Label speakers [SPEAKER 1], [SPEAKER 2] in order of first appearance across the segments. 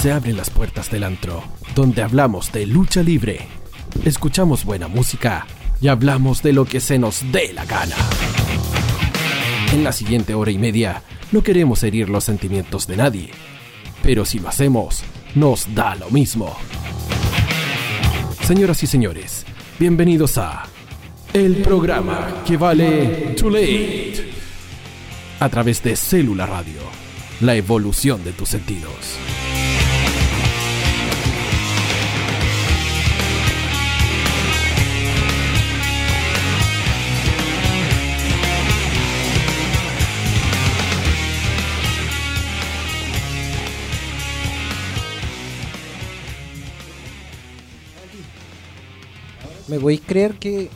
[SPEAKER 1] Se abren las puertas del antro, donde hablamos de lucha libre, escuchamos buena música y hablamos de lo que se nos dé la gana. En la siguiente hora y media, no queremos herir los sentimientos de nadie, pero si lo hacemos, nos da lo mismo. Señoras y señores, bienvenidos a el programa que vale Too Late a través de Célula Radio, la evolución de tus sentidos.
[SPEAKER 2] ¿Me podéis creer que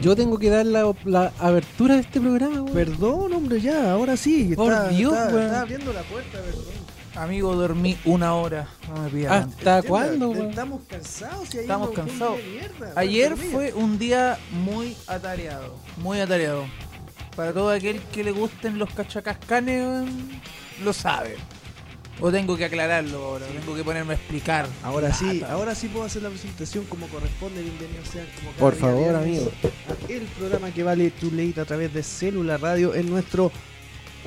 [SPEAKER 2] yo tengo que dar la, la abertura de este programa, weón?
[SPEAKER 3] Perdón, hombre, ya, ahora sí.
[SPEAKER 2] Por
[SPEAKER 3] está,
[SPEAKER 2] Dios,
[SPEAKER 3] está-
[SPEAKER 2] weón.
[SPEAKER 3] está abriendo la puerta, perdón.
[SPEAKER 4] Amigo, dormí una hora. No me
[SPEAKER 2] Ah.
[SPEAKER 4] pidas. tanto.
[SPEAKER 2] ¿Hasta
[SPEAKER 3] Entienda,
[SPEAKER 2] cuándo, weón?
[SPEAKER 3] Estamos cansados. si ayer
[SPEAKER 4] Estamos
[SPEAKER 3] no fue un
[SPEAKER 4] cansados.
[SPEAKER 3] día de mierda,
[SPEAKER 4] Ayer
[SPEAKER 3] perdón,
[SPEAKER 4] fue un día muy atareado. Muy atareado. Para todo aquel que le gusten los cachacascanes, weón, lo sabe. O tengo que aclararlo ahora, tengo que ponerme a explicar.
[SPEAKER 3] Ahora
[SPEAKER 4] Lata.
[SPEAKER 3] sí, ahora sí puedo hacer la presentación como corresponde. Bienvenidos sean como cada
[SPEAKER 2] Por
[SPEAKER 3] día
[SPEAKER 2] favor,
[SPEAKER 3] viernes,
[SPEAKER 2] amigo.
[SPEAKER 3] a El programa que vale tu Late a través de Célula Radio en nuestro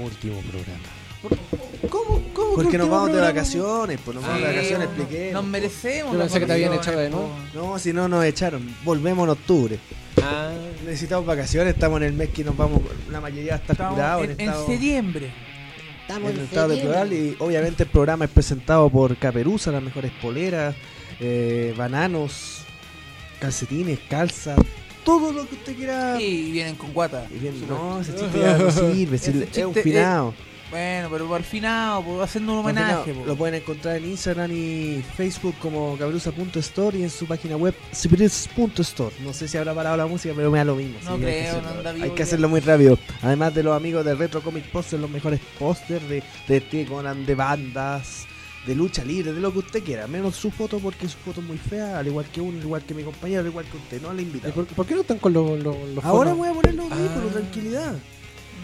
[SPEAKER 3] último programa.
[SPEAKER 2] ¿Cómo? ¿Cómo?
[SPEAKER 3] Porque
[SPEAKER 2] que
[SPEAKER 3] nos
[SPEAKER 2] último
[SPEAKER 3] vamos de
[SPEAKER 2] programa?
[SPEAKER 3] vacaciones, pues nos vamos de
[SPEAKER 4] Sí,
[SPEAKER 3] vacaciones,
[SPEAKER 4] weón,
[SPEAKER 3] expliqué. pues.
[SPEAKER 4] Nos merecemos.
[SPEAKER 2] Yo
[SPEAKER 4] las
[SPEAKER 2] pensé que te habían
[SPEAKER 4] condiciones,
[SPEAKER 2] echado de nuevo.
[SPEAKER 4] po.
[SPEAKER 3] No, si no nos echaron. Volvemos en octubre. Necesitamos vacaciones, estamos en el mes que nos vamos, la mayoría está
[SPEAKER 4] Estamos
[SPEAKER 3] curado,
[SPEAKER 4] en, en
[SPEAKER 3] estado-
[SPEAKER 4] septiembre.
[SPEAKER 3] en el estado de plural y obviamente el programa es presentado por Caperuza, las mejores poleras, eh, bananos, calcetines, calzas, todo lo que usted quiera.
[SPEAKER 4] Y vienen con guata.
[SPEAKER 3] Y bien, no, ese chiste ya no sirve, si
[SPEAKER 4] Ese
[SPEAKER 3] le- es un
[SPEAKER 4] chiste
[SPEAKER 3] finado.
[SPEAKER 4] Bueno, pero por finado, po, haciendo un
[SPEAKER 3] Un finado.
[SPEAKER 4] homenaje. po.
[SPEAKER 3] Lo pueden encontrar en Instagram y Facebook como caperuza.store y en su página web cipiris.store. No sé si habrá parado la música, pero me da lo mismo.
[SPEAKER 4] No
[SPEAKER 3] sí, hay que
[SPEAKER 4] creo,
[SPEAKER 3] hacerlo-
[SPEAKER 4] no anda
[SPEAKER 3] Hay
[SPEAKER 4] vivo
[SPEAKER 3] que
[SPEAKER 4] ya.
[SPEAKER 3] hacerlo muy rápido. Además de los amigos de Retro Comic Posters, los mejores pósters de, de Teconan, de bandas, de lucha libre, de lo que usted quiera. Menos su foto porque su foto es muy fea, al igual que uno, al igual que mi compañero, al igual que usted. No le
[SPEAKER 2] ¿Y
[SPEAKER 3] invitamos.
[SPEAKER 2] ¿Por, por qué no están con los, los, los
[SPEAKER 3] Ahora
[SPEAKER 2] fonos?
[SPEAKER 3] voy a poner los audífonos,
[SPEAKER 2] Ah.
[SPEAKER 3] tranquilidad.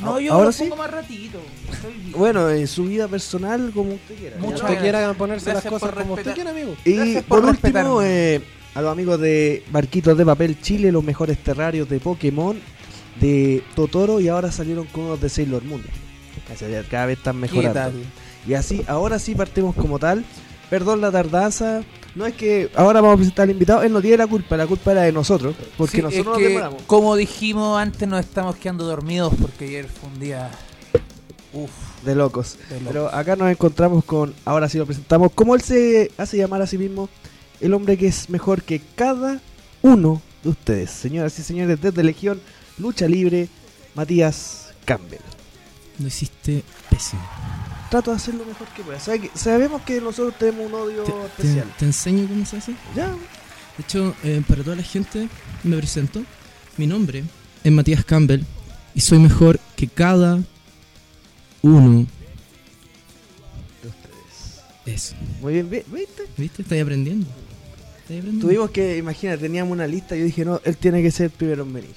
[SPEAKER 4] No, yo
[SPEAKER 3] ahora
[SPEAKER 4] lo
[SPEAKER 3] sí.
[SPEAKER 4] pongo más ratito. Estoy bien.
[SPEAKER 3] Bueno, en su vida personal, como usted quiera.
[SPEAKER 2] Como
[SPEAKER 4] Muchas
[SPEAKER 2] usted
[SPEAKER 4] gracias.
[SPEAKER 2] quiera ponerse las
[SPEAKER 4] Gracias
[SPEAKER 2] cosas
[SPEAKER 4] por
[SPEAKER 2] como usted
[SPEAKER 4] respetar.
[SPEAKER 2] quiera, amigo.
[SPEAKER 3] Y
[SPEAKER 4] Gracias
[SPEAKER 3] por,
[SPEAKER 4] por
[SPEAKER 3] último,
[SPEAKER 4] respetarme.
[SPEAKER 3] eh, a los amigos de Barquitos de Papel Chile, los mejores terrarios de Pokémon, de Totoro y ahora salieron con unos de Sailor Moon. O sea, Cada vez están
[SPEAKER 4] ¿Qué
[SPEAKER 3] mejorando.
[SPEAKER 4] tal?
[SPEAKER 3] Y así, ahora sí partimos como tal. Perdón la tardanza. No es que ahora vamos a presentar al invitado, él no tiene la culpa, la culpa era de nosotros, porque
[SPEAKER 4] Sí,
[SPEAKER 3] nosotros
[SPEAKER 4] es
[SPEAKER 3] nos
[SPEAKER 4] que,
[SPEAKER 3] demoramos.
[SPEAKER 4] Como dijimos antes, nos estamos quedando dormidos porque ayer fue un día. Uf,
[SPEAKER 3] De locos.
[SPEAKER 4] de locos.
[SPEAKER 3] Pero acá nos encontramos con, ahora sí lo presentamos, como él se hace llamar a sí mismo, el hombre que es mejor que cada uno de ustedes. Señoras y señores, desde Legión, Lucha Libre, Matías Campbell.
[SPEAKER 5] Lo hiciste pésimo.
[SPEAKER 3] Trato de hacer lo mejor que pueda. Sabe que- sabemos que nosotros tenemos un odio
[SPEAKER 5] Te, te-
[SPEAKER 3] especial.
[SPEAKER 5] te enseño cómo se hace.
[SPEAKER 3] Ya,
[SPEAKER 5] De hecho, eh, para toda la gente, me presento. Mi nombre es Matías Campbell y soy mejor que cada uno.
[SPEAKER 3] de ustedes.
[SPEAKER 5] Eso.
[SPEAKER 3] Muy bien, ve- ¿viste?
[SPEAKER 5] ¿Viste? Estoy aprendiendo. Estoy aprendiendo.
[SPEAKER 3] Tuvimos que, imagina, teníamos una lista. Yo dije, no, él tiene que ser el primero en venir.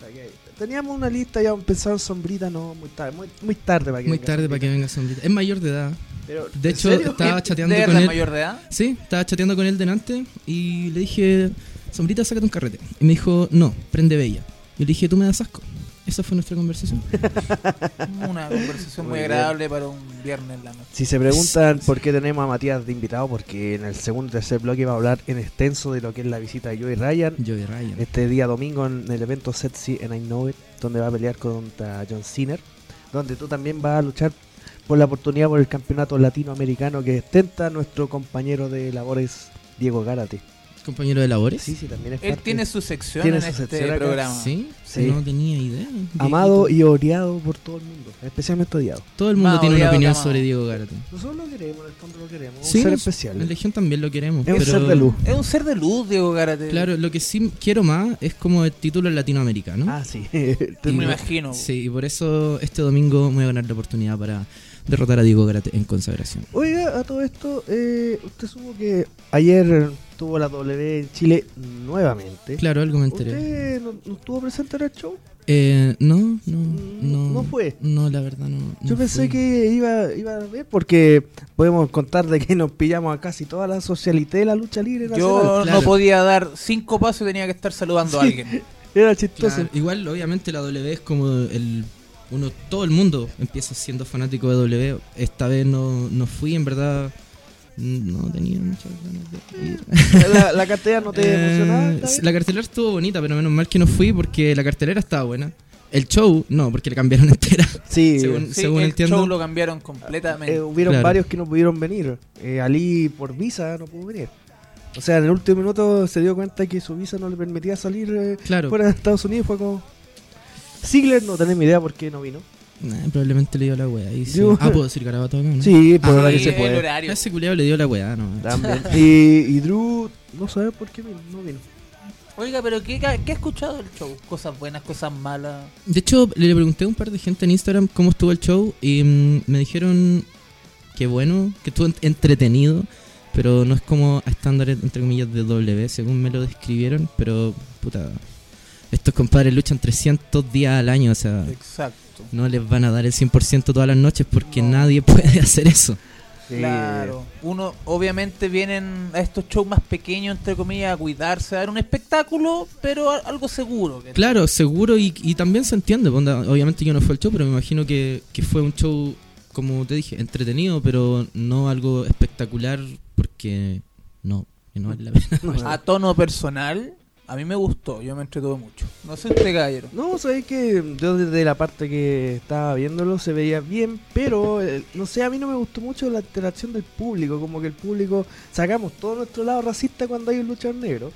[SPEAKER 3] Para que- Teníamos una lista y aún pensaron sombrita, no, muy tarde, muy, muy tarde para que
[SPEAKER 5] Muy
[SPEAKER 3] venga
[SPEAKER 5] tarde para que venga Sombrita. Es mayor de edad.
[SPEAKER 3] Pero,
[SPEAKER 5] De
[SPEAKER 3] ¿en
[SPEAKER 5] hecho,
[SPEAKER 3] serio?
[SPEAKER 5] estaba chateando
[SPEAKER 4] ¿De
[SPEAKER 5] con
[SPEAKER 4] verdad
[SPEAKER 5] él.
[SPEAKER 4] mayor de edad?
[SPEAKER 5] Sí, estaba chateando con él delante y le dije, Sombrita, sácate un carrete. Y me dijo, no, prende bella. Y le dije, tú me das asco. Esa fue nuestra conversación.
[SPEAKER 4] Una conversación
[SPEAKER 3] Muy
[SPEAKER 4] muy,
[SPEAKER 3] bien.
[SPEAKER 4] agradable para un viernes en la noche.
[SPEAKER 3] Si se preguntan por qué tenemos a Matías de invitado, porque en el segundo y tercer bloque va a hablar en extenso de lo que es la visita de Joey Ryan
[SPEAKER 5] Yo de Ryan.
[SPEAKER 3] este día domingo en el evento Sexy and I Know It, donde va a pelear contra John Cena, donde tú también vas a luchar por la oportunidad por el campeonato latinoamericano que ostenta nuestro compañero de labores Diego Gárate.
[SPEAKER 5] Compañero de labores.
[SPEAKER 3] Sí, sí, también es
[SPEAKER 4] Él
[SPEAKER 3] parte-
[SPEAKER 4] tiene su sección
[SPEAKER 3] tiene
[SPEAKER 4] en
[SPEAKER 3] su
[SPEAKER 4] este
[SPEAKER 3] sección acá.
[SPEAKER 4] programa.
[SPEAKER 5] Sí,
[SPEAKER 3] Sí.
[SPEAKER 5] no tenía idea.
[SPEAKER 3] amado
[SPEAKER 5] Viejito.
[SPEAKER 3] y odiado por todo el mundo, especialmente odiado.
[SPEAKER 5] Todo el mundo
[SPEAKER 4] Más
[SPEAKER 5] tiene una
[SPEAKER 4] odiado que
[SPEAKER 5] opinión
[SPEAKER 4] amado.
[SPEAKER 5] sobre Diego Gárate.
[SPEAKER 3] Nosotros lo queremos, en el fondo lo queremos,
[SPEAKER 5] Sí,
[SPEAKER 3] un ser
[SPEAKER 5] nos-
[SPEAKER 3] especial.
[SPEAKER 5] En Legión también lo queremos.
[SPEAKER 3] Es un
[SPEAKER 5] pero-
[SPEAKER 3] ser de luz.
[SPEAKER 4] Es un ser de luz, Diego Gárate.
[SPEAKER 5] Claro, lo que sí quiero más es como el título latinoamericano.
[SPEAKER 3] Ah, sí.
[SPEAKER 4] Me
[SPEAKER 5] Y-
[SPEAKER 4] imagino.
[SPEAKER 5] Sí, y por eso este domingo me voy a ganar la oportunidad para derrotar a Diego Gárate en consagración.
[SPEAKER 3] Oiga, a todo esto, eh, usted supo que ayer tuvo la W en Chile nuevamente.
[SPEAKER 5] Claro, algo me enteré.
[SPEAKER 3] ¿Usted no, no estuvo presente en el show?
[SPEAKER 5] Eh, no, no,
[SPEAKER 3] Mm,
[SPEAKER 5] no.
[SPEAKER 3] no fue.
[SPEAKER 5] No, la verdad no. no
[SPEAKER 3] Yo pensé
[SPEAKER 5] fui.
[SPEAKER 3] que iba, iba a ver porque podemos contar de que nos pillamos a casi toda la socialité de la lucha libre nacional.
[SPEAKER 4] Yo
[SPEAKER 5] Claro.
[SPEAKER 4] no podía dar cinco pasos y tenía que estar saludando a
[SPEAKER 3] Sí.
[SPEAKER 4] alguien.
[SPEAKER 3] Era
[SPEAKER 5] Claro,
[SPEAKER 3] chistoso.
[SPEAKER 5] igual, obviamente, la W es como el. Uno, todo el mundo empieza siendo fanático de W. Esta vez no, no fui, en verdad. No tenía muchas ganas de ir.
[SPEAKER 3] La, la cantidad Mm, no te
[SPEAKER 5] Eh,
[SPEAKER 3] emocionaba. ¿está
[SPEAKER 5] sí,
[SPEAKER 3] bien?
[SPEAKER 5] la cartelera estuvo bonita, pero menos mal que no fui porque la cartelera estaba buena. El show, no, porque le cambiaron entera.
[SPEAKER 3] Sí,
[SPEAKER 5] según-
[SPEAKER 4] Sí,
[SPEAKER 5] según
[SPEAKER 4] el
[SPEAKER 5] entiendo.
[SPEAKER 4] show lo cambiaron completamente.
[SPEAKER 3] eh, hubieron
[SPEAKER 5] Claro.
[SPEAKER 3] varios que no pudieron venir. Eh, Ali por visa no pudo venir. O sea, en el último minuto se dio cuenta que su visa no le permitía salir eh,
[SPEAKER 5] Claro,
[SPEAKER 3] fuera de Estados Unidos. Fue como. Ziggler no tenemos idea por qué no vino.
[SPEAKER 5] Nah, Eh, probablemente le dio la wea. y sí.
[SPEAKER 3] Yo-
[SPEAKER 5] Ah, puedo decir garabato acá, ¿no?
[SPEAKER 3] Sí, por
[SPEAKER 4] Ah, Sí, eh,
[SPEAKER 3] la que se
[SPEAKER 4] el
[SPEAKER 3] puede.
[SPEAKER 4] horario.
[SPEAKER 5] Ese culiao le dio la wea, no.
[SPEAKER 3] También. Y, y Drew no sabe por qué vino, no vino.
[SPEAKER 4] Oiga, pero ¿qué, ¿qué ha escuchado el show? Cosas buenas, cosas malas.
[SPEAKER 5] De hecho, le pregunté a un par de gente en Instagram cómo estuvo el show y mm, me dijeron que bueno, que estuvo en- entretenido, pero no es como a estándares, entre comillas, de W, según me lo describieron, pero puta, estos compadres luchan 300 días al año, o sea,
[SPEAKER 4] Exacto.
[SPEAKER 5] no les van a dar el 100% todas las noches porque
[SPEAKER 4] No.
[SPEAKER 5] nadie puede hacer eso.
[SPEAKER 4] Claro. Uno, obviamente, vienen a estos shows más pequeños, entre comillas, a cuidarse, a dar un espectáculo, pero a- algo seguro. ¿cachai?
[SPEAKER 5] Claro, seguro y, y también se entiende. pues, onda, obviamente yo no fue el show, pero me imagino que, que fue un show, como te dije, entretenido, pero no algo espectacular porque no, que no vale la pena.
[SPEAKER 4] A tono personal, a mí me gustó, yo me entretuve mucho. No sé usted, caballero.
[SPEAKER 3] No, sabéis que yo desde la parte que estaba viéndolo se veía bien, pero eh, no sé, a mí no me gustó mucho la interacción del público, como que el público sacamos todo nuestro lado racista cuando hay un luchador negro.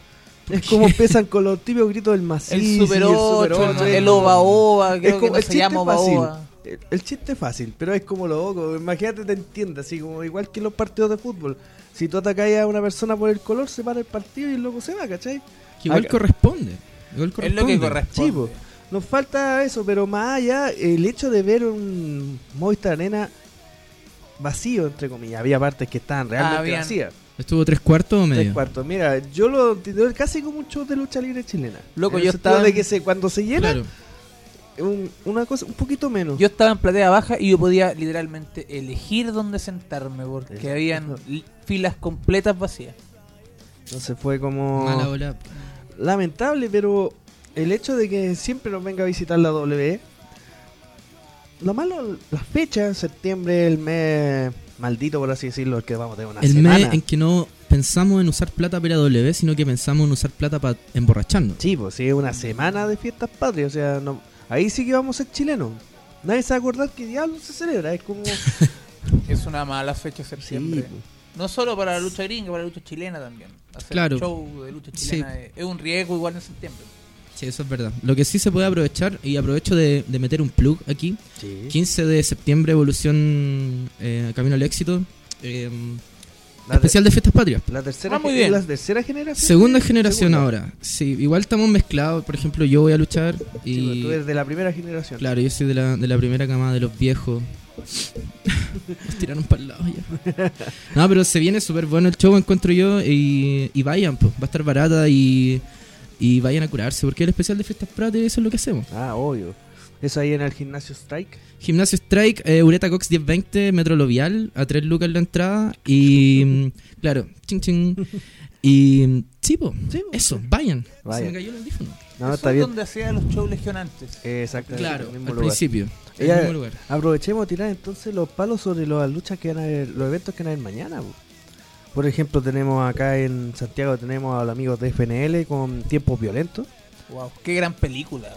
[SPEAKER 3] Es como empiezan con los típicos gritos del macizo,
[SPEAKER 4] El Super
[SPEAKER 3] y
[SPEAKER 4] 8,
[SPEAKER 3] Super
[SPEAKER 4] el,
[SPEAKER 3] Ocho, es como-
[SPEAKER 4] Oba Oba, creo
[SPEAKER 3] como-
[SPEAKER 4] que no
[SPEAKER 3] el
[SPEAKER 4] se
[SPEAKER 3] chiste
[SPEAKER 4] llama
[SPEAKER 3] es
[SPEAKER 4] Oba
[SPEAKER 3] fácil.
[SPEAKER 4] Oba.
[SPEAKER 3] El, el chiste es fácil, pero es como loco. Imagínate, te entiendes, así como igual que en los partidos de fútbol. Si tú atacáis a una persona por el color, se para el partido y el loco se va, ¿cachai?
[SPEAKER 5] Que igual
[SPEAKER 3] Acá-
[SPEAKER 5] corresponde. Igual
[SPEAKER 4] Es
[SPEAKER 5] corresponde.
[SPEAKER 4] lo que corresponde.
[SPEAKER 3] Sí, po. Nos falta eso, pero más allá, el hecho de ver un Movistar Arena vacío, entre comillas. Había partes que estaban realmente
[SPEAKER 4] Ah, habían
[SPEAKER 3] vacías.
[SPEAKER 5] ¿Estuvo tres cuartos o medio?
[SPEAKER 3] Tres cuartos. Mira, yo lo entiendo casi como un show de lucha libre chilena.
[SPEAKER 4] Loco,
[SPEAKER 3] En el
[SPEAKER 4] yo
[SPEAKER 3] sentido
[SPEAKER 4] estaba
[SPEAKER 3] de
[SPEAKER 4] en-
[SPEAKER 3] que se, cuando se llena,
[SPEAKER 5] Claro.
[SPEAKER 3] un- una cosa, un poquito menos.
[SPEAKER 4] Yo estaba en platea baja y yo podía literalmente elegir dónde sentarme
[SPEAKER 3] Sí.
[SPEAKER 4] porque habían li- filas completas vacías.
[SPEAKER 3] Entonces fue como...
[SPEAKER 5] Mala bola.
[SPEAKER 3] lamentable, pero el hecho de que siempre nos venga a visitar la W. Lo malo, las fechas, septiembre, el mes maldito, por así decirlo, el que vamos a tener una
[SPEAKER 5] El mes
[SPEAKER 3] semana.
[SPEAKER 5] en que no pensamos en usar plata para W, sino que pensamos en usar plata para emborracharnos.
[SPEAKER 3] Sí, pues sí, una semana de fiestas patrias, o sea, no- ahí sí que vamos a ser chilenos. Nadie se va a acordar que diablo se celebra, es como...
[SPEAKER 4] Es una mala fecha septiembre.
[SPEAKER 3] Sí, pues.
[SPEAKER 4] No solo para la lucha gringa, para la lucha chilena también. Hacer
[SPEAKER 5] Claro.
[SPEAKER 4] un show de lucha
[SPEAKER 5] Sí.
[SPEAKER 4] chilena es- es un riesgo igual en septiembre.
[SPEAKER 5] Sí, eso es verdad. Lo que sí se puede aprovechar, y aprovecho de, de meter un plug aquí, 15 de septiembre, Evolución eh, Camino al Éxito. eh,
[SPEAKER 3] La, ter-
[SPEAKER 5] especial de Fiestas Patrias.
[SPEAKER 3] la tercera,
[SPEAKER 4] Ah, muy
[SPEAKER 3] gen-
[SPEAKER 4] bien.
[SPEAKER 3] la tercera generación.
[SPEAKER 5] Segunda generación
[SPEAKER 3] Segunda.
[SPEAKER 5] ahora. Sí, igual estamos mezclados. Por ejemplo, yo voy a luchar
[SPEAKER 3] Sí, pues,
[SPEAKER 5] y.
[SPEAKER 3] tú eres de la primera generación.
[SPEAKER 5] Claro, yo soy de la, de la primera camada de los viejos. Nos tiraron para el lado ya. No, pero se viene súper bueno el show, encuentro yo. Y, y vayan, pues. Va a estar barata y, y vayan a curarse. Porque el especial de Fiestas Patrias, eso es lo que hacemos.
[SPEAKER 3] Ah, obvio. Eso ahí en el gimnasio Strike.
[SPEAKER 5] Gimnasio Strike, eh, Ureta Cox 1020, Metro Lovial, a 3 lucas la entrada. Y. mm, claro, ching ching. Y. mm, Sí, po,
[SPEAKER 3] Sí, po.
[SPEAKER 5] Eso, vayan.
[SPEAKER 3] Vayan.
[SPEAKER 5] Se me cayó el audífono.
[SPEAKER 3] No,
[SPEAKER 4] Eso
[SPEAKER 3] está
[SPEAKER 4] es
[SPEAKER 3] bien. Eh.
[SPEAKER 4] donde hacía los shows legionantes.
[SPEAKER 3] Exactamente.
[SPEAKER 5] Claro,
[SPEAKER 3] en
[SPEAKER 5] al
[SPEAKER 3] el mismo lugar.
[SPEAKER 5] principio. en
[SPEAKER 3] Ella-
[SPEAKER 5] el mismo lugar.
[SPEAKER 3] Aprovechemos de tirar entonces los palos sobre las luchas que van a haber, los eventos que van a haber mañana. po. Por ejemplo, tenemos acá en Santiago, tenemos a los amigos de FNL con Tiempos Violentos.
[SPEAKER 4] Wow, qué gran película.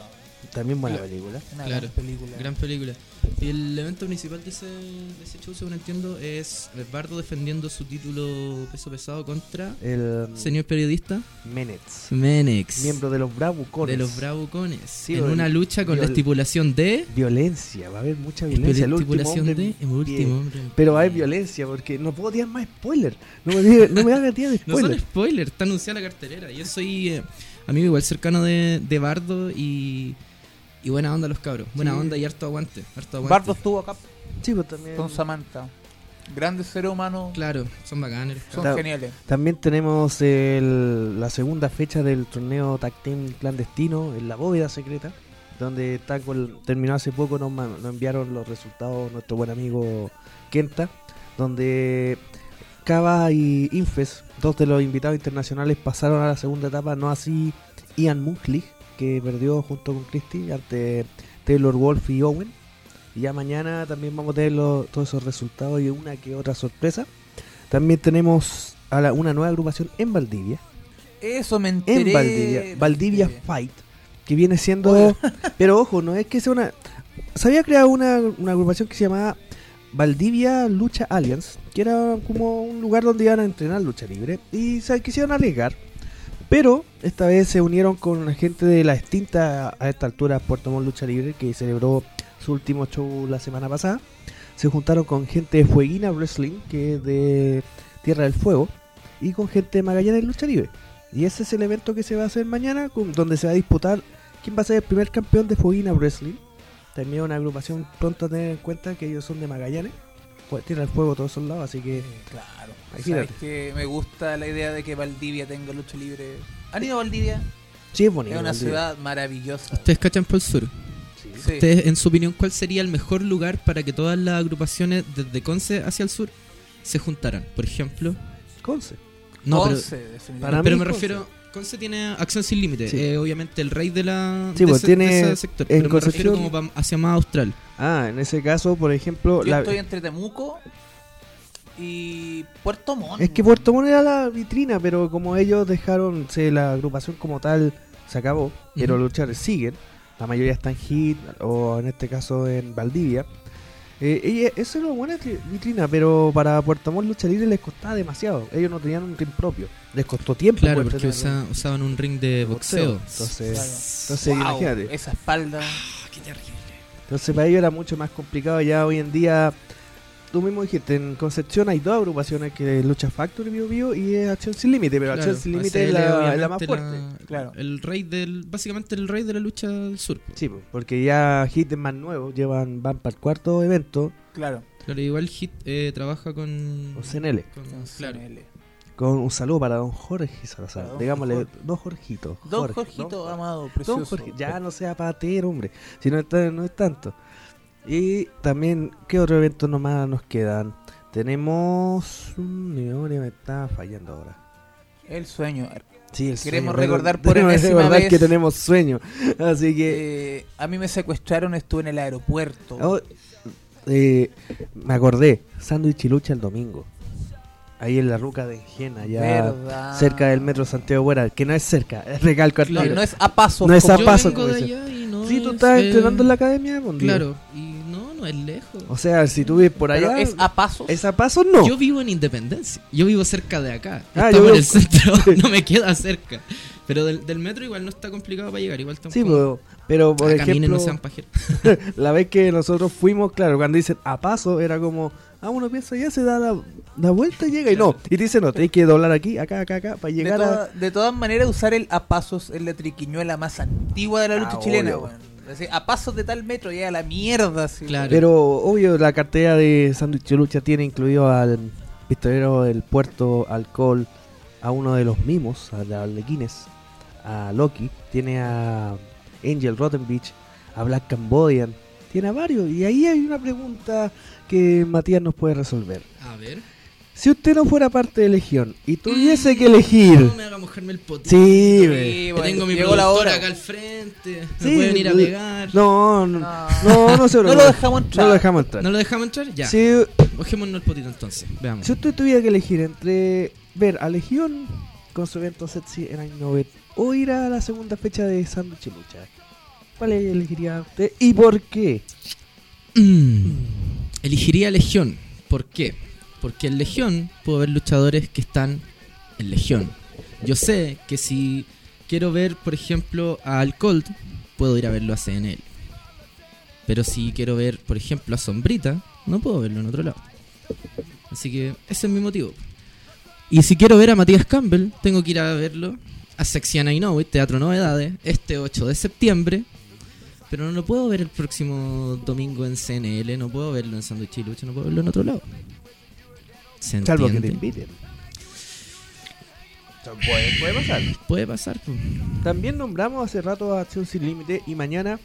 [SPEAKER 3] También buena película.
[SPEAKER 4] Una
[SPEAKER 5] Claro,
[SPEAKER 4] gran película.
[SPEAKER 5] Gran película. Y el evento principal de ese, de ese show, según entiendo, es Bardo defendiendo su título peso pesado contra
[SPEAKER 3] El
[SPEAKER 5] señor periodista
[SPEAKER 3] Menets,
[SPEAKER 5] Menex.
[SPEAKER 3] miembro de los Bravucones.
[SPEAKER 5] de los Bravucones.
[SPEAKER 3] Sí,
[SPEAKER 5] en
[SPEAKER 3] o el-
[SPEAKER 5] una lucha con la
[SPEAKER 3] viol-
[SPEAKER 5] estipulación de.
[SPEAKER 3] Violencia, va a haber mucha violencia. El último
[SPEAKER 5] estipulación
[SPEAKER 3] hombre
[SPEAKER 5] de.
[SPEAKER 3] en pie.
[SPEAKER 5] el último hombre en
[SPEAKER 3] Pero va a
[SPEAKER 5] pie.
[SPEAKER 3] haber violencia porque no puedo tirar más spoiler. No me, diga- no me hagas tirar de
[SPEAKER 5] No son
[SPEAKER 3] spoiler.
[SPEAKER 5] spoilers, está anunciada la cartelera. Yo soy eh, amigo igual cercano de, de Bardo y, y buena onda los cabros. Buena
[SPEAKER 3] Sí.
[SPEAKER 5] onda y harto aguante. Harto aguante.
[SPEAKER 4] Bardo estuvo acá
[SPEAKER 3] Chicos, también.
[SPEAKER 4] con Samantha. Grandes seres humanos.
[SPEAKER 5] Claro, son bacanes. los
[SPEAKER 4] Son
[SPEAKER 5] cabros.
[SPEAKER 3] Claro.
[SPEAKER 4] geniales.
[SPEAKER 3] También tenemos el- la segunda fecha del torneo Tag Team clandestino en la bóveda secreta. donde está con- terminó hace poco, nos, man- nos enviaron los resultados nuestro buen amigo Kenta, donde Cava y Infes, dos de los invitados internacionales, pasaron a la segunda etapa, no así Ian Munklich, que perdió junto con Christie ante Taylor Wolf y Owen. Y ya mañana también vamos a tener los- todos esos resultados y una que otra sorpresa. También tenemos a la- una nueva agrupación en Valdivia,
[SPEAKER 4] Eso me enteré.
[SPEAKER 3] en Valdivia, Valdivia Fight, que viene siendo. Pero ojo, no es que sea una. Se había creado una, una agrupación que se llamaba Valdivia Lucha Alliance, que era como un lugar donde iban a entrenar lucha libre y se quisieron arriesgar. Pero esta vez se unieron con la gente de la extinta a esta altura Puerto Montt Lucha Libre, que celebró su último show la semana pasada. Se juntaron con gente de Fueguina Wrestling, que es de Tierra del Fuego, y con gente de Magallanes Lucha Libre. Y ese es el evento que se va a hacer mañana, con- donde se va a disputar quién va a ser el primer campeón de Foguina Wrestling. También una agrupación pronto a tener en cuenta que ellos son de Magallanes. Pues tiene el fuego todos esos lados, así que
[SPEAKER 4] Mm, Claro. pues
[SPEAKER 3] Imagínate.
[SPEAKER 4] Sabes que me gusta la idea de que Valdivia tenga lucha libre. ¿Han ido a Valdivia?
[SPEAKER 3] sí es bonito.
[SPEAKER 4] Es una
[SPEAKER 3] Valdivia.
[SPEAKER 4] ciudad maravillosa.
[SPEAKER 5] Ustedes cachan por el sur.
[SPEAKER 4] Sí.
[SPEAKER 5] ¿Ustedes, en su opinión, cuál sería el mejor lugar para que todas las agrupaciones desde Conce hacia el sur se juntaran? Por ejemplo.
[SPEAKER 3] Conce.
[SPEAKER 5] No, pero,
[SPEAKER 4] Once, definitivamente.
[SPEAKER 3] Para
[SPEAKER 5] pero
[SPEAKER 3] mí
[SPEAKER 5] me
[SPEAKER 3] Conce.
[SPEAKER 5] refiero. Conce tiene Acción Sin Límite.
[SPEAKER 3] Sí.
[SPEAKER 5] eh, obviamente el rey de la.
[SPEAKER 3] Sí,
[SPEAKER 5] de
[SPEAKER 3] pues, tiene-
[SPEAKER 5] de ese sector.
[SPEAKER 3] en
[SPEAKER 5] Pero me refiero
[SPEAKER 3] Concepción-
[SPEAKER 5] como pa- hacia más austral.
[SPEAKER 3] Ah, en ese caso, por ejemplo,
[SPEAKER 4] Yo
[SPEAKER 3] la-
[SPEAKER 4] estoy entre Temuco y Puerto Montt.
[SPEAKER 3] es que Puerto Montt era la vitrina, pero como ellos dejaron, se, la agrupación como tal se acabó, pero
[SPEAKER 5] Ujú.
[SPEAKER 3] luchar siguen. La mayoría están en Hit o en este caso en Valdivia. Eh, y e- eso era una buena tri- vitrina, pero para Puerto Montt lucha libre les costaba demasiado. Ellos no tenían un ring propio. Les costó tiempo. pues,
[SPEAKER 5] Claro,
[SPEAKER 3] poder
[SPEAKER 5] porque
[SPEAKER 3] tener un
[SPEAKER 5] usa- usaban un ring de boxeo.
[SPEAKER 3] Entonces,
[SPEAKER 4] Claro.
[SPEAKER 3] entonces
[SPEAKER 4] Wow,
[SPEAKER 3] imagínate.
[SPEAKER 4] Esa espalda.
[SPEAKER 5] Ah, qué terrible.
[SPEAKER 3] Entonces para ellos era mucho más complicado. Ya hoy en día, tú mismo dijiste, en Concepción hay dos agrupaciones que es Lucha Factory Bio Bio y es Acción Sin Límite, pero
[SPEAKER 5] Claro,
[SPEAKER 3] Acción Sin Límite
[SPEAKER 5] ACL
[SPEAKER 3] es la, es la más
[SPEAKER 5] obviamente
[SPEAKER 3] fuerte.
[SPEAKER 5] la-
[SPEAKER 3] Claro.
[SPEAKER 5] El rey del. Básicamente el rey de la lucha del sur. po.
[SPEAKER 3] Sí, po, porque ya Hit es más nuevo, llevan, van para el cuarto evento,
[SPEAKER 4] Claro.
[SPEAKER 5] Claro, igual Hit eh, trabaja con.
[SPEAKER 3] o CNL,
[SPEAKER 5] con-
[SPEAKER 4] con
[SPEAKER 5] claro.
[SPEAKER 4] CNL.
[SPEAKER 3] con un saludo para don Jorge Salazar,
[SPEAKER 4] Para don
[SPEAKER 3] digámosle,
[SPEAKER 4] Jorge.
[SPEAKER 3] don Jorgito.
[SPEAKER 4] Don
[SPEAKER 3] Jorge,
[SPEAKER 4] Jorgito
[SPEAKER 3] don-
[SPEAKER 4] Amado,
[SPEAKER 3] Don
[SPEAKER 4] precioso.
[SPEAKER 3] Jorge, ya no sea patero, hombre, si no, está- no es tanto. Y también, ¿qué otro evento nomás nos quedan? Tenemos... mm, Mi memoria me está fallando ahora.
[SPEAKER 4] El sueño.
[SPEAKER 3] Sí, el
[SPEAKER 4] Queremos
[SPEAKER 3] sueño,
[SPEAKER 4] recordar
[SPEAKER 3] pero
[SPEAKER 4] por
[SPEAKER 3] tenemos que
[SPEAKER 4] enésima
[SPEAKER 3] recordar
[SPEAKER 4] vez.
[SPEAKER 3] que tenemos sueño. Así que
[SPEAKER 4] Eh, a mí me secuestraron, estuve en el aeropuerto.
[SPEAKER 3] oh, eh, me acordé, sándwich y lucha el domingo. Ahí en la ruca de Enjena, ya
[SPEAKER 4] Verdad.
[SPEAKER 3] cerca del metro Santiago Buera, que no es cerca, es recalco al
[SPEAKER 4] No,
[SPEAKER 5] Claro.
[SPEAKER 3] tiro.
[SPEAKER 4] no es a paso.
[SPEAKER 3] No es a
[SPEAKER 4] como-
[SPEAKER 5] Yo
[SPEAKER 3] paso,
[SPEAKER 5] vengo
[SPEAKER 3] como
[SPEAKER 5] de
[SPEAKER 3] dice.
[SPEAKER 5] allá y no
[SPEAKER 3] pues, Sí, tú
[SPEAKER 5] es,
[SPEAKER 3] estás
[SPEAKER 5] eh,
[SPEAKER 3] entrenando en la acadea, mon Dios.
[SPEAKER 5] Claro, y no, no es lejos.
[SPEAKER 3] O sea, si tú vives por
[SPEAKER 4] pero
[SPEAKER 3] allá,
[SPEAKER 4] Es a pasos.
[SPEAKER 3] ¿es a paso no?
[SPEAKER 5] Yo vivo en Independencia. Yo vivo cerca de acá.
[SPEAKER 3] Ah, yo
[SPEAKER 5] Estamos
[SPEAKER 3] vivo-
[SPEAKER 5] en el centro. no me queda cerca. Pero del, del metro igual no está complicado para llegar. Igual
[SPEAKER 3] Sí,
[SPEAKER 5] tampoco.
[SPEAKER 3] pero, pero por
[SPEAKER 5] Ah, caminen,
[SPEAKER 3] ejemplo,
[SPEAKER 5] no sean pajeros.
[SPEAKER 3] la vez que nosotros fuimos, claro, cuando dicen a paso, era como, ah, uno piensa ya se da la, la vuelta y llega, y no. Y te dicen, no, tenés que doblar aquí, acá, acá, acá, para
[SPEAKER 4] de,
[SPEAKER 3] llegar a...
[SPEAKER 4] toda- de todas maneras, usar el a pasos es la triquiñuela más antigua de la lucha
[SPEAKER 3] Ah,
[SPEAKER 4] chilena.
[SPEAKER 3] obvio.
[SPEAKER 4] weón. Así, a pasos de tal metro, ya a la mierda. así.
[SPEAKER 5] Claro.
[SPEAKER 3] Pero obvio, la cartera de Sándwich de Lucha tiene incluido al pistolero del puerto, alcohol, a uno de los mimos, a la Arlequines, a Loki, tiene a Angel Rottenbeach, a Black Cambodian, tiene a varios. Y ahí hay una pregunta que Matías nos puede resolver.
[SPEAKER 5] A ver.
[SPEAKER 3] Si usted no fuera parte de Legión y tuviese que elegir...
[SPEAKER 5] No me haga mojarme el potito.
[SPEAKER 3] Sí, güey.
[SPEAKER 4] Sí,
[SPEAKER 5] Que
[SPEAKER 4] bueno,
[SPEAKER 5] tengo mi
[SPEAKER 4] llegó la
[SPEAKER 5] productora
[SPEAKER 4] hora.
[SPEAKER 5] acá al frente.
[SPEAKER 3] Sí,
[SPEAKER 5] me pueden ir a
[SPEAKER 3] l-
[SPEAKER 5] pegar. No,
[SPEAKER 3] No, no,
[SPEAKER 4] No.
[SPEAKER 3] no, no se
[SPEAKER 4] No lo
[SPEAKER 3] preocupe.
[SPEAKER 4] dejamos entrar.
[SPEAKER 3] No lo dejamos entrar.
[SPEAKER 5] lo dejamos entrar? Ya.
[SPEAKER 3] Si
[SPEAKER 5] Mojémonos el potito entonces. Veamos.
[SPEAKER 3] Si usted tuviera que elegir entre ver a Legión con su evento sexy en Año 90 o ir a la segunda fecha de Sándwich y Lucha, ¿cuál elegiría usted y por qué?
[SPEAKER 5] Mm. Elegiría Legión. ¿Por qué? Porque en Legión puedo ver luchadores que están en Legión. Yo sé que si quiero ver, por ejemplo, al Cold, puedo ir a verlo a CNL. Pero si quiero ver, por ejemplo, a Sombrita, no puedo verlo en otro lado. Así que ese es mi motivo. Y si quiero ver a Matías Campbell, tengo que ir a verlo a Sexiana I Know It, Teatro Novedades, este 8 de septiembre. Pero no lo puedo ver el próximo domingo en CNL, no puedo verlo en Sándwich y Lucha, no puedo verlo en otro lado. ¿Se
[SPEAKER 3] Salvo que te
[SPEAKER 5] entiende?
[SPEAKER 3] inviten. Puede, puede pasar.
[SPEAKER 5] Puede pasar. pues. po.
[SPEAKER 3] También nombramos hace rato a Acción Sin Límite y mañana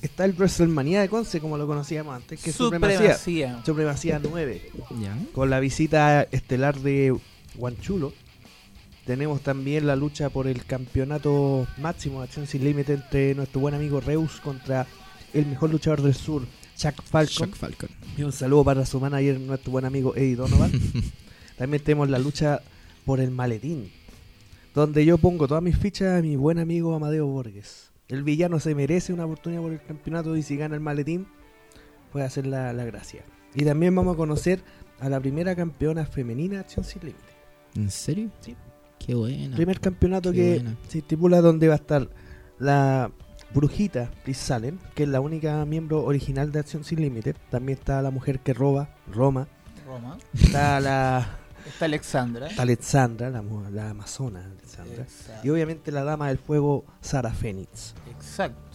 [SPEAKER 3] está el WrestleMania de Conce, como lo conocíamos antes, que es Supremacía.
[SPEAKER 4] Supremacía.
[SPEAKER 3] Supremacía 9.
[SPEAKER 5] ¿Ya?
[SPEAKER 3] Con la visita estelar de Guanchulo. Tenemos también la lucha por el campeonato máximo de acción sin límite entre nuestro buen amigo Reus contra el mejor luchador del sur, Chuck Falcon.
[SPEAKER 5] Shock Falcon.
[SPEAKER 3] Y un saludo para su manager, nuestro buen amigo Eddie Donovan. También tenemos la lucha por el maletín, donde yo pongo todas mis fichas a mi buen amigo Amadeo Borges. El villano se merece una oportunidad por el campeonato y si gana el maletín, puede hacer la, la gracia. Y también vamos a conocer a la primera campeona femenina de Acción Sin Límite.
[SPEAKER 5] ¿En serio?
[SPEAKER 3] Sí.
[SPEAKER 5] Qué buena.
[SPEAKER 3] Primer campeonato
[SPEAKER 5] Ah, Qué
[SPEAKER 3] que
[SPEAKER 5] buena.
[SPEAKER 3] se estipula donde va a estar la brujita Liz Salem, que es la única miembro original de Acción Sin Límite. También está la mujer que roba, Roma.
[SPEAKER 4] Roma.
[SPEAKER 3] Está la
[SPEAKER 4] Está Alexandra.
[SPEAKER 3] Está Alexandra, la, mu- la amazona Alexandra.
[SPEAKER 4] Exacto.
[SPEAKER 3] Y obviamente la dama del fuego, Sara Fénix.
[SPEAKER 4] Exacto.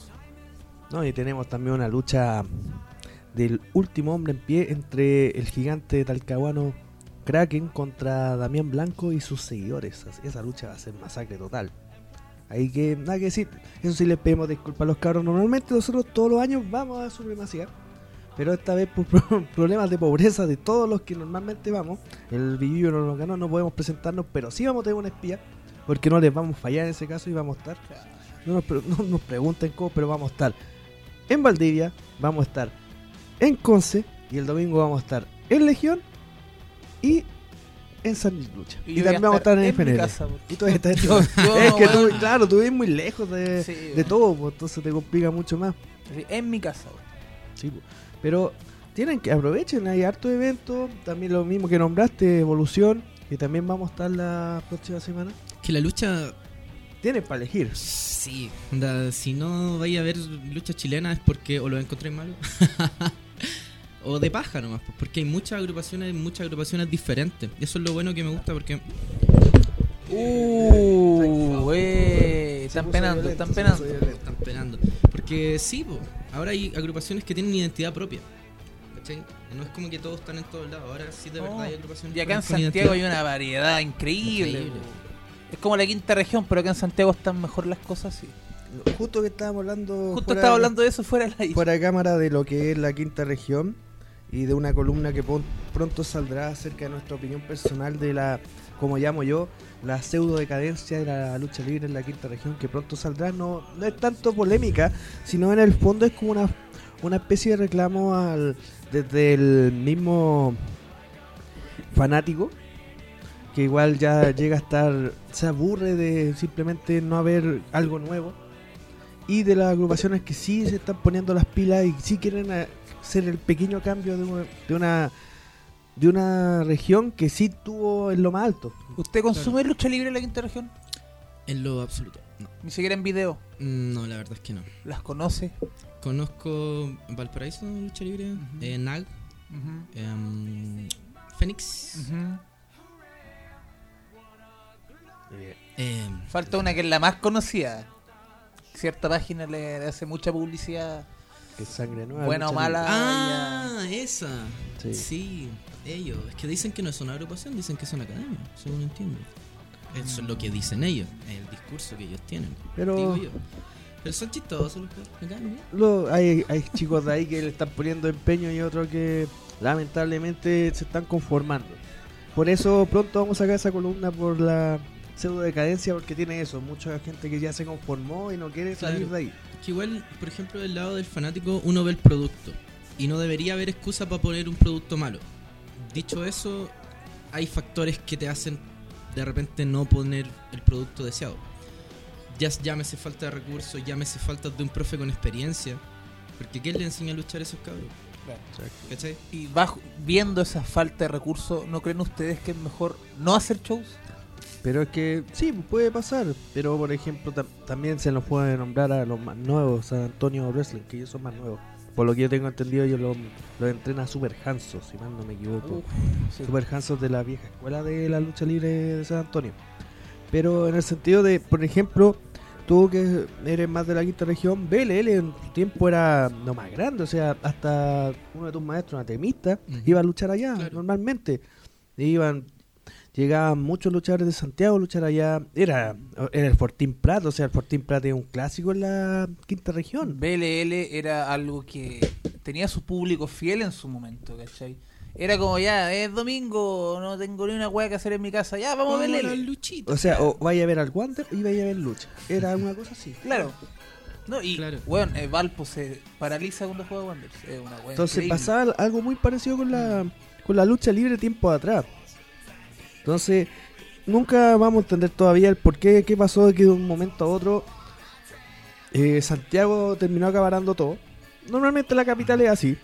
[SPEAKER 3] ¿no? Y tenemos también una lucha del último hombre en pie entre el gigante talcahuano Kraken contra Damián Blanco y sus seguidores. Así- Esa lucha va a ser masacre total. Ahí que nada que decir. Eso sí les pedimos disculpas a los cabros. Normalmente nosotros todos los años vamos a supremacía. Pero esta vez por pro- problemas de pobreza de todos los que normalmente vamos, el Billuyo no nos ganó, no podemos presentarnos, pero sí vamos a tener una espía, porque no les vamos a fallar en ese caso y vamos a estar. No nos, pre- no nos pregunten cómo, pero vamos a estar en Valdivia, vamos a estar en Conce y el domingo vamos a estar en Legión y en San Lucha. Y,
[SPEAKER 4] yo voy
[SPEAKER 3] también vamos a estar en,
[SPEAKER 4] mi
[SPEAKER 3] FNL.
[SPEAKER 4] casa, porque-
[SPEAKER 3] Y tú estás-
[SPEAKER 4] Yo- yo,
[SPEAKER 3] es que tú,
[SPEAKER 4] weón,
[SPEAKER 3] claro, tú vives muy lejos de,
[SPEAKER 4] sí,
[SPEAKER 3] de
[SPEAKER 4] weón.
[SPEAKER 3] todo, pues, entonces te complica mucho más.
[SPEAKER 4] Sí, En mi casa, weón.
[SPEAKER 3] Sí, po. pero tienen que aprovechen, hay harto evento, también lo mismo que nombraste, Evolución, que también vamos a estar la próxima semana.
[SPEAKER 5] Que la lucha
[SPEAKER 3] Tienen para elegir.
[SPEAKER 5] Sí, onda, si no vais a ver lucha chilena es porque o lo encontréis malo o de paja nomás, pues, porque hay muchas agrupaciones, muchas agrupaciones diferentes. Y eso es lo bueno que me gusta porque
[SPEAKER 4] Uh, wey. Están penando, están penando.
[SPEAKER 5] están penando. Porque sí, po, ahora hay agrupaciones que tienen identidad propia. ¿cachai? No es como que todos están en todos lados, ahora sí de verdad
[SPEAKER 4] No.
[SPEAKER 5] hay agrupaciones
[SPEAKER 4] Oh, Y acá en
[SPEAKER 5] con
[SPEAKER 4] Santiago hay
[SPEAKER 5] identidad.
[SPEAKER 4] una variedad increíble.
[SPEAKER 5] Increíble.
[SPEAKER 4] po. Es como la quinta región, pero acá en Santiago están mejor las cosas. sí.
[SPEAKER 3] Justo que estábamos hablando...
[SPEAKER 4] Justo
[SPEAKER 3] fuera-
[SPEAKER 4] estaba hablando de eso fuera de la isla.
[SPEAKER 3] fuera de cámara de lo que es la quinta región y de una columna que pon- pronto saldrá acerca de nuestra opinión personal de la, como llamo yo, la pseudo decadencia de la lucha libre en la quinta región, que pronto saldrá. No, no es tanto polémica, sino en el fondo es como una, una especie de reclamo al, desde el mismo fanático, que igual ya llega a estar, se aburre de simplemente no haber algo nuevo y de las agrupaciones que sí se están poniendo las pilas y sí quieren eh, hacer el pequeño cambio de una, de una de una región que sí tuvo en lo más alto.
[SPEAKER 4] ¿Usted consume lucha libre en la quinta región?
[SPEAKER 5] En lo absoluto. No.
[SPEAKER 4] Ni siquiera en video.
[SPEAKER 5] no, la verdad es que no.
[SPEAKER 4] ¿Las conoce?
[SPEAKER 5] Conozco Valparaíso, lucha libre,
[SPEAKER 4] Ujú.
[SPEAKER 5] eh, Nag, em, Fénix.
[SPEAKER 4] Ujú.
[SPEAKER 5] em,
[SPEAKER 4] Falta una que es la más conocida. Cierta página le hace mucha publicidad,
[SPEAKER 3] Que sangre nueva.
[SPEAKER 4] buena o
[SPEAKER 3] lucha
[SPEAKER 4] mala.
[SPEAKER 5] Ah, esa.
[SPEAKER 3] Sí.
[SPEAKER 5] Sí. ellos. Es que dicen que no es una agrupación, dicen que es una academia, según entiendo. Eso es lo que dicen ellos, el discurso que ellos tienen.
[SPEAKER 3] Pero-
[SPEAKER 5] Digo yo. Pero son chistosos los cabros, me caen bien.
[SPEAKER 3] libre. Lo- hay, hay chicos de ahí que le están poniendo empeño y otros que lamentablemente se están conformando. Por eso pronto vamos a sacar esa columna por la pseudo decadencia porque tiene eso, mucha gente que ya se conformó y no quiere salir
[SPEAKER 5] Claro.
[SPEAKER 3] de ahí.
[SPEAKER 5] Que igual, por ejemplo, del lado del fanático, uno ve el producto. Y no debería haber excusa para poner un producto malo. Dicho eso, hay factores que te hacen de repente no poner el producto deseado. Ya s- llámese falta de recursos, llámese falta de un profe con experiencia. Porque ¿qué le enseña a luchar a esos cabros? ¿Cachai?
[SPEAKER 4] Y bajo, viendo esa falta de recursos, ¿no creen ustedes que es mejor no hacer shows?
[SPEAKER 3] Pero es que sí, puede pasar. Pero por ejemplo, tam- también se nos puede nombrar a los más nuevos, San Antonio Wrestling, que ellos son más nuevos. Por lo que yo tengo entendido, ellos los los entrena Super Hansos, si mal no me equivoco.
[SPEAKER 4] Sí.
[SPEAKER 3] Super Hansos de la vieja escuela de la lucha libre de San Antonio. Pero en el sentido de, por ejemplo, tú que eres más de la quinta región, BLL en tu tiempo era lo más grande. O sea, hasta uno de tus maestros, anatemista,
[SPEAKER 5] Ujú.
[SPEAKER 3] iba a luchar allá
[SPEAKER 5] Claro.
[SPEAKER 3] normalmente. Iban llegaban muchos luchadores de Santiago a luchar allá. Era, era el Fortín Prat, o sea, el Fortín Prat es un clásico en la quinta región.
[SPEAKER 4] BLL era algo que tenía su público fiel en su momento, ¿cachai? Era como ya, es domingo, no tengo ni una hueá que hacer en mi casa, ya, vamos a
[SPEAKER 5] Hola,
[SPEAKER 4] BLL.
[SPEAKER 5] Luchito.
[SPEAKER 3] O sea, o vaya a ver al Wander y vaya a ver lucha. Era una cosa así.
[SPEAKER 4] Claro. No, y,
[SPEAKER 5] Claro.
[SPEAKER 4] weón, eh, Valpo se paraliza cuando juega Wanderers. Es una hueá
[SPEAKER 3] Entonces
[SPEAKER 4] increíble.
[SPEAKER 3] pasaba algo muy parecido con la, con la lucha libre tiempo atrás. Entonces, nunca vamos a entender todavía el por qué, qué pasó de que de un momento a otro eh, Santiago terminó acaparando todo. Normalmente la capital es así,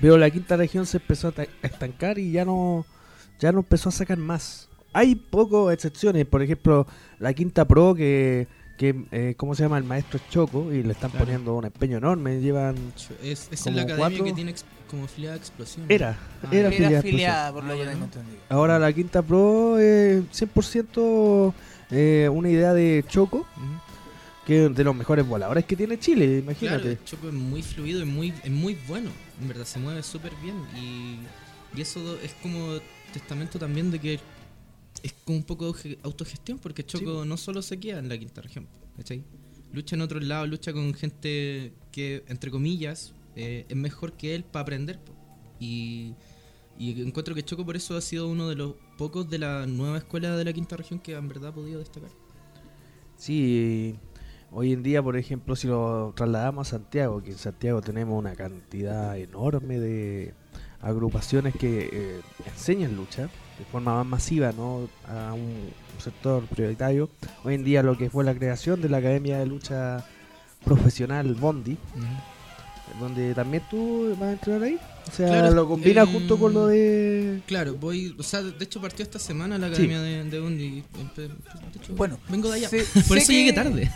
[SPEAKER 3] pero la quinta región se empezó a ta- a estancar y ya no, ya no empezó a sacar más. Hay pocas excepciones, por ejemplo, la quinta pro que, que eh, ¿cómo se llama? El maestro es Choco y le están
[SPEAKER 5] Claro.
[SPEAKER 3] poniendo un empeño enorme, llevan...
[SPEAKER 5] Es, es
[SPEAKER 3] Como
[SPEAKER 5] la academia
[SPEAKER 3] cuatro-
[SPEAKER 5] que tiene ex- como filiada explosión.
[SPEAKER 3] Era,
[SPEAKER 5] Ah,
[SPEAKER 3] era,
[SPEAKER 4] Era
[SPEAKER 3] filial
[SPEAKER 4] afiliada,
[SPEAKER 3] Explosión.
[SPEAKER 4] por lo
[SPEAKER 5] Ah,
[SPEAKER 4] que
[SPEAKER 5] ya.
[SPEAKER 4] tengo entendido.
[SPEAKER 3] Ahora la quinta pro es 100% eh, una idea de Choco,
[SPEAKER 5] Ujú.
[SPEAKER 3] que es de los mejores voladores que tiene Chile, imagínate.
[SPEAKER 5] Claro, el Choco es muy fluido, es muy, es muy bueno. En verdad, se mueve súper bien. Y, y eso do- es como testamento también de que es como un poco auge- autogestión, porque Choco no solo se queda en la quinta región, ¿cachai? Lucha en otros lados, lucha con gente que, entre comillas, eh, es mejor que él para aprender. po. Y, y encuentro que Choco por eso ha sido uno de los pocos de la nueva escuela de la quinta región que en verdad ha podido destacar.
[SPEAKER 3] Sí, hoy en día, por ejemplo, si lo trasladamos a Santiago, que en Santiago tenemos una cantidad enorme de agrupaciones que eh, enseñan lucha de forma más masiva, ¿no? A un sector prioritario. Hoy en día lo que fue la creación de la Academia de Lucha Profesional Bondi, donde también tú vas a entrar ahí. O sea,
[SPEAKER 5] Claro,
[SPEAKER 3] lo combina
[SPEAKER 5] eh,
[SPEAKER 3] junto con lo de...
[SPEAKER 5] Claro, voy, o sea, de de hecho partió esta semana la academia de, de Bondi. Empe- de hecho,
[SPEAKER 4] Bueno,
[SPEAKER 5] vengo de allá.
[SPEAKER 4] sé-
[SPEAKER 5] Por
[SPEAKER 4] sé
[SPEAKER 5] eso llegué
[SPEAKER 4] que-
[SPEAKER 5] tarde.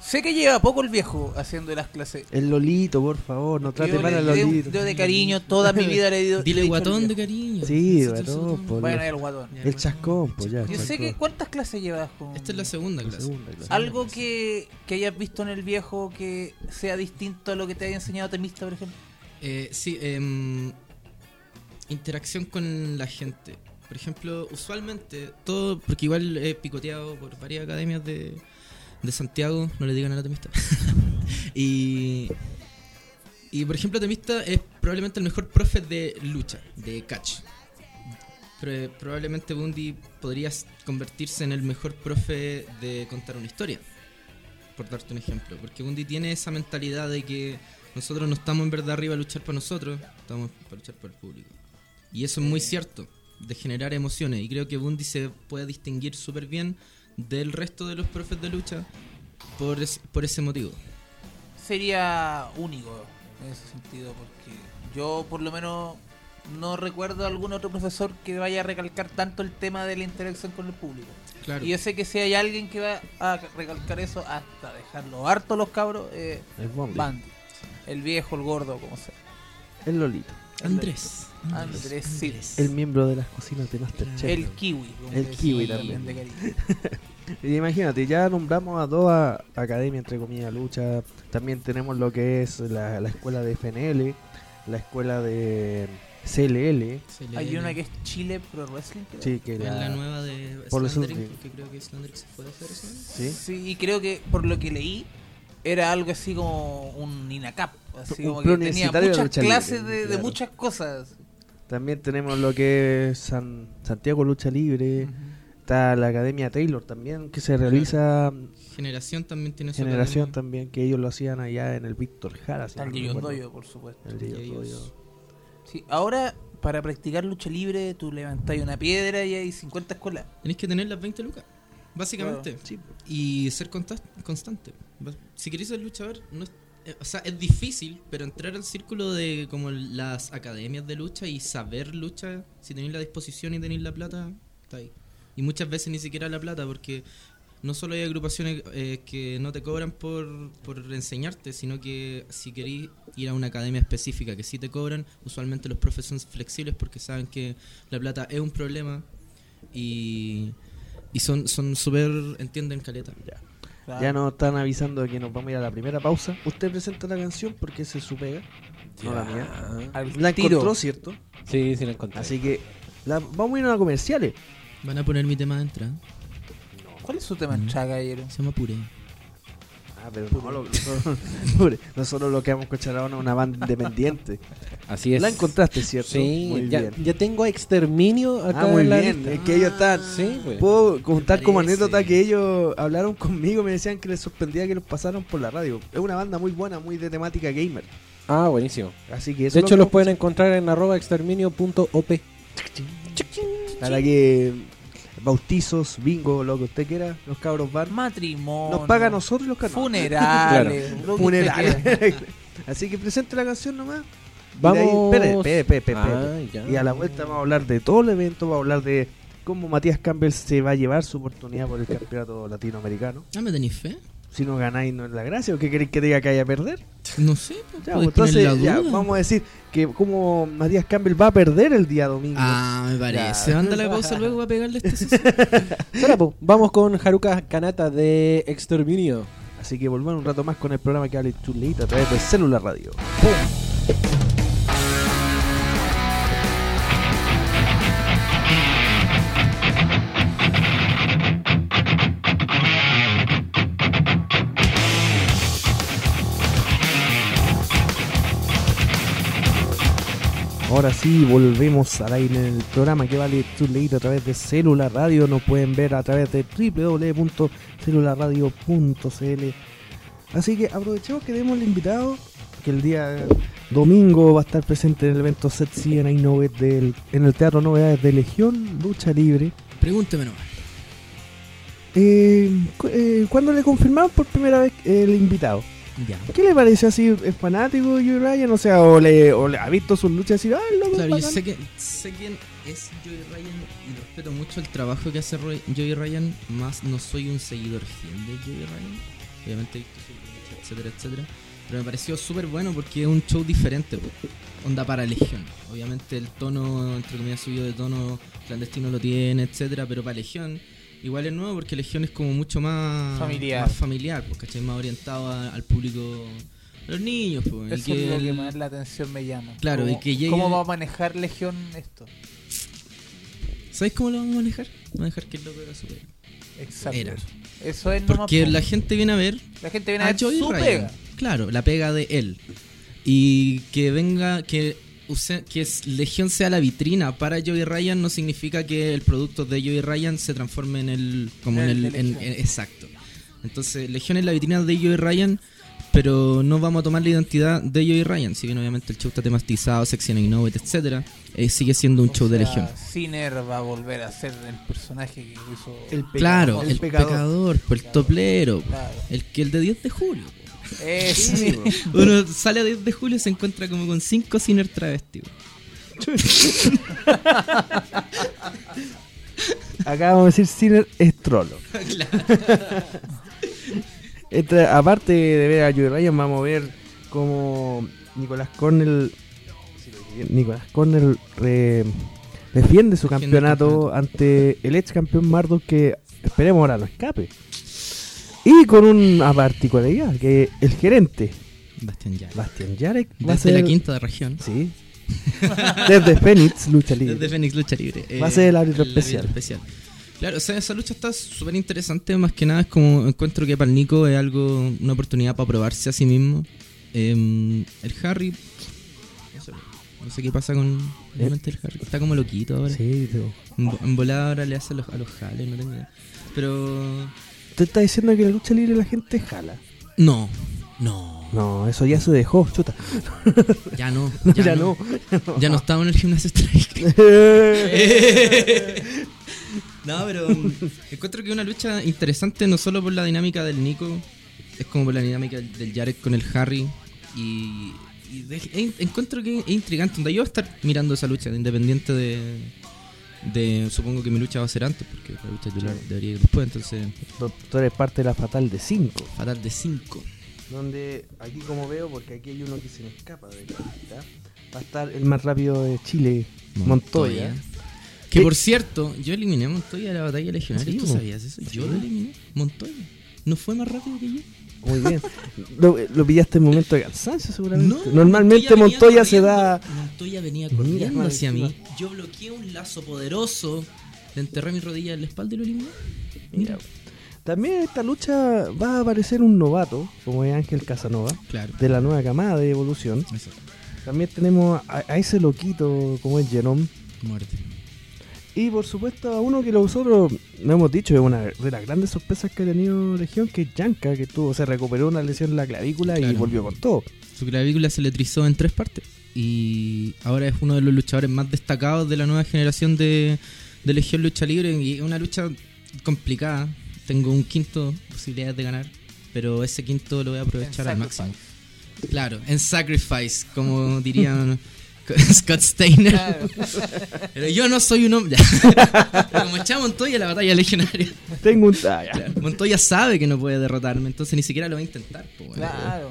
[SPEAKER 4] Sé que lleva poco el viejo haciendo las clases.
[SPEAKER 3] El Lolito, por favor, no trate
[SPEAKER 4] yo,
[SPEAKER 3] mal
[SPEAKER 4] le-
[SPEAKER 3] al
[SPEAKER 4] yo-
[SPEAKER 3] Lolito.
[SPEAKER 4] yo de cariño toda mi vida le he dicho.
[SPEAKER 5] Dile guatón de cariño.
[SPEAKER 3] Sí,
[SPEAKER 5] Ese es el
[SPEAKER 3] guatón,
[SPEAKER 5] guatón.
[SPEAKER 3] po.
[SPEAKER 4] Bueno, el guatón.
[SPEAKER 5] Ya,
[SPEAKER 3] El chascón, pues, ya.
[SPEAKER 4] Yo sé que cuántas clases llevas con.
[SPEAKER 5] Esta es la segunda
[SPEAKER 3] La
[SPEAKER 5] clase.
[SPEAKER 3] segunda clase.
[SPEAKER 4] Algo que, que hayas visto en el viejo que sea distinto a lo que te haya enseñado Temista, por ejemplo.
[SPEAKER 5] Eh, sí, em, interacción con la gente. Por ejemplo, usualmente, todo, porque igual he picoteado por varias academias de, de Santiago, no le digan a la temista. y, y por ejemplo, temista es probablemente el mejor profe de lucha, de catch. Pre- probablemente Bundy podría s- convertirse en el mejor profe de contar una historia, por darte un ejemplo. Porque Bundy tiene esa mentalidad de que nosotros no estamos en verdad arriba a luchar por nosotros, estamos para luchar por el público. Y eso es muy cierto, de generar emociones. Y creo que Bundy se puede distinguir súper bien del resto de los profes de lucha por, es- por ese motivo.
[SPEAKER 4] Sería único en ese sentido, porque yo por lo menos no recuerdo a algún otro profesor que vaya a recalcar tanto el tema de la interacción con el público.
[SPEAKER 5] Claro.
[SPEAKER 4] Y yo sé que si hay alguien que va a recalcar eso hasta dejarlo harto los cabros, eh,
[SPEAKER 3] El Bondi.
[SPEAKER 4] Bandy. El viejo, el gordo, como sea.
[SPEAKER 3] El Lolito.
[SPEAKER 5] Andrés.
[SPEAKER 4] Andrés, sí.
[SPEAKER 3] El miembro de las cocinas de Masterchef.
[SPEAKER 4] El kiwi. como
[SPEAKER 3] El
[SPEAKER 4] le
[SPEAKER 3] kiwi
[SPEAKER 4] decía
[SPEAKER 3] también.
[SPEAKER 4] de cariño.
[SPEAKER 3] Y Imagínate, ya nombramos a dos a- academia, entre comillas, lucha. También tenemos lo que es la, la escuela de FNL, la escuela de CLL.
[SPEAKER 5] Se le-
[SPEAKER 4] Hay una que es Chile Pro Wrestling. creo.
[SPEAKER 3] Sí, que
[SPEAKER 5] es la,
[SPEAKER 3] la-
[SPEAKER 5] nueva de
[SPEAKER 3] Por
[SPEAKER 5] Slandering,
[SPEAKER 3] eso-
[SPEAKER 5] porque creo que Slandering se fue de Federation.
[SPEAKER 3] ¿sí?
[SPEAKER 4] Sí, y creo que por lo que leí era algo así como un INACAP, así
[SPEAKER 3] Un
[SPEAKER 4] como que tenía
[SPEAKER 3] pluriuniversitario de
[SPEAKER 4] muchas
[SPEAKER 3] lucha
[SPEAKER 4] clases
[SPEAKER 3] libre,
[SPEAKER 4] de, de
[SPEAKER 3] claro.
[SPEAKER 4] muchas cosas.
[SPEAKER 3] También tenemos lo que es San, Santiago Lucha Libre. Está la Academia Taylor también, que se realiza
[SPEAKER 5] Generación también tiene su
[SPEAKER 3] Generación
[SPEAKER 5] academia.
[SPEAKER 3] también, que ellos lo hacían allá en el Víctor Jara. si
[SPEAKER 4] Está el
[SPEAKER 3] no
[SPEAKER 4] Yoyotoyo,
[SPEAKER 3] recuerdo.
[SPEAKER 4] por supuesto.
[SPEAKER 3] El Yoyotoyo.
[SPEAKER 4] Sí, ahora para practicar lucha libre tú levantáis una piedra y hay 50 escuelas.
[SPEAKER 5] Tenés que tener las 20 lucas, básicamente.
[SPEAKER 3] Sí,
[SPEAKER 5] Y ser consta- constante. Va- Si querés ser luchador, no es, eh, o sea, es difícil, pero entrar al círculo de como las academias de lucha y saber lucha, si tenéis la disposición y tenéis la plata, está ahí. Y muchas veces ni siquiera la plata, porque no solo hay agrupaciones eh, que no te cobran por, por enseñarte, sino que si querís ir a una academia específica que sí te cobran, usualmente los profes son flexibles porque saben que la plata es un problema y, y son son súper, entienden caleta.
[SPEAKER 4] Claro.
[SPEAKER 3] Ya nos están avisando de que nos vamos a ir a la primera pausa. Usted presenta la canción porque se supega. No la mía.
[SPEAKER 2] Ya.
[SPEAKER 4] Al
[SPEAKER 3] La
[SPEAKER 4] tiro.
[SPEAKER 3] encontró, ¿cierto?
[SPEAKER 2] Sí, sí la encontré.
[SPEAKER 3] Así que la- vamos a ir a comerciales.
[SPEAKER 5] Van a poner mi tema de entrada.
[SPEAKER 4] ¿Cuál es su tema en
[SPEAKER 5] Mm.
[SPEAKER 4] Chaga, caballero?
[SPEAKER 5] Se llama Puré.
[SPEAKER 3] Ah, pero no, lo- nosotros- pobre, nosotros lo que hemos escuchado es una banda independiente.
[SPEAKER 2] Así es.
[SPEAKER 3] La encontraste, ¿cierto?
[SPEAKER 2] Sí,
[SPEAKER 3] muy
[SPEAKER 2] ya,
[SPEAKER 3] bien.
[SPEAKER 2] ya tengo a Exterminio acá
[SPEAKER 3] Ah, muy
[SPEAKER 2] en la
[SPEAKER 3] bien.
[SPEAKER 2] lista.
[SPEAKER 3] Es que ellos están.
[SPEAKER 2] Sí, güey.
[SPEAKER 3] Puedo contar como
[SPEAKER 5] parece.
[SPEAKER 3] anécdota que ellos hablaron conmigo y me decían que les sorprendía que los pasaron por la radio. Es una banda muy buena, muy de temática gamer.
[SPEAKER 2] Ah, buenísimo.
[SPEAKER 3] Así que eso
[SPEAKER 2] De
[SPEAKER 3] es
[SPEAKER 2] hecho,
[SPEAKER 3] lo que
[SPEAKER 2] los
[SPEAKER 3] vamos-
[SPEAKER 2] pueden encontrar en arroba exterminio.op.
[SPEAKER 3] Para que bautizos, bingo, lo que usted quiera, los cabros van.
[SPEAKER 4] Matrimonio.
[SPEAKER 3] Nos paga a nosotros los cabros.
[SPEAKER 4] Funerales. lo que usted quiera.
[SPEAKER 3] Funerales. Así que presente la canción nomás.
[SPEAKER 2] Vamos.
[SPEAKER 3] Espera, espera, espera, espera,
[SPEAKER 2] Ah, ya.
[SPEAKER 3] Y a la vuelta vamos a hablar de todo el evento, vamos a hablar de cómo Matías Campbell se va a llevar su oportunidad por el campeonato latinoamericano.
[SPEAKER 5] Ah, ¿me tenéis fe?
[SPEAKER 3] Si no ganáis, no es la gracia. ¿O qué queréis que diga que haya a perder?
[SPEAKER 5] No sé, pues,
[SPEAKER 3] Ya,
[SPEAKER 5] podéis
[SPEAKER 3] entonces,
[SPEAKER 5] poner la
[SPEAKER 3] ya,
[SPEAKER 5] duda.
[SPEAKER 3] vamos a decir que como Matías Campbell va a perder el día domingo.
[SPEAKER 5] Ah, me parece. Anda la pausa luego va a pegarle este
[SPEAKER 2] Espera, po. Vamos con Haruka Kanata de Exterminio.
[SPEAKER 3] Así que volvemos un rato más con el programa que hable Chulita a través de Celular Radio. Ahora sí, volvemos al aire en el programa que vale Chulita a través de Celular Radio. Nos pueden ver a través de www.celularradio.cl. Así que aprovechemos que demos el invitado que el día domingo va a estar presente en el evento Sexy en Innovet del, en el Teatro Novedades de Legión Lucha Libre.
[SPEAKER 5] Pregúnteme nomás.
[SPEAKER 3] Eh, cu- eh, ¿Cuándo le confirmaron por primera vez el invitado?
[SPEAKER 5] Ya.
[SPEAKER 3] ¿Qué le parece así? ¿Es fanático de Ryan? O sea, o le, o le ha visto sus luchas y decir, ah, el loco es
[SPEAKER 5] Claro, yo
[SPEAKER 3] bacán"?
[SPEAKER 5] sé, que, sé quién es Joey Ryan y respeto mucho el trabajo que hace Roy- Joey Ryan, más no soy un seguidor fiel de Joey Ryan. Obviamente he visto su lucha, etcétera, etcétera. Pero me pareció súper bueno porque es un show diferente, po. onda para Legión. Obviamente el tono, entre comillas, subido de tono clandestino lo tiene, etcétera, pero para Legión igual es nuevo porque Legión es como mucho más
[SPEAKER 4] Familiar.
[SPEAKER 5] más, familiar, pues, ¿cachai? más orientado a- al público, a los niños. Pues,
[SPEAKER 4] Eso es lo
[SPEAKER 5] el-
[SPEAKER 4] que más la atención me llama.
[SPEAKER 5] Claro,
[SPEAKER 4] ¿Cómo-
[SPEAKER 5] y que llegue-
[SPEAKER 4] ¿Cómo va a manejar Legión esto?
[SPEAKER 5] ¿Sabes cómo lo vamos a manejar? Vamos a dejar que el loco haga su pega.
[SPEAKER 4] Exacto.
[SPEAKER 5] Era.
[SPEAKER 4] Eso es nomás.
[SPEAKER 5] Porque
[SPEAKER 4] po.
[SPEAKER 5] la gente viene a ver
[SPEAKER 4] La gente viene a
[SPEAKER 5] a
[SPEAKER 4] ver
[SPEAKER 5] Ah, Joey
[SPEAKER 4] su
[SPEAKER 5] Ryan.
[SPEAKER 4] pega.
[SPEAKER 5] Claro, la pega de él. Y que venga, que, use- que es- Legión sea la vitrina para Joey Ryan no significa que el producto de Joey Ryan se transforme en el... Como en
[SPEAKER 4] El
[SPEAKER 5] el,
[SPEAKER 4] de
[SPEAKER 5] en-
[SPEAKER 4] Legión.
[SPEAKER 5] en- exacto. Entonces, Legión es la vitrina de Joey Ryan, pero no vamos a tomar la identidad de Joey Ryan. Si bien obviamente el show está tematizado, Sexy and Innovate, etc. eh, sigue siendo un
[SPEAKER 4] O
[SPEAKER 5] show de
[SPEAKER 4] sea,
[SPEAKER 5] Legión.
[SPEAKER 4] Sinner va a volver a ser el personaje que hizo.
[SPEAKER 3] El pecador,
[SPEAKER 5] Claro,
[SPEAKER 4] el
[SPEAKER 5] el, pecador, pues, el toplero,
[SPEAKER 4] Claro. Eh,
[SPEAKER 5] el que el de 10 de julio.
[SPEAKER 4] Ese.
[SPEAKER 3] Sí, bro.
[SPEAKER 5] Uno sale a 10 de julio y se encuentra como con 5 ciner travesti. weón.
[SPEAKER 3] Acá vamos a decir Sinner es trolo. Esta- aparte de ver a Joey Ryan, vamos a ver como Nicolás Cornell. si lo dije bien, Nicolás Cornell re- defiende su campeonato ante el ex campeón Marduk que esperemos ahora no escape. Y con una particularidad, que el gerente,
[SPEAKER 5] Bastián Yara.
[SPEAKER 3] Bastian Jarek, va a
[SPEAKER 5] Desde
[SPEAKER 3] ser.
[SPEAKER 5] la quinta de región.
[SPEAKER 3] Sí. Desde Phoenix, lucha libre.
[SPEAKER 5] Desde Fénix Lucha Libre. eh,
[SPEAKER 3] Va a ser el árbitro especial.
[SPEAKER 5] Claro, o sea, esa lucha está súper interesante. Más que nada es como encuentro que para el Nico es algo, una oportunidad para probarse a sí mismo. Eh, el Harry. No sé, no sé qué pasa con. realmente el Harry. Está como loquito ahora.
[SPEAKER 3] Sí, tú.
[SPEAKER 5] En vo- en volada ahora le hace a los, a los jales, no tengo idea. Pero.
[SPEAKER 3] Usted está diciendo que la lucha libre la gente jala.
[SPEAKER 5] No. No.
[SPEAKER 3] No, eso ya se dejó, chuta.
[SPEAKER 5] Ya no.
[SPEAKER 3] Ya,
[SPEAKER 5] Ya,
[SPEAKER 3] no.
[SPEAKER 5] no. Ya no estaba en el gimnasio este Strike. no, pero um, encuentro que es una lucha interesante no solo por la dinámica del Nico, es como por la dinámica del, del Jared con el Harry. Y, y de- e- encuentro que es intrigante. Onda, yo voy a estar mirando esa lucha, independiente de, de- Supongo que mi lucha va a ser antes, porque la lucha titular debería ir después, entonces.
[SPEAKER 3] Doctor es parte de la Fatal de 5.
[SPEAKER 5] Fatal de 5.
[SPEAKER 3] Donde aquí como veo, porque aquí hay uno que se me escapa de la lista, va a estar el más rápido de Chile, Montoya. ¿Qué?
[SPEAKER 5] Que por cierto, yo eliminé a Montoya de la batalla legionaria.
[SPEAKER 3] ¿En
[SPEAKER 5] ¿Tú
[SPEAKER 3] serio?
[SPEAKER 5] sabías eso? Yo lo eliminé. Montoya. ¿No fue más rápido que yo?
[SPEAKER 3] Muy bien. lo, lo pillaste en momento de cansancio seguramente.
[SPEAKER 5] No,
[SPEAKER 3] Normalmente Montoya,
[SPEAKER 5] venía
[SPEAKER 3] se da...
[SPEAKER 5] corriendo. Montoya venía
[SPEAKER 3] Mira,
[SPEAKER 5] corriendo hacia
[SPEAKER 3] encima.
[SPEAKER 5] mí. Yo bloqueé un lazo poderoso Le enterré mi rodilla en la espalda y lo eliminé.
[SPEAKER 3] Mira. También en esta lucha va a aparecer un novato, como es Ángel Casanova,
[SPEAKER 5] Claro.
[SPEAKER 3] de la nueva camada de evolución.
[SPEAKER 5] Eso.
[SPEAKER 3] También tenemos a, a ese loquito, como es Genome.
[SPEAKER 5] Muerte.
[SPEAKER 3] Y por supuesto a uno que nosotros no hemos dicho, es una de las grandes sorpresas que ha tenido Legión, que es Yanka, que tuvo, se recuperó una lesión en la clavícula y
[SPEAKER 5] Claro.
[SPEAKER 3] volvió con todo.
[SPEAKER 5] Su clavícula se letrizó en tres partes y ahora es uno de los luchadores más destacados de la nueva generación de, de Legión Lucha Libre y es una lucha complicada. Tengo un quinto posibilidades de ganar, pero ese quinto lo voy a aprovechar
[SPEAKER 4] En
[SPEAKER 5] al
[SPEAKER 4] Sacrifice.
[SPEAKER 5] máximo. Claro, en Sacrifice, como diría Scott Steiner.
[SPEAKER 4] Claro.
[SPEAKER 5] Pero yo no soy un hombre. Pero como echaba Montoya la batalla legionaria.
[SPEAKER 3] Tengo un Ah, talla.
[SPEAKER 5] Montoya sabe que no puede derrotarme, entonces ni siquiera lo va a intentar. po, weón.
[SPEAKER 4] Claro.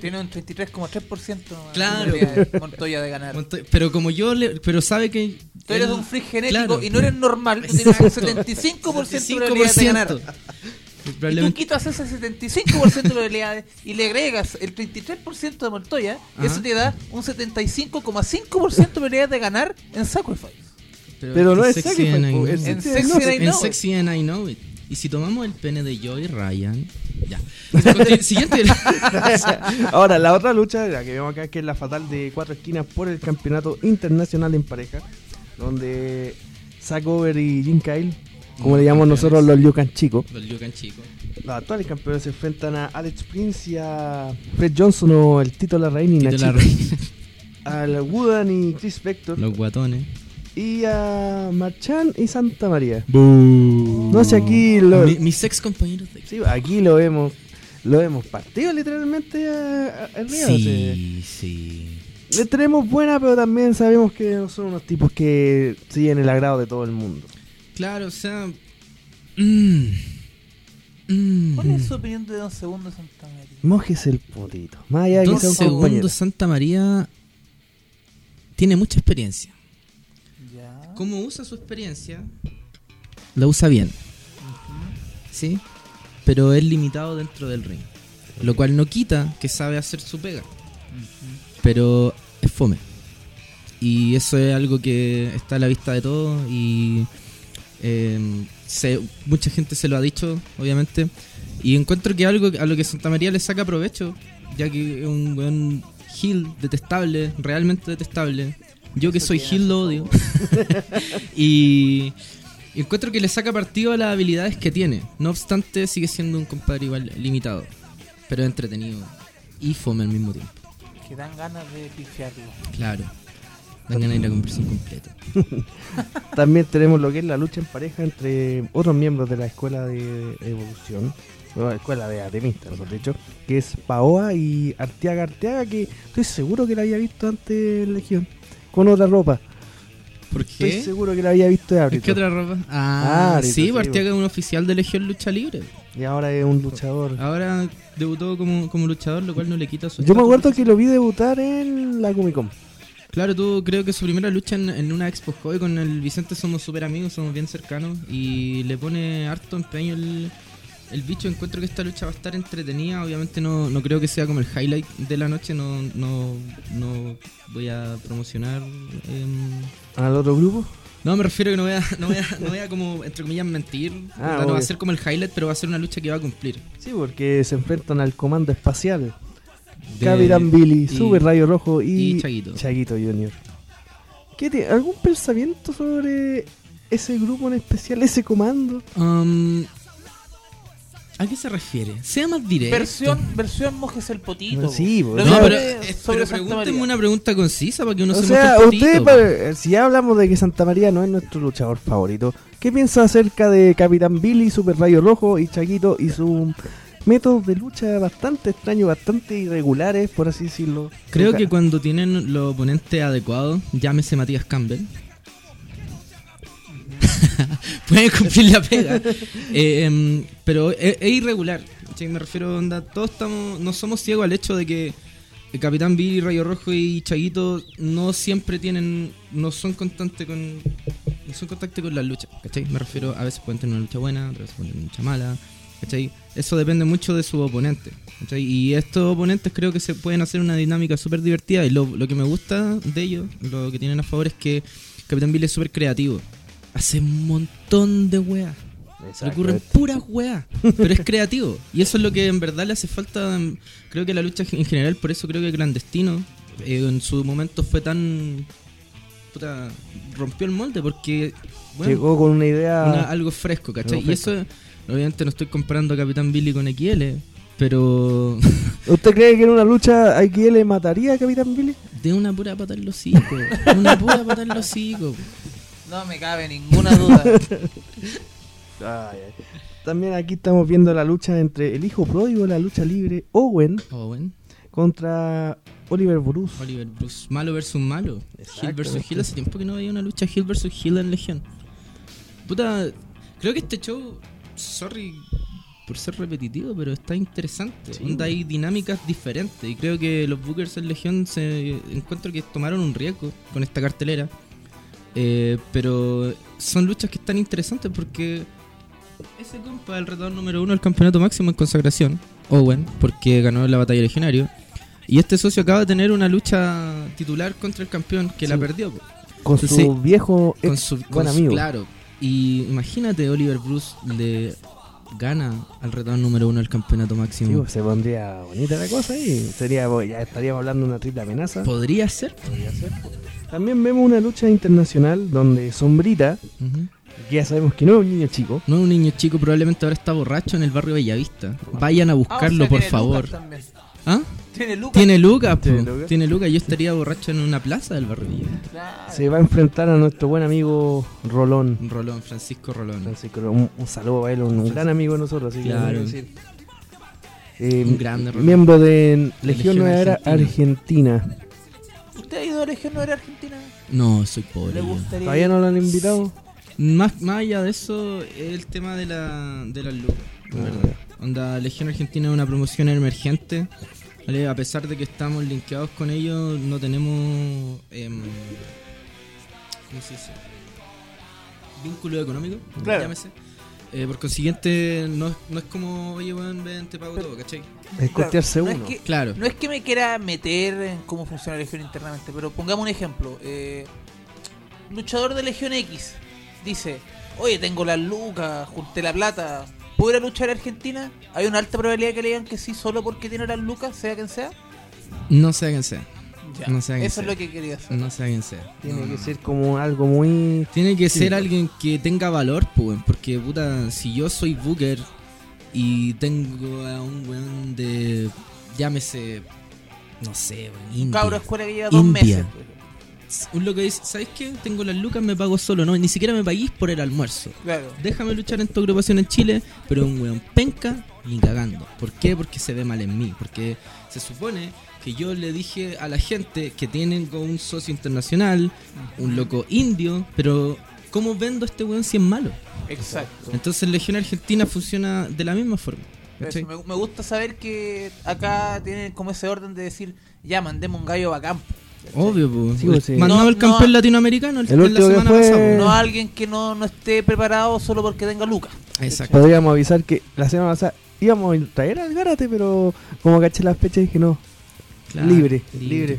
[SPEAKER 4] Tiene un 33,3%
[SPEAKER 5] Claro.
[SPEAKER 4] de Montoya de ganar.
[SPEAKER 5] Montoya- pero como yo le, pero sabe que
[SPEAKER 4] Tú eres
[SPEAKER 5] él-
[SPEAKER 4] un freak genético
[SPEAKER 5] Claro.
[SPEAKER 4] y no eres normal. Tú tienes un
[SPEAKER 5] Exacto.
[SPEAKER 4] 75% de probabilidad de ganar.
[SPEAKER 5] 5%.
[SPEAKER 4] Y tú
[SPEAKER 5] Probablemente-
[SPEAKER 4] quitas ese 75% de probabilidades y le agregas el 33% de Montoya,
[SPEAKER 5] Ajá.
[SPEAKER 4] eso te da un 75,5% de probabilidad de ganar en Sacrifice.
[SPEAKER 3] Pero no
[SPEAKER 5] en
[SPEAKER 3] es
[SPEAKER 5] Sexy
[SPEAKER 3] Sacrifice,
[SPEAKER 5] and I
[SPEAKER 3] po,
[SPEAKER 5] Know
[SPEAKER 3] es
[SPEAKER 5] It.
[SPEAKER 4] En
[SPEAKER 3] Sí,
[SPEAKER 4] Sexy
[SPEAKER 3] no,
[SPEAKER 4] and I
[SPEAKER 5] En
[SPEAKER 4] Know It.
[SPEAKER 5] Sexy and I Know It. Y si tomamos el pene de Joey Ryan. Ya. Continu- Siguiente.
[SPEAKER 3] Ahora, la otra lucha, la que vemos acá, que es la fatal de cuatro esquinas por el campeonato internacional en pareja, donde Zack Over y Jim Kyle, como
[SPEAKER 5] Los
[SPEAKER 3] le llamamos
[SPEAKER 5] campeones.
[SPEAKER 3] nosotros los Yukan chicos,
[SPEAKER 5] Los Lucan chicos.
[SPEAKER 3] los actuales campeones se enfrentan a Alex Prince y a Fred Johnson o el Tito La Reina y
[SPEAKER 5] Tito la
[SPEAKER 3] Nachito,
[SPEAKER 5] reina.
[SPEAKER 3] al Woodan y Chris Vector
[SPEAKER 5] Los guatones.
[SPEAKER 3] y a Marchand y Santa María. No sé, aquí lo,
[SPEAKER 5] Mi- mis ex compañeros de.
[SPEAKER 3] sí, aquí lo vemos. Lo hemos partido literalmente a, a- al Río, o sea.
[SPEAKER 5] Sí, sí.
[SPEAKER 3] Le tenemos buena, pero también sabemos que son unos tipos que siguen el agrado de todo el mundo.
[SPEAKER 5] Claro, o sea. mm, mm.
[SPEAKER 4] ¿Cuál es su opinión de Don Segundo Santa María?
[SPEAKER 3] Mojes el potito. Más allá de que
[SPEAKER 5] Don
[SPEAKER 3] sea un compañero.
[SPEAKER 5] Segundo Santa María tiene mucha experiencia.
[SPEAKER 4] Ya.
[SPEAKER 5] Como usa su experiencia? La usa bien. ¿Sí? Pero es limitado dentro del ring. Lo cual no quita que sabe hacer su pega. Pero es fome. Y eso es algo que está a la vista de todos. Y eh, se- mucha gente se lo ha dicho, obviamente. Y encuentro que algo a lo que Santa María le saca provecho, ya que es un buen heel detestable, realmente detestable. Yo que
[SPEAKER 4] Eso
[SPEAKER 5] soy
[SPEAKER 4] tiene
[SPEAKER 5] heel
[SPEAKER 4] su
[SPEAKER 5] lo
[SPEAKER 4] favor.
[SPEAKER 5] odio. Y encuentro que le saca partido a las habilidades que tiene. No obstante, sigue siendo un compadre igual limitado, pero entretenido y fome al mismo tiempo.
[SPEAKER 4] Que dan ganas de pifiarlo.
[SPEAKER 5] Claro. Dan ganas de ir a comprarse un completo.
[SPEAKER 3] También tenemos lo que es la lucha en pareja entre otros miembros de la escuela de evolución. o escuela de atenistas, mejor dicho. Que es Paoa y Arteaga Arteaga, que estoy seguro que la había visto antes en Legión. Con otra ropa.
[SPEAKER 5] ¿Por
[SPEAKER 3] Estoy seguro que la había visto de
[SPEAKER 5] ¿Qué
[SPEAKER 3] árbitro.
[SPEAKER 5] otra ropa? Ah,
[SPEAKER 3] Ah, árbitro,
[SPEAKER 5] sí,
[SPEAKER 3] sí,
[SPEAKER 5] partía que es un oficial de Legión Lucha Libre.
[SPEAKER 3] Y ahora es un luchador.
[SPEAKER 5] Ahora debutó como, como luchador, lo cual no le quita su.
[SPEAKER 3] Yo me
[SPEAKER 5] estatus.
[SPEAKER 3] acuerdo que lo vi debutar en la Comic Con.
[SPEAKER 5] Claro, tú creo que su primera lucha en, en una Expo Joy con el Vicente somos súper amigos, somos bien cercanos y le pone harto empeño el, el bicho. Encuentro que esta lucha va a estar entretenida, obviamente no, no creo que sea como el highlight de la noche, no, no, no voy a promocionar... em,
[SPEAKER 3] Al otro grupo.
[SPEAKER 5] no, me refiero que no voy a, no voy a, no voy a como, entre comillas, mentir.
[SPEAKER 3] Ah,
[SPEAKER 5] no va a
[SPEAKER 3] obvio.
[SPEAKER 5] ser como el highlight, pero va a ser una lucha que va a cumplir.
[SPEAKER 3] Sí, porque se enfrentan al comando espacial.
[SPEAKER 5] De-
[SPEAKER 3] Capitán Billy,
[SPEAKER 5] y-
[SPEAKER 3] Super Rayo Rojo y,
[SPEAKER 5] y Chaguito.
[SPEAKER 3] Junior. ¿Qué te- ¿Algún pensamiento sobre ese grupo en especial, ese comando?
[SPEAKER 5] Um, ¿A qué se refiere? Sea más directo.
[SPEAKER 4] Versión, versión mojes el potito.
[SPEAKER 3] Sí,
[SPEAKER 4] po.
[SPEAKER 3] po.
[SPEAKER 4] Lo
[SPEAKER 3] No,
[SPEAKER 5] No,
[SPEAKER 4] mismo
[SPEAKER 5] pero,
[SPEAKER 4] que sobre
[SPEAKER 5] eh, pero
[SPEAKER 4] Santa
[SPEAKER 5] pregúntenme
[SPEAKER 4] María.
[SPEAKER 5] una pregunta concisa para que uno
[SPEAKER 3] o
[SPEAKER 5] se
[SPEAKER 3] sea,
[SPEAKER 5] moje el
[SPEAKER 3] usted,
[SPEAKER 5] potito.
[SPEAKER 3] pa- si ya hablamos de que Santa María no es nuestro luchador favorito, ¿qué piensa acerca de Capitán Billy, Super Rayo Rojo y Chaguito y su método de lucha bastante extraño, bastante irregulares, por así decirlo?
[SPEAKER 5] Creo que
[SPEAKER 3] Nunca-
[SPEAKER 5] cuando tienen los oponentes adecuados, llámese Matías Campbell. Pueden cumplir la pega. Eh, em, pero es, es irregular. ¿cachai? Me refiero, onda, todos estamos, no somos ciegos al hecho de que el Capitán Billy, Rayo Rojo y Chaguito no siempre tienen, no son constantes con, no son constantes con las luchas, ¿cachai? Me refiero, a veces pueden tener una lucha buena, otras veces pueden tener una lucha mala, ¿cachai? Eso depende mucho de su oponente, ¿cachai? Y estos oponentes creo que se pueden hacer una dinámica súper divertida y lo, lo que me gusta de ellos, lo que tienen a favor es que Capitán Billy es súper creativo. hace un montón de weas. Recurren puras weas, pero es creativo. Y eso es lo que en verdad le hace falta, mm, creo que a la lucha en general, por eso creo que Clandestino eh, en su momento fue tan... Puta, rompió el molde porque... bueno,
[SPEAKER 3] Llegó con una idea.
[SPEAKER 5] una- algo fresco,
[SPEAKER 3] Ah.
[SPEAKER 5] ¿cachai?
[SPEAKER 3] Algo
[SPEAKER 5] Y eso, obviamente no estoy comparando a Capitán Billy con XL, pero
[SPEAKER 3] ¿Usted cree que en una lucha le mataría a Capitán Billy?
[SPEAKER 5] de una pura pata en los hocicos, de una pura pata en los hocicos.
[SPEAKER 4] No me cabe ninguna duda.
[SPEAKER 3] También aquí estamos viendo la lucha entre el hijo pródigo de la lucha libre, Owen,
[SPEAKER 5] Owen,
[SPEAKER 3] contra Oliver Bruce.
[SPEAKER 5] Oliver Bruce, malo versus malo. Hill versus
[SPEAKER 3] Exactamente.
[SPEAKER 5] Hill, hace tiempo que no veía una lucha Hill versus Hill en Legión. Puta, creo que este show, sorry por ser repetitivo, pero está interesante. Onda, hay dinámicas diferentes y creo que los Bookers en Legión se encuentro que tomaron un riesgo con esta cartelera. Eh, pero son luchas que están interesantes porque ese compa, el retador número uno del campeonato máximo en consagración, Owen, porque ganó la batalla legionario. Y este socio acaba de tener una lucha titular contra el campeón que la
[SPEAKER 3] Sí.
[SPEAKER 5] perdió. po
[SPEAKER 3] Con su
[SPEAKER 5] Sí.
[SPEAKER 3] viejo ex
[SPEAKER 5] con su, con
[SPEAKER 3] buen
[SPEAKER 5] su-
[SPEAKER 3] amigo.
[SPEAKER 5] Claro. Y imagínate, Oliver Bruce le gana al retador número uno del campeonato
[SPEAKER 3] Sí,
[SPEAKER 5] máximo.
[SPEAKER 3] pues, se pondría bonita la cosa ahí. Sería, pues, ya estaríamos hablando de una triple amenaza.
[SPEAKER 5] Podría ser.
[SPEAKER 3] También vemos una lucha internacional donde Sombrita,
[SPEAKER 5] Ujú.
[SPEAKER 3] que ya sabemos que no es un niño chico,
[SPEAKER 5] No, un niño chico probablemente ahora está borracho en el barrio Bellavista. Vayan a
[SPEAKER 4] Ah, o sea,
[SPEAKER 5] buscarlo, por
[SPEAKER 4] tiene
[SPEAKER 5] favor.
[SPEAKER 4] Lucas también.
[SPEAKER 5] ¿Ah?
[SPEAKER 4] Tiene Lucas.
[SPEAKER 5] Tiene Lucas, po.
[SPEAKER 3] ¿Tiene
[SPEAKER 5] ¿Tiene
[SPEAKER 3] Lucas?
[SPEAKER 5] Lucas? Yo estaría borracho en una plaza del barrio Bellavista.
[SPEAKER 4] Claro.
[SPEAKER 3] se va a enfrentar a nuestro buen amigo Rolón.
[SPEAKER 5] Un Rolón, Francisco Rolón.
[SPEAKER 3] Francisco, un, un saludo para él, un, gran amigo de nosotros. Así que-
[SPEAKER 5] Claro.
[SPEAKER 3] Eh,
[SPEAKER 5] Un grande Rolón.
[SPEAKER 3] miembro de Legión
[SPEAKER 5] Legión
[SPEAKER 3] Nueva Era Argentina.
[SPEAKER 4] ¿Usted ha ido a Legión Nueva Argentina?
[SPEAKER 5] No, soy pobre.
[SPEAKER 4] ¿Le
[SPEAKER 5] yo.
[SPEAKER 4] gustaría?
[SPEAKER 3] ¿Todavía no lo han invitado?
[SPEAKER 5] Más, más allá de eso, el tema de la, de la luz, en verdad. Onda, Legión Argentina es una promoción emergente. ¿vale? A pesar de que estamos linkeados con ellos, no tenemos. em, ¿Cómo se dice? Vínculo económico,
[SPEAKER 4] Claro.
[SPEAKER 5] llámese. Eh, por consiguiente, no, es- no es como, oye, weón, ven, te pago todo, ¿cachai?
[SPEAKER 3] Es
[SPEAKER 4] Claro,
[SPEAKER 3] costearse
[SPEAKER 4] no es
[SPEAKER 3] uno.
[SPEAKER 4] que-
[SPEAKER 5] Claro.
[SPEAKER 4] No es que me quiera meter en cómo funciona Legión internamente, pero pongamos un ejemplo. Eh, luchador de Legión X dice, oye, tengo las lucas, junté la plata, ¿puedo ir a luchar a Argentina? Hay una alta probabilidad que le digan que sí solo porque tiene las lucas, sea quien sea.
[SPEAKER 5] No sea quien sea.
[SPEAKER 4] Ya,
[SPEAKER 5] No
[SPEAKER 4] eso
[SPEAKER 5] sea quien sea.
[SPEAKER 4] es lo que quería hacer.
[SPEAKER 5] No sea quien sea.
[SPEAKER 3] Tiene
[SPEAKER 5] No,
[SPEAKER 3] que
[SPEAKER 5] no.
[SPEAKER 3] ser como algo muy.
[SPEAKER 5] Tiene que
[SPEAKER 3] Sí.
[SPEAKER 4] pues.
[SPEAKER 5] ser alguien que tenga valor, pues, weón, porque puta, si yo soy Booker y tengo a un weón de. llámese. no sé, weón,
[SPEAKER 4] Un
[SPEAKER 5] indio.
[SPEAKER 4] cabro de escuela que lleva dos
[SPEAKER 5] India.
[SPEAKER 4] meses. pues.
[SPEAKER 5] Un loco dice, ¿sabes qué? Tengo las lucas, me pago solo, no, ni siquiera me paguís por el almuerzo.
[SPEAKER 4] Claro.
[SPEAKER 5] Déjame luchar en tu agrupación en Chile, pero un weón penca ni cagando. ¿Por qué? Porque se ve mal en mí. Porque se supone que yo le dije a la gente que tienen con un socio internacional, un loco indio, pero ¿cómo vendo a este weón si es malo?
[SPEAKER 4] Exacto.
[SPEAKER 5] Entonces Legión Argentina funciona de la misma forma. ¿cachai?
[SPEAKER 4] Eso, me, me gusta saber que acá tienen como ese orden de decir, ya, mandemos un gallo bacán.
[SPEAKER 5] Obvio, pues.
[SPEAKER 3] Sí, pues, sí.
[SPEAKER 5] Mandaba
[SPEAKER 4] No,
[SPEAKER 5] el campeón
[SPEAKER 4] no.
[SPEAKER 5] latinoamericano el,
[SPEAKER 3] El
[SPEAKER 5] en la
[SPEAKER 3] último que
[SPEAKER 5] semana
[SPEAKER 3] fue-
[SPEAKER 5] pasada.
[SPEAKER 4] No
[SPEAKER 5] po.
[SPEAKER 4] a alguien que no, no esté preparado solo porque tenga lucas.
[SPEAKER 5] Exacto.
[SPEAKER 3] Podríamos avisar que la semana pasada íbamos a traer al Gárate, pero como caché las fechas dije no. Libre, libre.
[SPEAKER 5] libre.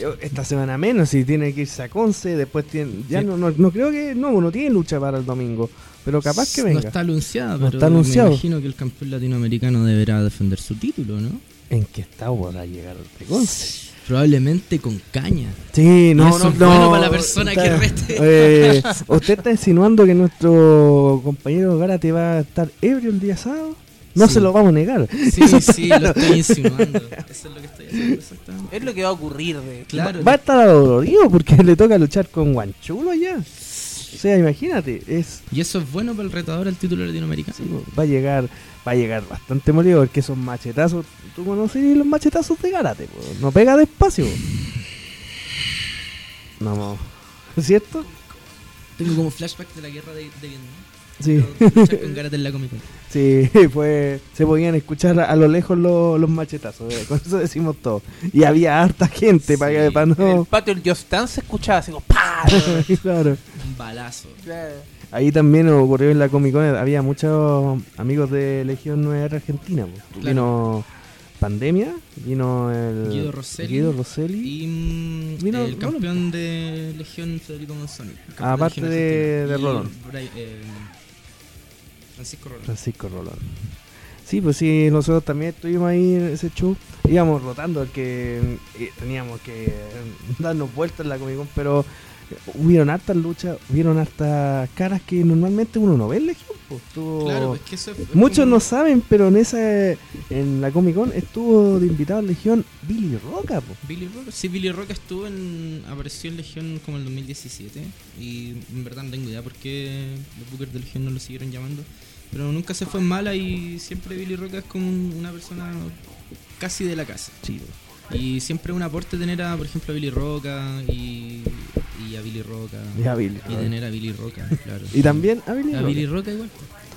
[SPEAKER 3] Yo- Esta semana menos, si tiene que irse a Conce, después tiene. Ya
[SPEAKER 5] Sí.
[SPEAKER 3] no, no, no creo que. No, no tiene lucha para el domingo, pero capaz que venga.
[SPEAKER 5] No está anunciada,
[SPEAKER 3] No
[SPEAKER 5] pero
[SPEAKER 3] está anunciado.
[SPEAKER 5] me imagino que el campeón latinoamericano deberá defender su título, ¿no?
[SPEAKER 3] ¿En qué estado podrá llegar de Conce?
[SPEAKER 5] Probablemente con caña.
[SPEAKER 3] Sí, no,
[SPEAKER 5] eso
[SPEAKER 3] no,
[SPEAKER 5] es bueno
[SPEAKER 3] no,
[SPEAKER 5] para la persona que reste.
[SPEAKER 3] eh, ¿Usted está insinuando que nuestro compañero Gárate va a estar ebrio el día sábado? No
[SPEAKER 5] Sí.
[SPEAKER 3] se lo vamos a negar.
[SPEAKER 5] Sí, sí, lo estoy insinuando. Eso es lo que estoy haciendo exactamente.
[SPEAKER 4] Es lo que va a ocurrir de
[SPEAKER 5] Claro.
[SPEAKER 3] Va a estar adolorido porque le toca luchar con Guanchulo allá. O sea, imagínate, es
[SPEAKER 5] Y eso es bueno para el retador al título latinoamericano.
[SPEAKER 3] va a llegar, va a llegar bastante molido porque esos machetazos, tú conoces los machetazos de Gárate, po? no pega despacio. No, no. ¿Cierto?
[SPEAKER 5] Tengo como flashback de la guerra de, de Vietnam.
[SPEAKER 3] Sí.
[SPEAKER 5] Pero luchar con Gareth en la Comic Con.
[SPEAKER 3] Sí, pues se podían escuchar a, a lo lejos los, los machetazos, eh, con eso decimos todo. Y había harta gente para que
[SPEAKER 5] Sí,
[SPEAKER 3] para
[SPEAKER 4] En el
[SPEAKER 3] no.
[SPEAKER 4] patio el Just Dance se escuchaba así como ¡pah!
[SPEAKER 3] claro.
[SPEAKER 5] Un balazo.
[SPEAKER 4] Claro.
[SPEAKER 3] Ahí también ocurrió en la Comic Con, había muchos amigos de Legión Nueva Era Argentina. pues.
[SPEAKER 5] Claro.
[SPEAKER 3] Vino pandemia, vino el
[SPEAKER 5] Guido Rosselli.
[SPEAKER 3] Guido Rosselli.
[SPEAKER 5] Y mm,
[SPEAKER 3] Vino
[SPEAKER 5] el
[SPEAKER 3] Roland.
[SPEAKER 5] campeón de Legión Federico Monzón. campeón de
[SPEAKER 3] Aparte
[SPEAKER 5] Legión
[SPEAKER 3] de-
[SPEAKER 5] Argentina.
[SPEAKER 3] de
[SPEAKER 5] Y
[SPEAKER 3] Roland.
[SPEAKER 5] Bray- eh, Francisco Roland.
[SPEAKER 3] Francisco Rolón. Sí, pues sí, nosotros también estuvimos ahí en ese show. Íbamos rotando, el que eh, teníamos que eh, darnos vueltas en la Comic Con, pero eh, hubieron hartas luchas, hubieron hartas caras que normalmente uno no ve en Legión. pues, estuvo-
[SPEAKER 5] Claro, es que eso es- es
[SPEAKER 3] Muchos
[SPEAKER 5] como-
[SPEAKER 3] no saben, pero en esa en la Comic Con estuvo de invitado en Legión Billy Roca. pues, po.
[SPEAKER 5] Billy Rock, sí, Billy Rock estuvo en. apareció en Legión como el 2017. Y en verdad no tengo idea por qué los Bookers de Legión no lo siguieron llamando. Pero nunca se fue en mala y siempre Billy Rock es como un- una persona casi de la casa. Y siempre es un aporte tener a, por ejemplo, a Billy Roca y, y a Billy Roca.
[SPEAKER 3] Y a Billy
[SPEAKER 5] Y
[SPEAKER 3] Roca.
[SPEAKER 5] tener a Billy Roca, claro.
[SPEAKER 3] Y también a Billy
[SPEAKER 5] A
[SPEAKER 3] Roca.
[SPEAKER 5] Billy Roca igual.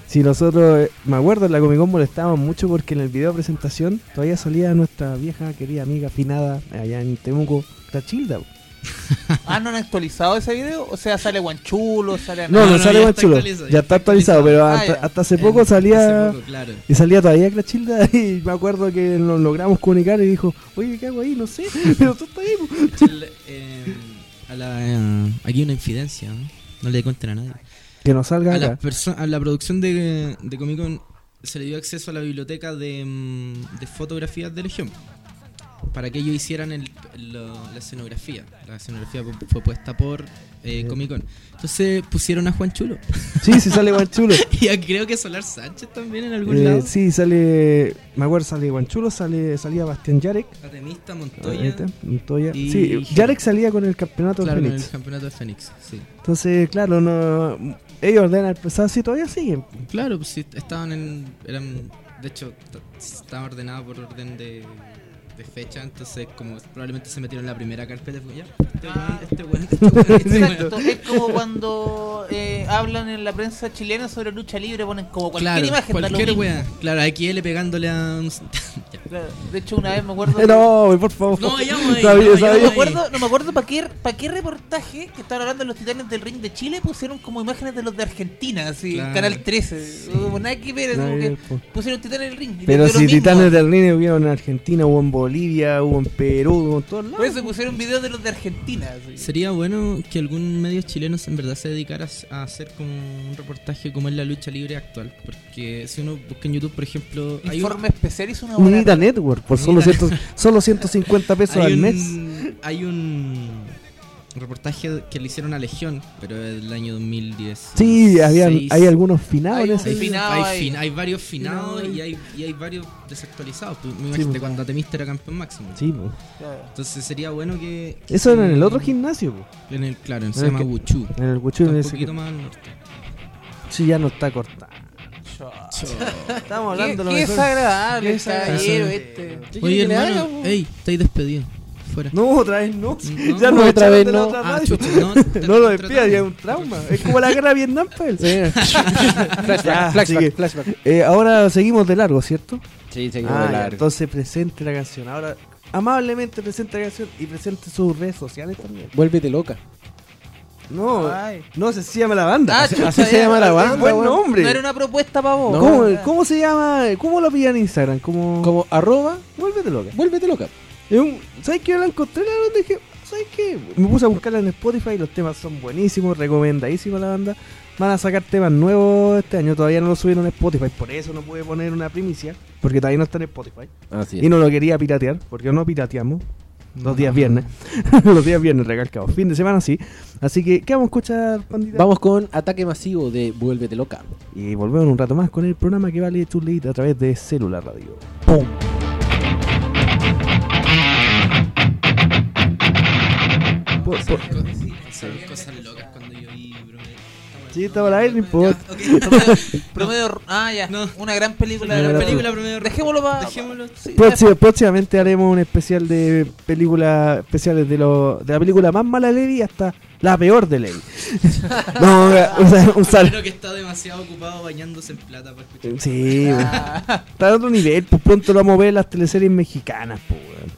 [SPEAKER 3] Sí, nosotros, eh, me acuerdo, en la Comic Con molestábamos mucho porque en el video de presentación todavía salía nuestra vieja querida amiga afinada allá en Temuco, Tachilda. po.
[SPEAKER 4] Ah, ¿no han actualizado ese video? O sea, sale Guanchulo, sale...
[SPEAKER 3] No,
[SPEAKER 5] no,
[SPEAKER 3] no,
[SPEAKER 5] no,
[SPEAKER 3] sale
[SPEAKER 5] ya
[SPEAKER 3] más
[SPEAKER 5] está
[SPEAKER 3] chulo.
[SPEAKER 5] actualizado,
[SPEAKER 3] Ya
[SPEAKER 5] ya
[SPEAKER 3] está
[SPEAKER 5] está
[SPEAKER 3] actualizado, pero
[SPEAKER 4] Ah,
[SPEAKER 3] hasta,
[SPEAKER 4] ya.
[SPEAKER 3] hasta hace poco
[SPEAKER 5] Eh,
[SPEAKER 3] salía
[SPEAKER 5] hace poco, claro.
[SPEAKER 3] y salía todavía Crachilda y me acuerdo que nos logramos comunicar y dijo, oye, ¿qué hago ahí? No sé, pero tú estás ahí. po".
[SPEAKER 5] El, eh, a la, eh, aquí una infidencia, ¿no? No le cuenten a nadie.
[SPEAKER 3] Que nos salga
[SPEAKER 5] A la,
[SPEAKER 3] acá.
[SPEAKER 5] perso- a la producción de, de Comic Con se le dio acceso a la biblioteca de, mm, de fotografías de Legión para que ellos hicieran el- lo- la escenografía. La escenografía pu- fue puesta por eh, Comic Con. Entonces pusieron a Juan Chulo
[SPEAKER 3] Sí, sí sale más chulo.
[SPEAKER 5] y a- creo que Solar Sánchez también en algún
[SPEAKER 3] Eh,
[SPEAKER 5] lado.
[SPEAKER 3] sí, sale. Me acuerdo, sale Guanchulo, sale, salía Bastián Yarek.
[SPEAKER 5] Atemista,
[SPEAKER 3] Ahí
[SPEAKER 5] Montoya.
[SPEAKER 3] está, Montoya.
[SPEAKER 5] Y-
[SPEAKER 3] Sí, Yarek salía con el campeonato
[SPEAKER 5] Claro, en
[SPEAKER 3] Fénix.
[SPEAKER 5] el campeonato de Fénix, sí.
[SPEAKER 3] Entonces, claro, no, ellos ordenan empezar si todavía siguen.
[SPEAKER 5] Claro, pues sí, estaban en. Eran, de hecho, t- estaba ordenado por orden de, de fecha, entonces, como probablemente se metieron en la primera carpeta, fue ya, este weón, este weón, este weón, este weón.
[SPEAKER 4] Ah. Exacto, es como cuando eh, hablan en la prensa chilena sobre lucha libre, ponen como cualquier
[SPEAKER 5] Claro,
[SPEAKER 4] imagen. da lo
[SPEAKER 5] cualquier
[SPEAKER 4] mismo.
[SPEAKER 5] weón. Claro, aquí él pegándole a un. Ya.
[SPEAKER 4] Claro, De hecho, una vez me acuerdo... que-
[SPEAKER 3] No, por favor.
[SPEAKER 5] No, ya, güey,
[SPEAKER 3] Sabía-
[SPEAKER 5] no, ya,
[SPEAKER 3] sabía-
[SPEAKER 4] No me
[SPEAKER 5] güey.
[SPEAKER 4] acuerdo, no me acuerdo para qué, para qué reportaje que estaban hablando de los titanes del ring de Chile pusieron como imágenes de los de Argentina, así,
[SPEAKER 5] Claro.
[SPEAKER 4] en Canal 13. Como nada que ver,
[SPEAKER 3] Nada
[SPEAKER 4] como
[SPEAKER 3] que
[SPEAKER 4] que
[SPEAKER 3] ver, po.
[SPEAKER 4] pusieron titanes del ring. y
[SPEAKER 3] Pero
[SPEAKER 4] les dio
[SPEAKER 3] si
[SPEAKER 4] lo mismo.
[SPEAKER 3] Titanes del Ring hubieron en Argentina, hubo en Bolivia, hubo en Perú, hubo en todos
[SPEAKER 4] Por
[SPEAKER 5] Pues,
[SPEAKER 3] lados.
[SPEAKER 4] eso pusieron videos de los de Argentina. así.
[SPEAKER 5] Sería bueno que algún medio chileno en verdad se dedicara a hacer como un reportaje como es la lucha libre actual. Porque si uno busca en YouTube, por ejemplo, hay un,
[SPEAKER 4] Informe especial hizo una buena.
[SPEAKER 3] Unita Network, por solo,
[SPEAKER 5] Unita-
[SPEAKER 3] 100 solo 150 pesos
[SPEAKER 5] hay
[SPEAKER 3] al
[SPEAKER 5] un,
[SPEAKER 3] mes.
[SPEAKER 5] Hay un reportaje que le hicieron a Legión, pero del año 2010.
[SPEAKER 3] Sí, habían,
[SPEAKER 5] Seis.
[SPEAKER 3] hay algunos finados
[SPEAKER 4] Hay
[SPEAKER 3] en
[SPEAKER 4] un
[SPEAKER 3] ese.
[SPEAKER 5] Hay,
[SPEAKER 4] Finado
[SPEAKER 5] hay
[SPEAKER 4] ahí.
[SPEAKER 5] fin- hay varios finados
[SPEAKER 3] Finado
[SPEAKER 5] y hay, y hay varios desactualizados. Pues, me
[SPEAKER 3] Sí,
[SPEAKER 5] imagino
[SPEAKER 3] pues.
[SPEAKER 5] cuando Atemista era campeón máximo.
[SPEAKER 3] Sí, po.
[SPEAKER 4] Claro.
[SPEAKER 5] Entonces sería bueno que. que
[SPEAKER 3] Eso era
[SPEAKER 5] se-
[SPEAKER 3] en el otro gimnasio, po.
[SPEAKER 5] En el, claro, en
[SPEAKER 3] En
[SPEAKER 5] se
[SPEAKER 3] el
[SPEAKER 5] llama
[SPEAKER 3] que-
[SPEAKER 5] Wuchu.
[SPEAKER 3] En el
[SPEAKER 5] Está
[SPEAKER 3] cuchillo
[SPEAKER 5] Mm. un
[SPEAKER 3] en ese.
[SPEAKER 5] poquito más al norte.
[SPEAKER 3] Sí, ya no está cortado. Estamos
[SPEAKER 4] Qué,
[SPEAKER 3] hablando de lo
[SPEAKER 4] qué
[SPEAKER 3] mejor.
[SPEAKER 4] desagradable,
[SPEAKER 3] Qué
[SPEAKER 4] caballero
[SPEAKER 3] desagradable.
[SPEAKER 4] este.
[SPEAKER 3] ¿Qué
[SPEAKER 5] Oye,
[SPEAKER 3] quiere que le
[SPEAKER 5] hermano,
[SPEAKER 3] haga, po?
[SPEAKER 5] ey, estáis despedido. Fuera. Mm,
[SPEAKER 3] No, otra vez no.
[SPEAKER 5] No,
[SPEAKER 3] ya
[SPEAKER 5] no,
[SPEAKER 3] no,
[SPEAKER 2] otra
[SPEAKER 3] otra
[SPEAKER 2] vez
[SPEAKER 3] de la
[SPEAKER 2] no.
[SPEAKER 3] otra
[SPEAKER 5] Ah,
[SPEAKER 3] radio.
[SPEAKER 5] chucha, no, te-
[SPEAKER 3] No lo
[SPEAKER 5] te
[SPEAKER 3] despida,
[SPEAKER 5] tratan.
[SPEAKER 3] ya es un trauma. Es como la guerra de Vietnam para él. Ya,
[SPEAKER 2] Flashback,
[SPEAKER 3] sigue.
[SPEAKER 2] flashback, flashback.
[SPEAKER 3] Eh, ahora seguimos de largo, ¿cierto?
[SPEAKER 2] Sí, seguimos
[SPEAKER 3] Ah,
[SPEAKER 2] de
[SPEAKER 3] ya,
[SPEAKER 2] largo.
[SPEAKER 3] entonces presente la canción. Ahora, amablemente presente la canción y presente sus redes sociales también.
[SPEAKER 2] Vuélvete loca.
[SPEAKER 3] No,
[SPEAKER 4] Ay.
[SPEAKER 3] no, se llama la banda.
[SPEAKER 4] Ah,
[SPEAKER 3] así,
[SPEAKER 4] chucha,
[SPEAKER 3] así se
[SPEAKER 4] ya,
[SPEAKER 3] llama la
[SPEAKER 4] es
[SPEAKER 3] banda.
[SPEAKER 2] buen
[SPEAKER 3] weón.
[SPEAKER 4] No era una propuesta para vos.
[SPEAKER 3] No,
[SPEAKER 4] ¿Cómo?
[SPEAKER 3] ¿Cómo, cómo se llama? ¿Cómo lo pillan en Instagram? ¿Cómo?
[SPEAKER 2] Como arroba,
[SPEAKER 3] Vuélvete loca.
[SPEAKER 2] vuélvete loca.
[SPEAKER 3] Es un- ¿Sabes qué? Yo la encontré, la verdad, dije, ¿sabes qué? Me puse a buscarla en Spotify, los temas son buenísimos, recomendadísima la banda. Van a sacar temas nuevos este año, todavía no lo subieron en Spotify, por eso no pude poner una primicia, porque todavía no está en Spotify.
[SPEAKER 2] Así
[SPEAKER 3] Y no lo quería piratear, porque no pirateamos.
[SPEAKER 5] No.
[SPEAKER 3] Los días viernes. los días viernes, recalcados. Fin de semana sí. Así que, ¿qué vamos a escuchar, pandita?
[SPEAKER 2] Vamos con ataque masivo de vuélvete loca.
[SPEAKER 3] Y volvemos en un rato más con el programa que vale tu lead a través de Celular Radio. ¡Pum! Po- po-
[SPEAKER 5] Pasaron cosas locas cuando yo eh. vi, bro.
[SPEAKER 3] Sí, está para él, no importa.
[SPEAKER 5] Ya, ok.
[SPEAKER 4] Promedio, promedio- ah, ya,
[SPEAKER 5] No.
[SPEAKER 4] una gran película.
[SPEAKER 5] La
[SPEAKER 3] Una
[SPEAKER 4] de
[SPEAKER 3] gran
[SPEAKER 4] la-
[SPEAKER 5] película primero.
[SPEAKER 4] Dejémoslo para.
[SPEAKER 5] Dejémoslo.
[SPEAKER 3] Próximo- próximamente haremos un especial de películas especiales de, lo, de la película más mala de Levi hasta la peor de Levi. no, un, sal- un sal-
[SPEAKER 5] Creo que está demasiado ocupado bañándose en plata para escuchar.
[SPEAKER 3] Sí, weón. está en otro nivel. Pues pronto lo vamos a ver en las teleseries mexicanas, pues, weón.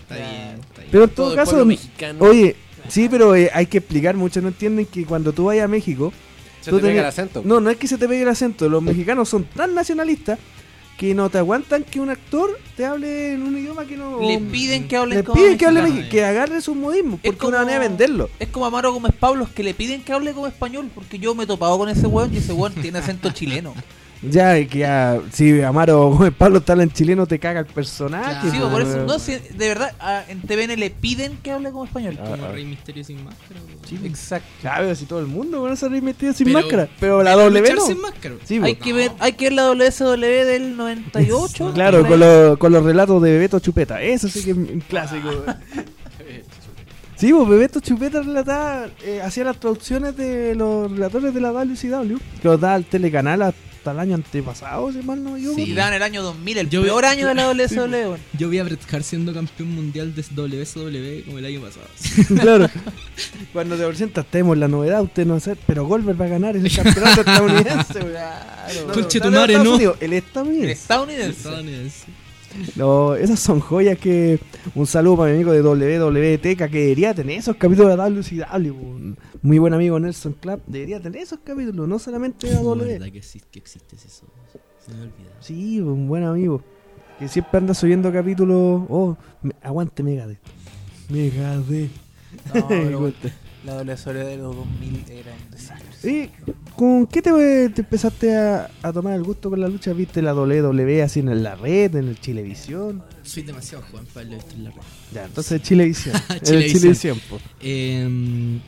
[SPEAKER 5] Está bien, está bien.
[SPEAKER 3] Pero en todo, caso,
[SPEAKER 2] mexicano.
[SPEAKER 3] Oye, sí, pero eh, hay que explicar mucho. No entienden que cuando tú vayas a México.
[SPEAKER 2] Se
[SPEAKER 3] tú
[SPEAKER 2] te pega
[SPEAKER 3] tenés-
[SPEAKER 2] el acento.
[SPEAKER 3] No, no es que se te pegue el acento. Los mexicanos son tan nacionalistas que no te aguantan que un actor te hable en un idioma que no.
[SPEAKER 4] Le piden que hablen
[SPEAKER 3] Pues, Le
[SPEAKER 4] como
[SPEAKER 3] piden que hable
[SPEAKER 4] mexicano.
[SPEAKER 3] mexi- que agarre sus modismos,
[SPEAKER 4] Es
[SPEAKER 3] porque una
[SPEAKER 4] como-
[SPEAKER 3] manera de venderlo.
[SPEAKER 4] Es como Amaro Gómez Pablos que le piden que hable como español, porque yo me he topado con ese weón y ese weón tiene acento chileno.
[SPEAKER 3] Ya, y que ya, si Amaro Gómez Pablo está en chileno, te caga el personaje.
[SPEAKER 4] Sí,
[SPEAKER 3] pues,
[SPEAKER 4] por eso,
[SPEAKER 3] weón.
[SPEAKER 4] no, sí, de verdad, a- en TVN le piden que hable como español.
[SPEAKER 3] Ah.
[SPEAKER 5] Como Rey Misterio sin máscara. weón.
[SPEAKER 4] Exacto.
[SPEAKER 3] Ya, pero si todo el mundo van a salir metido sin
[SPEAKER 5] Pero-
[SPEAKER 3] máscara. Pero la W
[SPEAKER 5] Luchar
[SPEAKER 3] no.
[SPEAKER 5] sin máscara.
[SPEAKER 3] Sí,
[SPEAKER 4] Hay
[SPEAKER 3] pues.
[SPEAKER 4] que, ver, hay que ver la WSW del 98.
[SPEAKER 3] Claro,
[SPEAKER 4] por
[SPEAKER 3] con,
[SPEAKER 4] ahí.
[SPEAKER 3] los- con los relatos de Bebeto Chupeta. Eso sí que es un clásico. weón. sí, pues Bebeto Chupeta relataba, eh, hacía las traducciones de los relatores de la WCW. Que los da al telecanal hasta el año antepasado, si mal no me equivoco.
[SPEAKER 4] Y dan el año 2000, el
[SPEAKER 5] Yo-
[SPEAKER 4] peor año de la WSW. weón.
[SPEAKER 5] Yo vi a Bret Hart siendo campeón mundial de WSW como el año pasado.
[SPEAKER 3] claro. Cuando te presentas, tenemos la novedad, usted no sé, pero Goldberg va a ganar el campeonato estadounidense. weón. Claro, no,
[SPEAKER 5] Conchetumare,
[SPEAKER 3] Estados
[SPEAKER 5] no.
[SPEAKER 3] Unidos, El
[SPEAKER 4] El
[SPEAKER 3] estadounidense.
[SPEAKER 4] estadounidense.
[SPEAKER 5] Estadounidense.
[SPEAKER 3] No, esas son joyas que. Un saludo para mi amigo de WWT que debería tener esos capítulos de WCW. po. Muy buen amigo Nelson Club debería tener esos capítulos, no solamente de
[SPEAKER 5] No,
[SPEAKER 3] W.
[SPEAKER 5] verdad que existe, que existe eso. Se me ha olvidado.
[SPEAKER 3] Sí, po, un buen amigo. Que siempre anda subiendo capítulos. Oh, me- aguante Megadeth. Megadeth.
[SPEAKER 4] No, pero bueno, la WSW de los 2000 era un desastre.
[SPEAKER 3] ¿Y con qué te, te empezaste a, a tomar el gusto con la lucha? ¿Viste la WWE así en la red, en el Chilevisión?
[SPEAKER 5] Soy demasiado Juan Pablo visto en la red.
[SPEAKER 3] Ya, entonces Chilevisión. En el
[SPEAKER 5] Chilevisión.
[SPEAKER 3] Chilevisión, po.
[SPEAKER 5] Eh,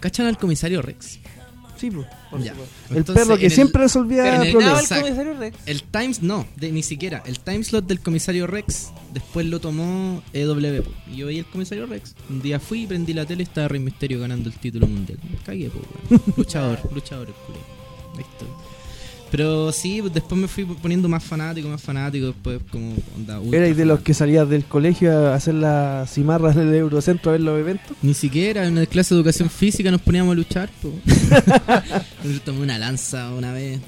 [SPEAKER 5] ¿Cachan al comisario Rex?
[SPEAKER 3] Sí, po.
[SPEAKER 4] Por
[SPEAKER 5] Ya.
[SPEAKER 4] supuesto.
[SPEAKER 3] El
[SPEAKER 5] Entonces,
[SPEAKER 3] perro que
[SPEAKER 5] en el-
[SPEAKER 3] siempre resolvía
[SPEAKER 5] en el-
[SPEAKER 3] problemas.
[SPEAKER 4] Terminaba el
[SPEAKER 5] Exacto.
[SPEAKER 4] comisario Rex.
[SPEAKER 5] El Times no, de- ni siquiera. El timeslot del comisario Rex después lo tomó EW. po. Y yo veía el comisario Rex. Un día fui, prendí la tele y estaba Rey Misterio ganando el título mundial. Me cagué, po, weón. Luchador, luchador, el culo. Ahí estoy. Pero sí, pues, después me fui poniendo más fanático, más fanático. Después, como, onda, ultra
[SPEAKER 3] Erais de los
[SPEAKER 5] fanático.
[SPEAKER 3] que salías del colegio a hacer las cimarras del Eurocentro a ver los eventos.
[SPEAKER 5] Ni siquiera en la clase de educación física nos poníamos a luchar. po. Yo tomé una lanza una vez.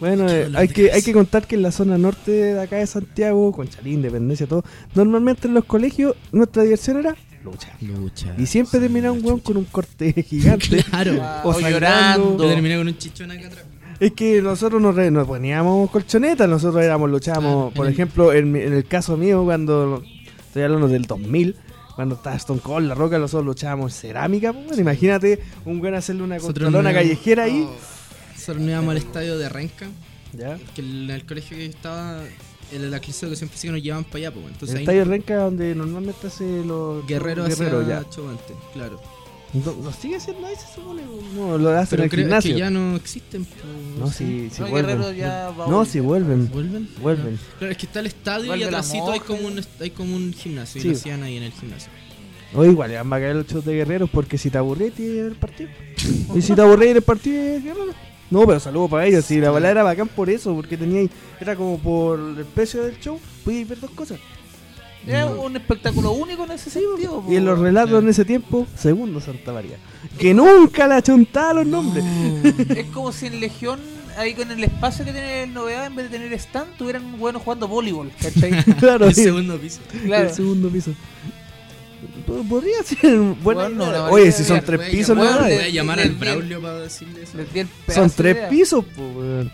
[SPEAKER 3] Bueno,
[SPEAKER 5] Qué
[SPEAKER 3] eh,
[SPEAKER 5] dolor
[SPEAKER 3] hay
[SPEAKER 5] de
[SPEAKER 3] que, hay
[SPEAKER 5] cabeza.
[SPEAKER 3] que contar que en la zona norte de acá de Santiago, Conchalí, Independencia, todo, normalmente en los colegios nuestra diversión era lucha.
[SPEAKER 5] Lucha.
[SPEAKER 3] Y siempre terminaba un weón con un corte gigante.
[SPEAKER 5] Claro.
[SPEAKER 3] O
[SPEAKER 4] O
[SPEAKER 3] sangrando.
[SPEAKER 4] llorando.
[SPEAKER 5] Yo terminé con un chichón acá atrás.
[SPEAKER 3] Es que nosotros nos, re- nos poníamos colchonetas, nosotros éramos, luchábamos,
[SPEAKER 5] Ah,
[SPEAKER 3] por
[SPEAKER 5] en el-
[SPEAKER 3] ejemplo, en, mi- en el caso mío, cuando estoy hablando del 2000, cuando estaba Stone Cold, La Roca, nosotros luchábamos en cerámica, pues, bueno, imagínate un buen hacerle una
[SPEAKER 5] Nosotros
[SPEAKER 3] controlona
[SPEAKER 5] no-
[SPEAKER 3] callejera ahí.
[SPEAKER 5] Nosotros nos íbamos al estadio de Renca,
[SPEAKER 3] ¿Ya?
[SPEAKER 5] que en el colegio que yo estaba, en la clase de educación física nos llevaban para allá, pues. Entonces
[SPEAKER 3] el
[SPEAKER 5] ahí
[SPEAKER 3] estadio Renca donde normalmente hace los
[SPEAKER 5] guerrero
[SPEAKER 3] los guerreros,
[SPEAKER 5] hacia
[SPEAKER 3] ya.
[SPEAKER 5] Chovante, claro.
[SPEAKER 3] No, ¿no sigue haciendo ahí se supone? pues. No, lo hacen
[SPEAKER 5] Pero
[SPEAKER 3] en el
[SPEAKER 5] creo que
[SPEAKER 3] gimnasio.
[SPEAKER 5] ya no existen. pues,
[SPEAKER 3] No, si, si
[SPEAKER 4] No, Guerrero
[SPEAKER 3] vuelven.
[SPEAKER 4] ya va a
[SPEAKER 3] No,
[SPEAKER 4] volver.
[SPEAKER 3] si vuelven.
[SPEAKER 5] ¿Vuelven?
[SPEAKER 3] Vuelven.
[SPEAKER 5] Claro, es que está el estadio y
[SPEAKER 4] Vuelve la
[SPEAKER 5] atrásito hay como
[SPEAKER 4] monja.
[SPEAKER 5] un, hay como un gimnasio,
[SPEAKER 3] Sí.
[SPEAKER 5] y lo hacían ahí en el gimnasio.
[SPEAKER 3] O igual, van a caer los shows de guerreros porque si te aburrís tienes que ver el partido. y si te aburrís el partido es guerrero. No, pero saludo para ellos. Si la balada era bacán por eso, porque teníais. Era como por el precio del show, podíais ver dos cosas.
[SPEAKER 4] Era
[SPEAKER 5] No.
[SPEAKER 4] un espectáculo único en ese sentido.
[SPEAKER 3] Y en los
[SPEAKER 4] po.
[SPEAKER 3] relatos
[SPEAKER 5] Claro.
[SPEAKER 3] en ese tiempo, segundo Santa María. Que nunca la chuntaba los nombres.
[SPEAKER 4] Es como si en Legión, ahí con el espacio que tiene el novedad, en vez de tener stand, tuvieran buenos jugando voleibol, ¿cachai?
[SPEAKER 3] claro,
[SPEAKER 5] el
[SPEAKER 3] sí,
[SPEAKER 5] segundo piso.
[SPEAKER 4] Claro.
[SPEAKER 3] el segundo piso. P- Podría ser buena
[SPEAKER 4] Bueno,
[SPEAKER 3] idea.
[SPEAKER 4] la
[SPEAKER 3] Oye,
[SPEAKER 4] verdad
[SPEAKER 3] si
[SPEAKER 4] es
[SPEAKER 3] son
[SPEAKER 4] que
[SPEAKER 3] tres
[SPEAKER 5] Voy a
[SPEAKER 3] pisos, no
[SPEAKER 5] llamar-
[SPEAKER 4] le-
[SPEAKER 5] Voy a
[SPEAKER 4] le-
[SPEAKER 5] llamar
[SPEAKER 4] le-
[SPEAKER 5] al
[SPEAKER 4] le-
[SPEAKER 5] Braulio para decirle eso.
[SPEAKER 4] Les di el pedazo
[SPEAKER 3] Son
[SPEAKER 4] de
[SPEAKER 3] tres
[SPEAKER 4] idea.
[SPEAKER 3] pisos, po, weón.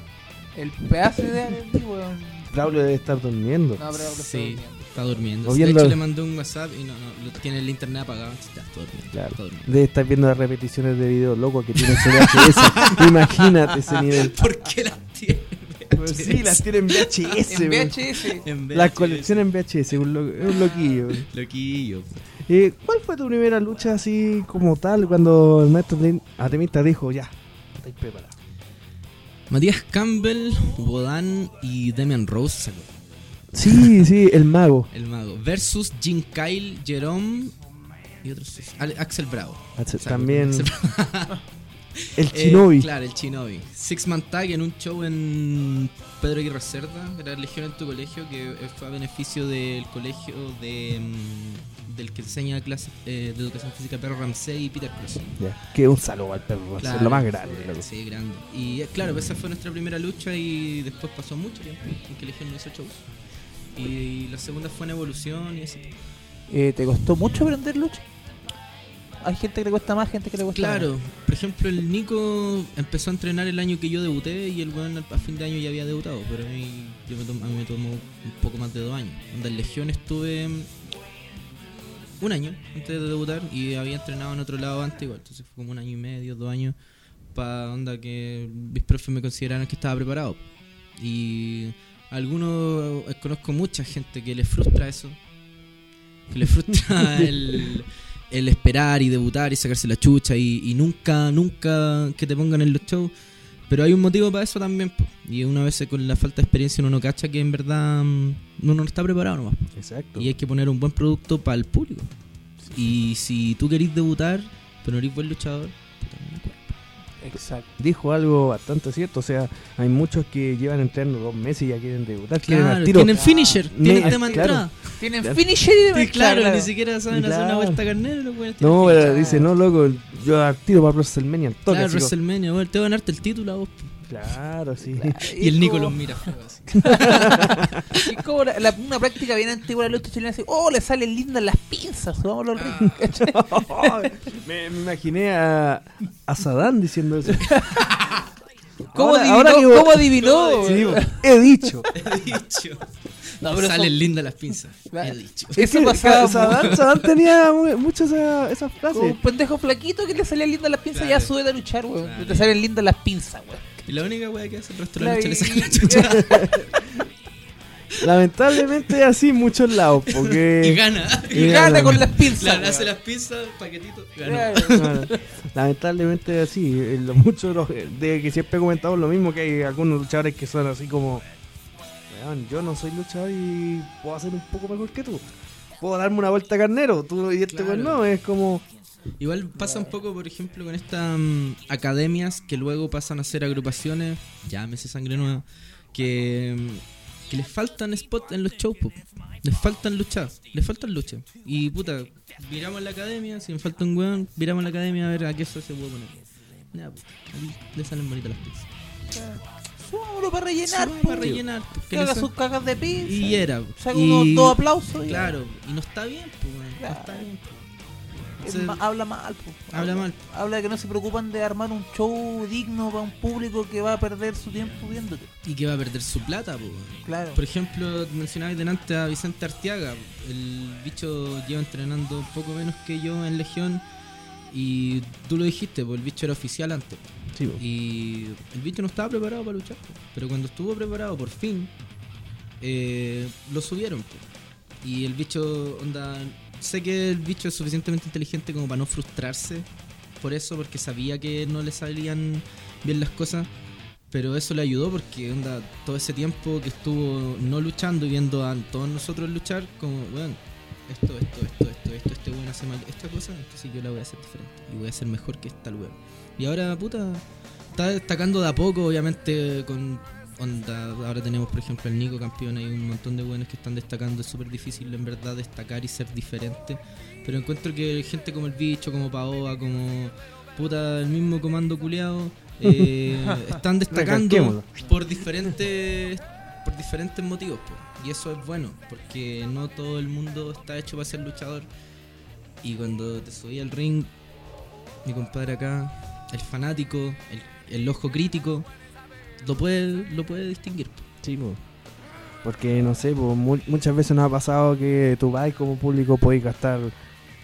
[SPEAKER 4] El pedazo de idea les di, weón.
[SPEAKER 3] Braulio debe estar durmiendo.
[SPEAKER 4] No, pero
[SPEAKER 5] Sí,
[SPEAKER 4] sí.
[SPEAKER 5] está durmiendo.
[SPEAKER 3] O
[SPEAKER 5] De
[SPEAKER 3] viendo-
[SPEAKER 5] hecho, le mandé un WhatsApp y no, no, lo- tiene el internet apagado. Está durmiendo.
[SPEAKER 3] Claro.
[SPEAKER 5] está durmiendo.
[SPEAKER 3] Debe estar viendo las repeticiones de videos locos que tiene su VHS. Imagínate ese nivel.
[SPEAKER 5] ¿Por qué las tiene?
[SPEAKER 3] Pues sí, las tiene en VHS.
[SPEAKER 4] En
[SPEAKER 3] weón.
[SPEAKER 4] VHS.
[SPEAKER 5] En
[SPEAKER 3] Las
[SPEAKER 5] VHS.
[SPEAKER 3] colecciona en VHS, un, lo- es un loquillo. weón.
[SPEAKER 5] Loquillo.
[SPEAKER 3] Eh, ¿Cuál fue tu primera lucha así como tal cuando el maestro Atem- Atemista dijo, ya, estáis preparados?
[SPEAKER 5] Matías Campbell, Bodan y Damian Rose, ¿se acuerdan?
[SPEAKER 3] Sí, sí, el mago.
[SPEAKER 5] el mago. Versus Jim Kyle, Jerome y otros. Ale- Axel Bravo.
[SPEAKER 3] Hace-
[SPEAKER 5] ¿se acuerdan?
[SPEAKER 3] También
[SPEAKER 5] Axel Bravo.
[SPEAKER 3] el
[SPEAKER 5] Eh,
[SPEAKER 3] chinobi.
[SPEAKER 5] claro, el Chinobi. Six Man Tag en un show en Pedro Aguirre Cerda, era Legión en tu colegio, que eh, fue a beneficio del colegio de, mm, del que enseña clases eh, de educación física, Perro Ramsey y Peter Cross.
[SPEAKER 3] Ya, que un saludo al perro,
[SPEAKER 5] Claro.
[SPEAKER 3] pues,
[SPEAKER 5] eh,
[SPEAKER 3] es lo más grande. loco.
[SPEAKER 5] Sí, grande. Y eh, claro, esa fue nuestra primera lucha y después pasó mucho tiempo en que Legión no hizo shows. Y, la segunda fue en Evolución y ese
[SPEAKER 4] Eh, ¿Te costó mucho aprender lucha? hay gente que le cuesta más, gente que le cuesta
[SPEAKER 5] Claro, por ejemplo, el Nico empezó a entrenar el año que yo debuté y el weón al- a fin de año ya había debutado, pero a mí, yo me tom- a mí me tomó un poco más de dos años. Onda, en Legión estuve mm, un año antes de debutar y había entrenado en otro lado antes igual, entonces fue como un año y medio, dos años, para onda que mis profes me consideraron que estaba preparado. Y algunos, eh, conozco mucha gente que les frustra eso, que les frustra el el esperar y debutar y sacarse la chucha y, y nunca, nunca que te pongan en los shows. Pero hay un motivo para eso también. po. Y una vez con la falta de experiencia uno no cacha que en verdad mm, uno no está preparado nomás.
[SPEAKER 3] Exacto.
[SPEAKER 5] Y hay que poner un buen producto para el público. Y si tú querés debutar, pero no eres buen luchador, puta, no me acuerdo.
[SPEAKER 4] más. Exacto.
[SPEAKER 3] Dijo algo bastante cierto, o sea, hay muchos que llevan entrando dos meses y ya quieren debutar, quieren al
[SPEAKER 5] Claro,
[SPEAKER 3] tiro. Ah,
[SPEAKER 5] tienen finisher,
[SPEAKER 3] Me-
[SPEAKER 5] tienen tema de
[SPEAKER 3] claro.
[SPEAKER 5] entrada.
[SPEAKER 4] Tienen
[SPEAKER 3] Claro.
[SPEAKER 4] finisher y de
[SPEAKER 5] Sí, claro,
[SPEAKER 4] claro.
[SPEAKER 5] ni siquiera saben hacer una
[SPEAKER 3] Claro.
[SPEAKER 5] vuelta carnera. los weones tienen
[SPEAKER 3] No,
[SPEAKER 5] finisher.
[SPEAKER 3] pero dice, no, loco, yo al tiro para WrestleMania, al toque.
[SPEAKER 5] Claro,
[SPEAKER 3] así como-
[SPEAKER 5] WrestleMania, weón, te voy a ganarte el título a vos. po.
[SPEAKER 3] Claro, sí.
[SPEAKER 5] Y el Nico
[SPEAKER 4] como-
[SPEAKER 5] los mira. feo, así.
[SPEAKER 4] y como la- la- una práctica bien antigua de la lucha chilena, así, oh, le salen lindas las pinzas, subámoslo al
[SPEAKER 5] Ah,
[SPEAKER 4] ring. ¿cachai?
[SPEAKER 3] me, me imaginé a, a Saddam diciendo eso.
[SPEAKER 4] ¿Cómo
[SPEAKER 3] Ahora-
[SPEAKER 4] adivinó?
[SPEAKER 3] ahora que-
[SPEAKER 4] ¿Cómo adivinó?
[SPEAKER 3] Sí,
[SPEAKER 4] güey?
[SPEAKER 3] he dicho.
[SPEAKER 5] He dicho.
[SPEAKER 4] No, pero
[SPEAKER 5] Salen
[SPEAKER 4] son-
[SPEAKER 5] lindas las pinzas.
[SPEAKER 4] Claro.
[SPEAKER 5] He dicho.
[SPEAKER 4] Eso
[SPEAKER 3] Es que
[SPEAKER 4] pasaba
[SPEAKER 3] Saddam, Saddam tenía mu- mucho esa, esas
[SPEAKER 4] Como
[SPEAKER 3] frases.
[SPEAKER 4] un pendejo flaquito que le salían lindas las pinzas,
[SPEAKER 5] Claro.
[SPEAKER 4] ya sube a luchar, weón.
[SPEAKER 5] Claro.
[SPEAKER 4] Te salen lindas las pinzas, weón.
[SPEAKER 5] Y la única wea que hace el rostro de la
[SPEAKER 4] Claro,
[SPEAKER 5] lucha le
[SPEAKER 4] y-
[SPEAKER 5] saca la chucha
[SPEAKER 3] Lamentablemente así en muchos lados,
[SPEAKER 5] y
[SPEAKER 3] porque
[SPEAKER 5] gana.
[SPEAKER 4] Y
[SPEAKER 3] Y
[SPEAKER 4] gana
[SPEAKER 3] gana.
[SPEAKER 4] con las pinzas.
[SPEAKER 5] La,
[SPEAKER 4] weón.
[SPEAKER 5] hace las pinzas, paquetito, gana.
[SPEAKER 4] Claro.
[SPEAKER 3] Bueno, lamentablemente así, eh, lo- muchos de, los- de que siempre he comentado lo mismo que hay algunos luchadores que son así como, "Weón, yo no soy luchador y puedo hacer un poco mejor que tú. Puedo darme una vuelta carnero, tú y este
[SPEAKER 5] Claro.
[SPEAKER 3] weón no, es como
[SPEAKER 5] Igual pasa un poco, por ejemplo, con estas mm, academias que luego pasan a ser agrupaciones, llámese sangre nueva, que, mm, que les faltan spots en los shows, po. les faltan luchas, les faltan luchas. Y puta, miramos la academia, si me falta un weón, miramos la academia a ver a qué eso se puede poner. Nah, puta, aquí le salen bonitas las pinzas.
[SPEAKER 4] Subámoslo para rellenar,
[SPEAKER 5] Sí,
[SPEAKER 4] po.
[SPEAKER 5] para rellenar, po, que
[SPEAKER 4] Que
[SPEAKER 5] le
[SPEAKER 4] haga
[SPEAKER 5] sa-
[SPEAKER 4] sus cagas de pinza.
[SPEAKER 5] Y era.
[SPEAKER 4] Saca
[SPEAKER 5] y-
[SPEAKER 4] unos dos aplausos. y-
[SPEAKER 5] Claro, y no está bien, pues, weón,
[SPEAKER 4] Claro.
[SPEAKER 5] No está bien. po.
[SPEAKER 4] Es
[SPEAKER 5] Sí.
[SPEAKER 4] ma- habla mal, po.
[SPEAKER 5] Habla mal.
[SPEAKER 4] Habla de que no se preocupan de armar un show digno para un público que va a perder su tiempo viéndote.
[SPEAKER 5] Y que va a perder su plata, pues. weón.
[SPEAKER 4] Claro.
[SPEAKER 5] Por ejemplo, mencionabas delante a Vicente Arteaga. El bicho lleva entrenando un poco menos que yo en Legión. Y tú lo dijiste, pues el bicho era oficial antes. Y el bicho no estaba preparado para luchar. po. Pero cuando estuvo preparado, por fin, eh, lo subieron. po. Y el bicho, onda, sé que el bicho es suficientemente inteligente como para no frustrarse por eso, porque sabía que no le salían bien las cosas. Pero eso le ayudó porque, onda, todo ese tiempo que estuvo no luchando y viendo a todos nosotros luchar, como, weón, esto, esto, esto, esto, esto, este weón hace mal esta cosa, entonces yo la voy a hacer diferente y voy a ser mejor que esta weón. Y ahora, puta, está destacando de a poco, obviamente, con onda. Ahora tenemos, por ejemplo, al Nico campeón, hay un montón de buenos que están destacando, es súper difícil en verdad destacar y ser diferente. Pero encuentro que gente como el bicho, como Paoa, como puta, el mismo comando culeado, eh, están destacando
[SPEAKER 3] Recalquémoslo.
[SPEAKER 5] por diferentes, por diferentes motivos. po. Y eso es bueno, porque no todo el mundo está hecho para ser luchador. Y cuando te subí al ring, mi compadre acá, el fanático, el, el ojo crítico, lo puede, lo puede distinguir.
[SPEAKER 3] Porque no sé, po, mu- muchas veces nos ha pasado que tú vas y como público podéis gastar,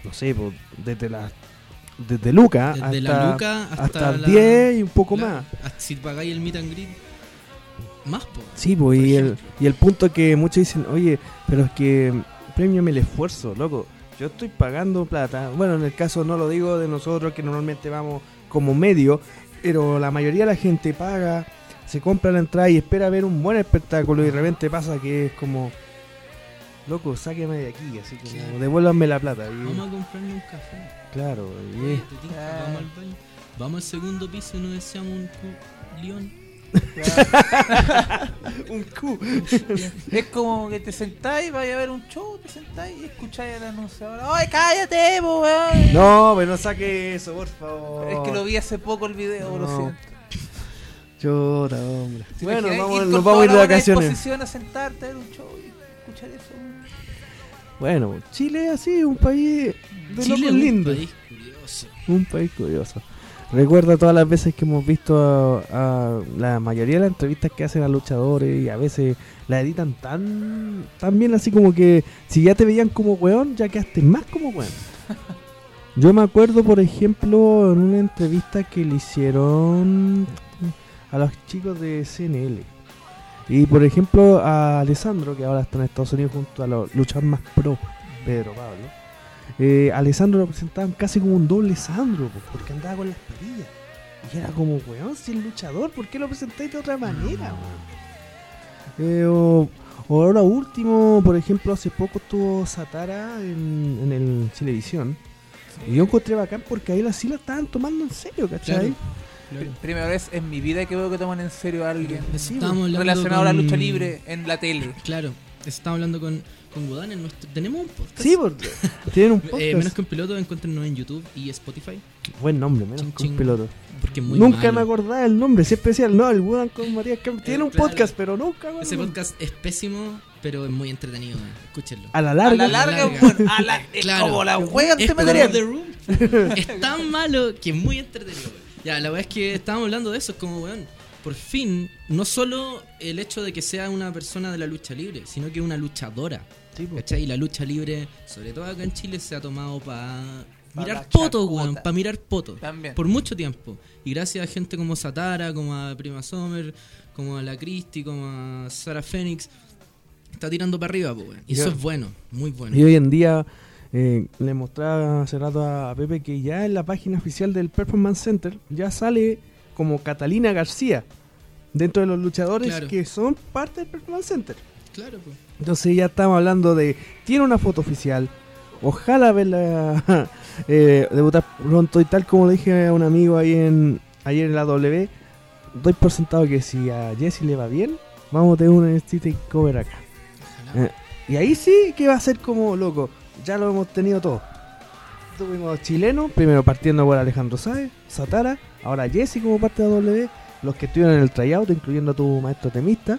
[SPEAKER 3] no sé, po, desde las desde Luca
[SPEAKER 5] Desde
[SPEAKER 3] Ah, hasta,
[SPEAKER 5] la Luca hasta,
[SPEAKER 3] hasta
[SPEAKER 5] la-
[SPEAKER 3] 10 y un poco
[SPEAKER 5] la-
[SPEAKER 3] más.
[SPEAKER 5] hasta Si pagáis el meet and greet, más, po.
[SPEAKER 3] Sí, po, y, el,
[SPEAKER 5] ejemplo.
[SPEAKER 3] y el punto que muchos dicen, oye, pero es que premiame el esfuerzo, loco. Yo estoy pagando plata. Bueno, en el caso no lo digo de nosotros que normalmente vamos como medio, pero la mayoría de la gente paga, se compra la entrada y espera ver un buen espectáculo y de repente pasa que es como, loco, sáqueme de aquí, así
[SPEAKER 5] Claro.
[SPEAKER 3] como, devuélvanme la plata. Y-
[SPEAKER 5] Vamos a comprarme un café.
[SPEAKER 3] claro, y
[SPEAKER 5] Oye,
[SPEAKER 3] es-
[SPEAKER 5] te tinca,
[SPEAKER 4] Ah.
[SPEAKER 5] vamos al baño. Vamos al segundo piso y nos deseamos un cu- león.
[SPEAKER 3] un cu.
[SPEAKER 4] Es como que te sentáis, vais a ver un show, te sentáis y escucháis al anunciador. ¡Ay, cállate, po, weón!
[SPEAKER 3] No, pero no saque eso, por favor.
[SPEAKER 4] Es que lo vi hace poco el video, lo
[SPEAKER 3] No.
[SPEAKER 4] siento.
[SPEAKER 3] Chota, hombre.
[SPEAKER 4] ¿Te
[SPEAKER 3] Bueno,
[SPEAKER 4] imaginas
[SPEAKER 3] vamos,
[SPEAKER 4] ir con
[SPEAKER 3] nos vamos a ir de
[SPEAKER 4] toda la buena
[SPEAKER 3] vacaciones.
[SPEAKER 4] disposición a sentarte a ver un show y escuchar eso? weón?
[SPEAKER 3] Bueno, Chile es así, un país de locos lindos.
[SPEAKER 5] país curioso.
[SPEAKER 3] Un país curioso. Recuerda todas las veces que hemos visto a, a la mayoría de las entrevistas que hacen a luchadores y a veces la editan tan, tan bien así como que si ya te veían como weón, ya quedaste más como weón. Yo me acuerdo, por ejemplo, en una entrevista que le hicieron a los chicos de CNL. Y por ejemplo a Alessandro, que ahora está en Estados Unidos junto a los luchadores más pro, Pedro Pablo. Eh, a Alessandro lo presentaban casi como un doble Sandro, po, porque andaba con las perillas. Y era como, weón, si es luchador, ¿por qué lo presentáis de otra manera, weón? Eh, o, o ahora último, por ejemplo, hace poco estuvo Satara en, en el Televisión. Y yo encontré bacán porque ahí la sí la estaban tomando en serio, ¿cachai?
[SPEAKER 5] Claro.
[SPEAKER 4] Primera vez en mi vida que veo que toman en serio a alguien
[SPEAKER 3] Sí, pues,
[SPEAKER 5] Estábamos hablando
[SPEAKER 4] relacionado a la
[SPEAKER 5] con-
[SPEAKER 4] lucha libre en la tele.
[SPEAKER 5] Claro, estamos hablando con, con Godán en nuestro... Tenemos un podcast.
[SPEAKER 3] Sí, porque tienen un podcast.
[SPEAKER 5] Eh, menos que un piloto, encuéntrenos en YouTube y Spotify.
[SPEAKER 3] Buen nombre, menos
[SPEAKER 5] Ching,
[SPEAKER 3] que un
[SPEAKER 5] ching.
[SPEAKER 3] piloto.
[SPEAKER 5] Porque es muy
[SPEAKER 3] nunca
[SPEAKER 5] malo.
[SPEAKER 3] me acordaba el nombre, si es especial, no, el Budan con María Cam- Tiene un
[SPEAKER 5] claro.
[SPEAKER 3] podcast, pero nunca. me
[SPEAKER 5] Ese
[SPEAKER 3] acuerdo.
[SPEAKER 5] podcast es pésimo, pero es muy entretenido. eh. Escúchenlo.
[SPEAKER 3] A la
[SPEAKER 4] A
[SPEAKER 3] larga.
[SPEAKER 4] la larga,
[SPEAKER 5] larga.
[SPEAKER 4] bueno, a la, es
[SPEAKER 5] Claro.
[SPEAKER 4] como la juegan,
[SPEAKER 5] Es
[SPEAKER 4] te
[SPEAKER 5] como
[SPEAKER 4] meterían.
[SPEAKER 5] Este The Room. Es tan malo que es muy entretenido. weón. Ya, la verdad es que estábamos hablando de eso, es como, weón, por fin, no solo el hecho de que sea una persona de la lucha libre, sino que una luchadora.
[SPEAKER 3] Sí, po.
[SPEAKER 5] ¿Cachai? Y la lucha libre, sobre todo acá en Chile, se ha tomado para
[SPEAKER 4] Pa
[SPEAKER 5] mirar
[SPEAKER 4] la
[SPEAKER 5] poto,
[SPEAKER 4] chacota.
[SPEAKER 5] weón, para mirar poto.
[SPEAKER 4] También.
[SPEAKER 5] Por mucho tiempo. Y gracias a gente como Satara, como a Prima Sommer, como a la Christie, como a Sara Fénix, está tirando para arriba, po, weón. Y eso
[SPEAKER 3] Yo-
[SPEAKER 5] es bueno, muy bueno.
[SPEAKER 3] Y hoy en día eh, le mostraba hace rato a Pepe que ya en la página oficial del Performance Center ya sale como Catalina García dentro de los luchadores
[SPEAKER 5] Claro.
[SPEAKER 3] que son parte del Performance Center.
[SPEAKER 5] Claro, pues.
[SPEAKER 3] Entonces ya estamos hablando de. Tiene una foto oficial. Ojalá verla eh, debutar pronto. Y tal como le dije a un amigo ahí en, ayer en la W, doy por sentado que si a Jesse le va bien, vamos a tener un NXT cover acá.
[SPEAKER 5] Ojalá.
[SPEAKER 3] Eh, y ahí sí que va a ser como loco. Ya lo hemos tenido todo. Tuvimos chilenos, primero partiendo por Alejandro Sáez, Satara, ahora Jesse como parte de la W, los que estuvieron en el tryout, incluyendo a tu maestro temista.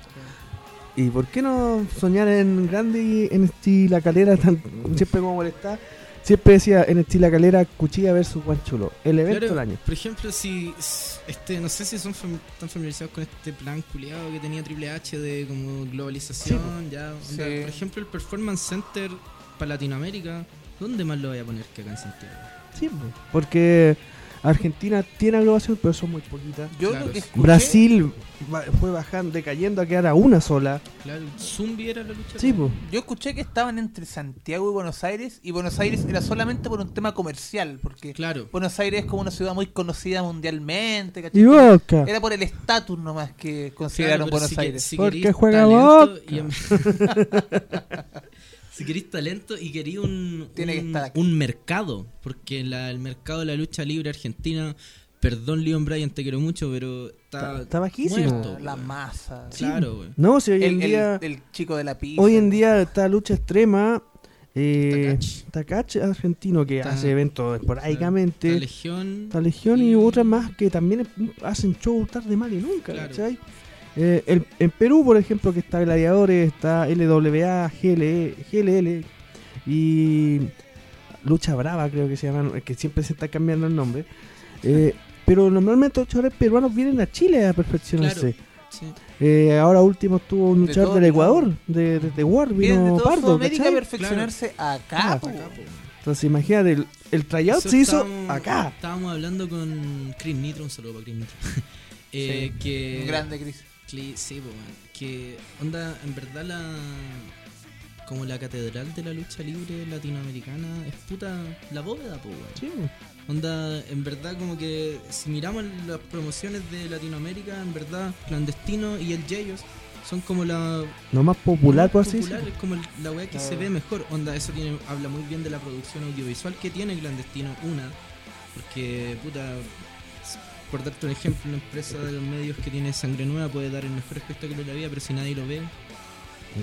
[SPEAKER 3] ¿Y por qué no soñar en grande y en este la calera tan, siempre como molesta? Siempre decía en este la calera Cuchilla versus Guanchulo, el evento
[SPEAKER 5] Claro,
[SPEAKER 3] del año.
[SPEAKER 5] Por ejemplo, si s- este, no sé si son fam- tan familiarizados con este plan culiado que tenía Triple H de como globalización, ya. onda,
[SPEAKER 4] Sí.
[SPEAKER 5] Por ejemplo, el Performance Center para Latinoamérica, ¿dónde más lo voy a poner que acá en Santiago?
[SPEAKER 3] Sí, pues, porque Argentina tiene agrupación, pero son muy poquitas.
[SPEAKER 4] Yo
[SPEAKER 5] Claro,
[SPEAKER 4] lo que
[SPEAKER 5] sí.
[SPEAKER 4] escuché,
[SPEAKER 3] Brasil ba- fue bajando, decayendo a quedar a una sola.
[SPEAKER 5] Claro, Zumbi era la lucha.
[SPEAKER 3] Sí, pues.
[SPEAKER 4] yo escuché que estaban entre Santiago y Buenos Aires, y Buenos Aires era solamente por un tema comercial, porque
[SPEAKER 5] Claro.
[SPEAKER 4] Buenos Aires es como una ciudad muy conocida mundialmente, ¿cachai?
[SPEAKER 3] Y Boca.
[SPEAKER 4] Era por el estatus nomás que
[SPEAKER 5] Claro,
[SPEAKER 4] consideraron
[SPEAKER 5] pero
[SPEAKER 4] Buenos
[SPEAKER 5] si que-
[SPEAKER 4] Aires.
[SPEAKER 5] si
[SPEAKER 3] Porque
[SPEAKER 5] querís
[SPEAKER 3] juega
[SPEAKER 5] talento y en- si querís talento y querís un,
[SPEAKER 4] Tiene que
[SPEAKER 5] un-
[SPEAKER 4] estar aquí.
[SPEAKER 5] un mercado, porque la- el mercado de la lucha libre argentina, perdón Leon Bryan, te quiero mucho, pero
[SPEAKER 3] Está-
[SPEAKER 5] está,
[SPEAKER 3] está bajísimo.
[SPEAKER 5] muerto,
[SPEAKER 4] la
[SPEAKER 5] weón.
[SPEAKER 4] masa.
[SPEAKER 5] Claro, güey.
[SPEAKER 3] No, si hoy
[SPEAKER 4] El,
[SPEAKER 3] en
[SPEAKER 4] el-
[SPEAKER 3] día.
[SPEAKER 4] el chico de la pizza.
[SPEAKER 3] hoy en día está lucha extrema. Eh,
[SPEAKER 5] Takahashi.
[SPEAKER 3] Takahashi argentino que
[SPEAKER 5] Ta-
[SPEAKER 3] hace eventos
[SPEAKER 5] La
[SPEAKER 3] esporádicamente.
[SPEAKER 5] Legión.
[SPEAKER 3] Está Legión y
[SPEAKER 5] y-
[SPEAKER 3] otras más que también hacen show tarde mal y nunca,
[SPEAKER 5] Claro.
[SPEAKER 3] ¿cachai? Eh, el- en Perú, por ejemplo, que está Gladiadores, está LWA, GLE, GLL y Lucha Brava, creo que se llaman, que siempre se está cambiando el nombre. Eh, pero normalmente los luchadores peruanos vienen a Chile a perfeccionarse.
[SPEAKER 5] Claro. Sí.
[SPEAKER 3] Eh, ahora último estuvo un
[SPEAKER 4] De
[SPEAKER 3] luchador
[SPEAKER 4] todo
[SPEAKER 3] del
[SPEAKER 4] el
[SPEAKER 3] Ecuador, de, de, de War,
[SPEAKER 4] Vienen de
[SPEAKER 3] vino
[SPEAKER 4] toda
[SPEAKER 3] Pardo,
[SPEAKER 4] Sudamérica a
[SPEAKER 3] ¿cachai?
[SPEAKER 4] perfeccionarse acá.
[SPEAKER 3] Ah,
[SPEAKER 4] po.
[SPEAKER 3] Entonces imagínate, el, el tryout
[SPEAKER 5] Eso
[SPEAKER 3] se hizo
[SPEAKER 5] estábamos-
[SPEAKER 3] acá.
[SPEAKER 5] Estábamos hablando con Chris Nitro, un saludo para Chris Nitro. eh,
[SPEAKER 4] Sí,
[SPEAKER 5] que
[SPEAKER 4] Un Grande crisis.
[SPEAKER 5] Cli- sí, po, weón. que onda, en verdad la como la catedral de la lucha libre latinoamericana es puta la bóveda, po, weón.
[SPEAKER 3] Sí, pues.
[SPEAKER 5] Onda, en verdad como que si miramos las promociones de Latinoamérica, en verdad Clandestino y el Yeyos son como la
[SPEAKER 3] Lo más popular, por así
[SPEAKER 5] popular,
[SPEAKER 3] decirlo.
[SPEAKER 5] es como el- la weá que se ve mejor. Onda, eso tiene, habla muy bien de la producción audiovisual que tiene Clandestino, una. Porque, puta, s- por darte un ejemplo, una empresa de los medios que tiene sangre nueva puede dar el mejor espectáculo de la vida, pero si nadie lo ve,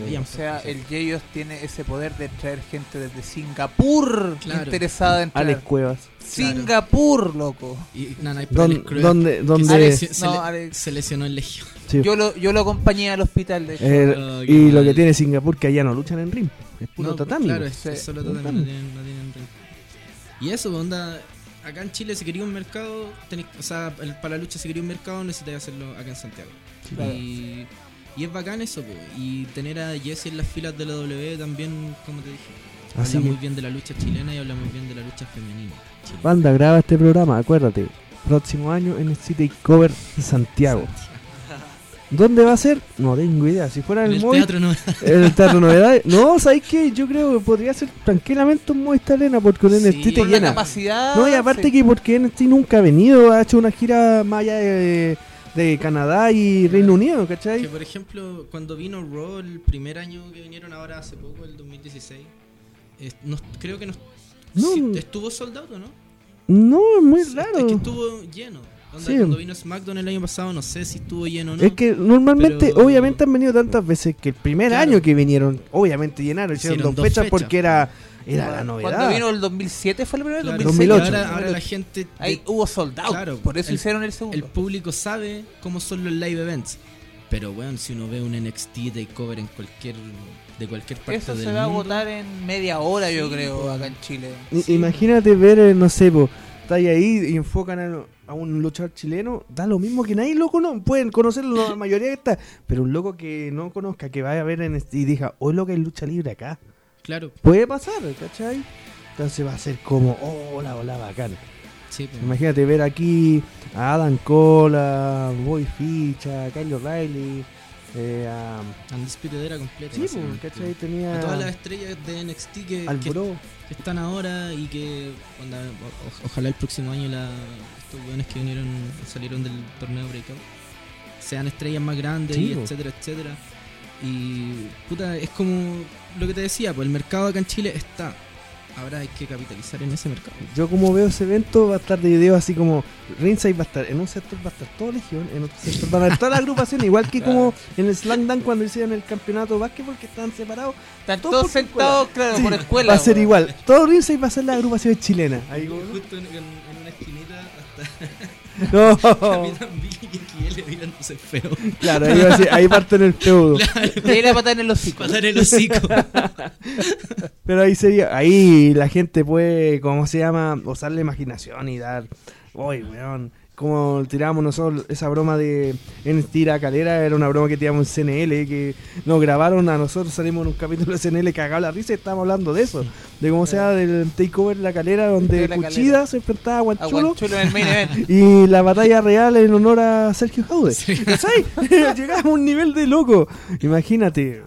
[SPEAKER 5] bien,
[SPEAKER 4] O sea, el Jeyos tiene ese poder de traer gente desde Singapur
[SPEAKER 5] Claro.
[SPEAKER 4] interesada en
[SPEAKER 3] Alex
[SPEAKER 4] traer.
[SPEAKER 3] Cuevas.
[SPEAKER 4] Singapur, loco.
[SPEAKER 5] y Nanay
[SPEAKER 3] Don-
[SPEAKER 5] Pérez Cruz,
[SPEAKER 3] donde,
[SPEAKER 5] que
[SPEAKER 3] donde,
[SPEAKER 5] se,
[SPEAKER 4] Alex-
[SPEAKER 5] lesi- se
[SPEAKER 4] no,
[SPEAKER 5] le-
[SPEAKER 4] Alex.
[SPEAKER 5] se lesionó en Legión.
[SPEAKER 3] sí. Eh,
[SPEAKER 4] Yo lo, yo lo acompañé al hospital de hecho.
[SPEAKER 3] El-
[SPEAKER 5] Oh, qué
[SPEAKER 3] y lo
[SPEAKER 5] mal.
[SPEAKER 3] que tiene Singapur, que allá no luchan en ring. es puro
[SPEAKER 5] No,
[SPEAKER 3] tatami.
[SPEAKER 5] Claro,
[SPEAKER 3] po.
[SPEAKER 5] es,
[SPEAKER 4] Sí.
[SPEAKER 5] es solo tatami, no tienen, no tienen ring. Y eso, pues, onda. Acá en Chile, si quería un mercado, tenés- o sea, el- para la lucha, si quería un mercado, necesitáis hacerlo acá en Santiago.
[SPEAKER 4] Claro.
[SPEAKER 5] Y, y es bacán eso, pues. Y tener a Jesse en las filas de la W también, como te dije,
[SPEAKER 3] Así
[SPEAKER 5] habla
[SPEAKER 3] que-
[SPEAKER 5] muy bien de la lucha chilena y habla muy bien de la lucha femenina. chilena.
[SPEAKER 3] Banda, graba este programa, acuérdate. Próximo año en el City Cover Santiago. ¿Dónde va a ser? No tengo idea. Si fuera en
[SPEAKER 5] En el
[SPEAKER 3] el, Movi-
[SPEAKER 5] teatro no.
[SPEAKER 3] en el Teatro Novedades. No, ¿sabes qué? Yo creo que podría ser tranquilamente un Movistar Arena porque un NXT te
[SPEAKER 5] Sí,
[SPEAKER 4] Por la
[SPEAKER 3] llena.
[SPEAKER 4] capacidad.
[SPEAKER 3] No, y aparte
[SPEAKER 4] sí.
[SPEAKER 3] que porque NXT nunca ha venido, ha hecho una gira más allá de, de Canadá y Reino Unido, ¿cachai?
[SPEAKER 5] Que por ejemplo, cuando vino Raw el primer año que vinieron ahora hace poco, el 2016, es- no- creo que no,
[SPEAKER 3] No.
[SPEAKER 5] sí, estuvo soldado, ¿no?
[SPEAKER 3] No, es muy
[SPEAKER 5] Es-
[SPEAKER 3] raro.
[SPEAKER 5] Es que estuvo lleno. Onda,
[SPEAKER 3] Pues, Sí.
[SPEAKER 5] Cuando vino SmackDown el año pasado, no sé si estuvo lleno o no.
[SPEAKER 3] Es que normalmente,
[SPEAKER 5] Pero-
[SPEAKER 3] obviamente han venido tantas veces que el primer
[SPEAKER 5] Claro.
[SPEAKER 3] año que vinieron, obviamente llenaron, hicieron,
[SPEAKER 5] Hicieron
[SPEAKER 3] dos
[SPEAKER 5] dos
[SPEAKER 3] fechas,
[SPEAKER 5] fechas.
[SPEAKER 3] porque era, era la
[SPEAKER 4] Cuando
[SPEAKER 3] novedad.
[SPEAKER 4] vino el 2007 fue el primero,
[SPEAKER 5] Claro,
[SPEAKER 4] 2006,
[SPEAKER 3] 2008.
[SPEAKER 5] Ahora, ahora la gente,
[SPEAKER 4] Ahí hubo soldados.
[SPEAKER 5] Claro,
[SPEAKER 4] por eso
[SPEAKER 5] el-
[SPEAKER 4] hicieron el
[SPEAKER 5] el
[SPEAKER 4] segundo.
[SPEAKER 5] público sabe cómo son los live events. Pero bueno, si uno ve un NXT takeover en cualquier, de cualquier parte
[SPEAKER 4] eso
[SPEAKER 5] del
[SPEAKER 4] se va a
[SPEAKER 5] mundo,
[SPEAKER 4] agotar en media hora, yo
[SPEAKER 5] Sí,
[SPEAKER 4] creo,
[SPEAKER 5] pues.
[SPEAKER 4] acá en Chile.
[SPEAKER 3] I- Imagínate ver, eh, no sé, po, está ahí ahí y enfocan a, a un luchador chileno, da lo mismo que nadie lo conoce, pueden conocerlo la mayoría que está, pero un loco que no conozca, que vaya a ver en este- y diga, hoy lo que es lucha libre acá,
[SPEAKER 5] Claro,
[SPEAKER 3] puede pasar, ¿cachai? Entonces va a ser como, oh, hola, hola, bacán.
[SPEAKER 5] sí, pues.
[SPEAKER 3] Imagínate ver aquí a Adam Cole, a Boy Ficha, a Kyle O'Reilly, eh, a...
[SPEAKER 5] Undisputed era completa.
[SPEAKER 3] Sí, po,
[SPEAKER 5] básicamente.
[SPEAKER 3] ¿cachai?
[SPEAKER 5] A todas las
[SPEAKER 3] Tenía
[SPEAKER 5] estrellas de NXT que,
[SPEAKER 3] al
[SPEAKER 5] que-
[SPEAKER 3] bro.
[SPEAKER 5] que están ahora y que onda, o- o- ojalá el próximo año la, estos weones que vinieron salieron del torneo Breakout sean estrellas más grandes
[SPEAKER 3] Sí,
[SPEAKER 5] y
[SPEAKER 3] po.
[SPEAKER 5] etcétera, etcétera. Y puta, es como lo que te decía, pues el mercado acá en Chile está. Ahora hay que capitalizar en ese mercado.
[SPEAKER 3] Yo como veo ese evento va a estar de video así como Ringside va a estar, en un sector va a estar todo Legión, en otro sector van a estar toda la agrupación, igual que como en el Slam Dunk cuando hicieron el campeonato de básquetbol que estaban separados,
[SPEAKER 4] Están
[SPEAKER 3] Todo
[SPEAKER 4] todos
[SPEAKER 3] por
[SPEAKER 4] sentados, claro,
[SPEAKER 3] Sí,
[SPEAKER 4] por escuela.
[SPEAKER 3] va a ser
[SPEAKER 4] weón.
[SPEAKER 3] igual, todo Ringside va a ser la agrupación chilena. Ahí como-
[SPEAKER 5] Justo en, una esquinita hasta
[SPEAKER 3] no,
[SPEAKER 5] Capitán Vicky que él mirándose feo.
[SPEAKER 3] claro, ahí, va a ser- ahí parten el feudo.
[SPEAKER 4] Tiene la patada en el hocico.
[SPEAKER 5] Pasar el hocico.
[SPEAKER 3] Pero ahí sería, ahí la gente puede, ¿cómo se llama? Usar la imaginación y dar, uy, weón, como tirábamos nosotros esa broma de en tira calera, era una broma que tiramos en CNL, que nos grabaron a nosotros, salimos en un capítulo de CNL cagado la risa y estábamos hablando de eso, de cómo se llama, del takeover de la calera donde
[SPEAKER 4] De Eh. la
[SPEAKER 3] Cuchida
[SPEAKER 4] calera.
[SPEAKER 3] se enfrentaba a
[SPEAKER 4] A
[SPEAKER 3] Guanchulo.
[SPEAKER 4] Guanchulo en el main event.
[SPEAKER 3] Y la batalla real en honor a Sergio Jaude.
[SPEAKER 5] Sí.
[SPEAKER 3] ¿Cachai? Llegamos a un nivel de loco. Imagínate.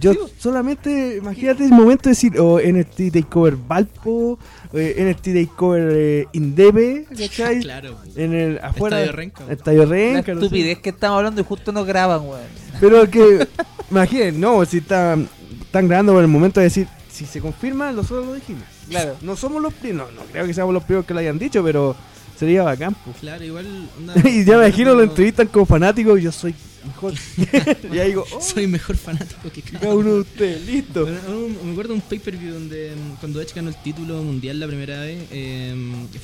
[SPEAKER 3] Yo solamente, imagínate el momento de decir, oh, o NXT Takeover Valpo, eh, NXT Takeover eh, Indebe, ¿cachai?
[SPEAKER 5] claro.
[SPEAKER 3] En el, afuera.
[SPEAKER 5] Estadio Renca.
[SPEAKER 3] Estadio
[SPEAKER 4] La
[SPEAKER 3] Renca, no sé.
[SPEAKER 4] estupidez que estamos hablando y justo nos graban, weón.
[SPEAKER 3] Pero que, imaginen, no, si están, están grabando por el momento de decir, si se confirma, nosotros lo dijimos.
[SPEAKER 4] Claro.
[SPEAKER 3] No somos los primeros, no, no creo que seamos los primeros que lo hayan dicho, pero sería bacán, pues.
[SPEAKER 5] Claro, igual. onda,
[SPEAKER 3] y ya me imagino lo
[SPEAKER 5] no-
[SPEAKER 3] entrevistan como fanático y yo soy mejor. y ahí digo, oh,
[SPEAKER 5] Soy mejor fanático que cada
[SPEAKER 3] cada uno de ustedes, listo.
[SPEAKER 5] Bueno, ah, un- me acuerdo de un pay-per-view donde mm, cuando Edge ganó el título mundial la primera vez, eh,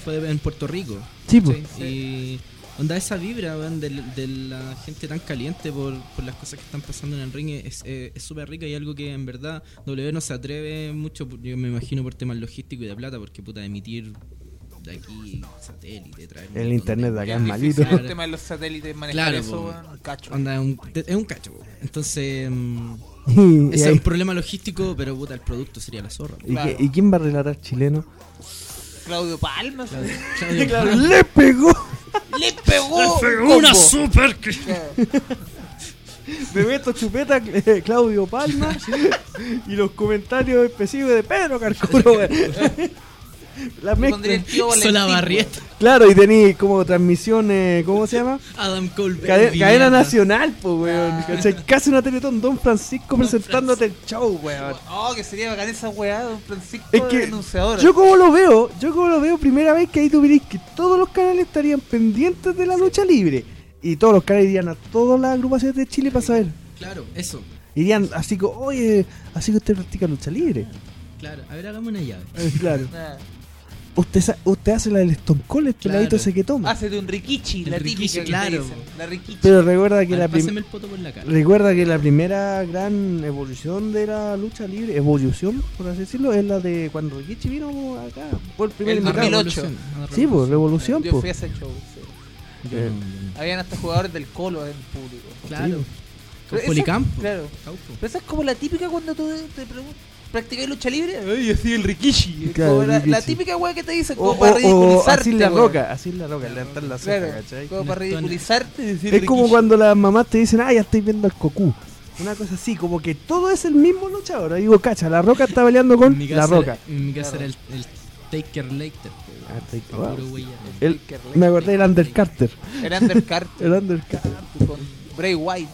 [SPEAKER 5] fue en Puerto Rico.
[SPEAKER 3] Sí,
[SPEAKER 5] ¿cachai? Y onda esa vibra weón, del- de, la gente tan caliente por, por las cosas que están pasando en el ring es eh, es súper rica y algo que en verdad W no se atreve mucho, por- yo me imagino por temas logísticos y de plata, porque puta, emitir de aquí satélite, traer... un
[SPEAKER 3] El
[SPEAKER 5] montón
[SPEAKER 3] internet de acá es
[SPEAKER 5] weas,
[SPEAKER 3] malito.
[SPEAKER 5] claro.
[SPEAKER 4] El tema de los satélites, manejar
[SPEAKER 5] Claro,
[SPEAKER 4] eso,
[SPEAKER 5] po.
[SPEAKER 4] weón. Cacho.
[SPEAKER 5] Onda, es un, es un cacho. weón. Entonces... mm,
[SPEAKER 3] Y,
[SPEAKER 5] ese es
[SPEAKER 3] ahí-
[SPEAKER 5] un problema logístico, pero puta, el producto sería la zorra.
[SPEAKER 3] ¿y
[SPEAKER 4] claro.
[SPEAKER 3] qué- ¿y quién va a relatar chileno?
[SPEAKER 4] Claudio Palma.
[SPEAKER 5] Claudio,
[SPEAKER 3] ¡Le pegó!
[SPEAKER 4] Le pegó.
[SPEAKER 5] ¡Oh, una
[SPEAKER 4] combo.
[SPEAKER 5] super
[SPEAKER 3] Bebeto Chupeta, eh, Claudio Palma y los comentarios específicos de Pedro Carcuro. La
[SPEAKER 4] Le
[SPEAKER 3] mezcla.
[SPEAKER 4] pondría el tío Valentín,
[SPEAKER 5] Sola
[SPEAKER 4] weón.
[SPEAKER 5] Barrieta,
[SPEAKER 3] Claro, y tení como transmisión, eh, ¿cómo se llama?
[SPEAKER 5] Adam Cole,
[SPEAKER 3] Cade-
[SPEAKER 5] Baby,
[SPEAKER 3] cadena
[SPEAKER 5] mierda.
[SPEAKER 3] nacional, pues, weón. ¿cachai? Casi una Teletón, Don Francisco presentándote el show, weón.
[SPEAKER 4] Oh, que sería bacán esa weá, don Francisco
[SPEAKER 3] Es que
[SPEAKER 4] denunciador.
[SPEAKER 3] Yo como lo veo, yo como lo veo, primera vez que ahí tuvierais que todos los canales estarían pendientes de la lucha libre. Y todos los canales irían a todas las agrupaciones de Chile para saber.
[SPEAKER 5] Claro, eso.
[SPEAKER 3] Irían así como, oye, así que usted practica lucha libre.
[SPEAKER 5] Claro, a ver, hagamos una llave.
[SPEAKER 4] Ah,
[SPEAKER 3] Eh, Claro.
[SPEAKER 4] Nah.
[SPEAKER 3] Usted, sa- usted hace la del Stone Cold, el peladito ese que toma.
[SPEAKER 4] Hácete un rikichi,
[SPEAKER 5] El
[SPEAKER 4] la
[SPEAKER 5] rikichi,
[SPEAKER 4] típica que te
[SPEAKER 5] claro.
[SPEAKER 4] dicen, La rikichi.
[SPEAKER 3] Pero recuerda que
[SPEAKER 5] A
[SPEAKER 3] la
[SPEAKER 5] ver,
[SPEAKER 3] prim-
[SPEAKER 5] páseme el poto por la cara.
[SPEAKER 3] Recuerda que la primera gran evolución de la lucha libre, evolución, por así decirlo, es la de cuando Rikichi vino acá, fue el primer
[SPEAKER 4] El
[SPEAKER 3] invitado.
[SPEAKER 4] 2008.
[SPEAKER 3] Sí, pues, revolución,
[SPEAKER 4] Yo fui a
[SPEAKER 3] pues. Eh,
[SPEAKER 4] ese show. sí.
[SPEAKER 5] Yo no, yo no.
[SPEAKER 4] Habían hasta jugadores del Colo en público.
[SPEAKER 5] Claro.
[SPEAKER 4] Pero
[SPEAKER 5] Con
[SPEAKER 4] esa-
[SPEAKER 5] Policampo.
[SPEAKER 4] Claro.
[SPEAKER 5] Caupo.
[SPEAKER 4] Pero esa es como la típica cuando tú te preguntas, ¿practicáis lucha libre? Ay, yo soy el rikichi. Es
[SPEAKER 3] Claro,
[SPEAKER 4] como la,
[SPEAKER 3] rikichi.
[SPEAKER 4] la típica weá que te dicen,
[SPEAKER 3] O,
[SPEAKER 4] como
[SPEAKER 3] o-
[SPEAKER 4] para
[SPEAKER 3] o
[SPEAKER 4] ridiculizarte.
[SPEAKER 3] así la
[SPEAKER 4] weón.
[SPEAKER 3] roca, así la roca, levantar la ceja,
[SPEAKER 4] Claro.
[SPEAKER 3] ¿cachai?
[SPEAKER 4] Como para
[SPEAKER 5] Las tonas.
[SPEAKER 4] ridiculizarte y decir
[SPEAKER 3] Es como
[SPEAKER 4] rikichi.
[SPEAKER 3] cuando las mamás te dicen, ah, ya estoy viendo al Goku. Una cosa así, como que todo es el mismo luchador. Ahí digo, cacha, la roca está peleando
[SPEAKER 5] En
[SPEAKER 3] con
[SPEAKER 5] mi
[SPEAKER 3] la
[SPEAKER 5] casa
[SPEAKER 3] roca.
[SPEAKER 5] era- en mi casa
[SPEAKER 4] Claro.
[SPEAKER 5] era el, el Taker Later.
[SPEAKER 3] Ah, estoy-
[SPEAKER 5] Puro
[SPEAKER 3] wow.
[SPEAKER 5] güey.
[SPEAKER 3] El- me acordé del Undercarter.
[SPEAKER 4] Era Undercarter
[SPEAKER 3] El Undercarter.
[SPEAKER 4] con Bray White.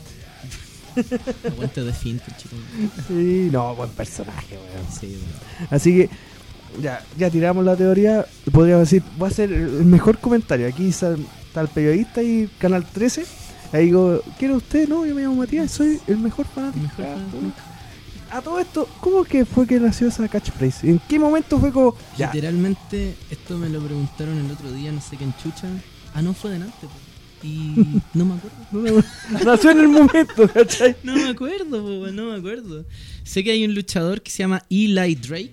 [SPEAKER 5] Aguante de fin, chico.
[SPEAKER 3] Sí, no, buen personaje, weón.
[SPEAKER 5] Sí, bueno.
[SPEAKER 3] Así que ya, ya tiramos la teoría. Podríamos decir, voy a hacer el mejor comentario. Aquí sal- está el periodista y Canal 13. Ahí digo, ¿quiere usted? No, yo me llamo Matías, soy el mejor fanático.
[SPEAKER 5] Mejor
[SPEAKER 3] Ah,
[SPEAKER 5] fanático.
[SPEAKER 3] A todo esto, ¿cómo que fue que nació esa catchphrase? ¿En qué momento fue como.? Ya,
[SPEAKER 5] Literalmente, esto me lo preguntaron el otro día, no sé qué en Chucha. Ah, no, fue delante. po. Y no me acuerdo.
[SPEAKER 3] no me- nació en el momento, ¿cachai?
[SPEAKER 5] No me acuerdo, po, weón, no me acuerdo. Sé que hay un luchador que se llama Eli Drake,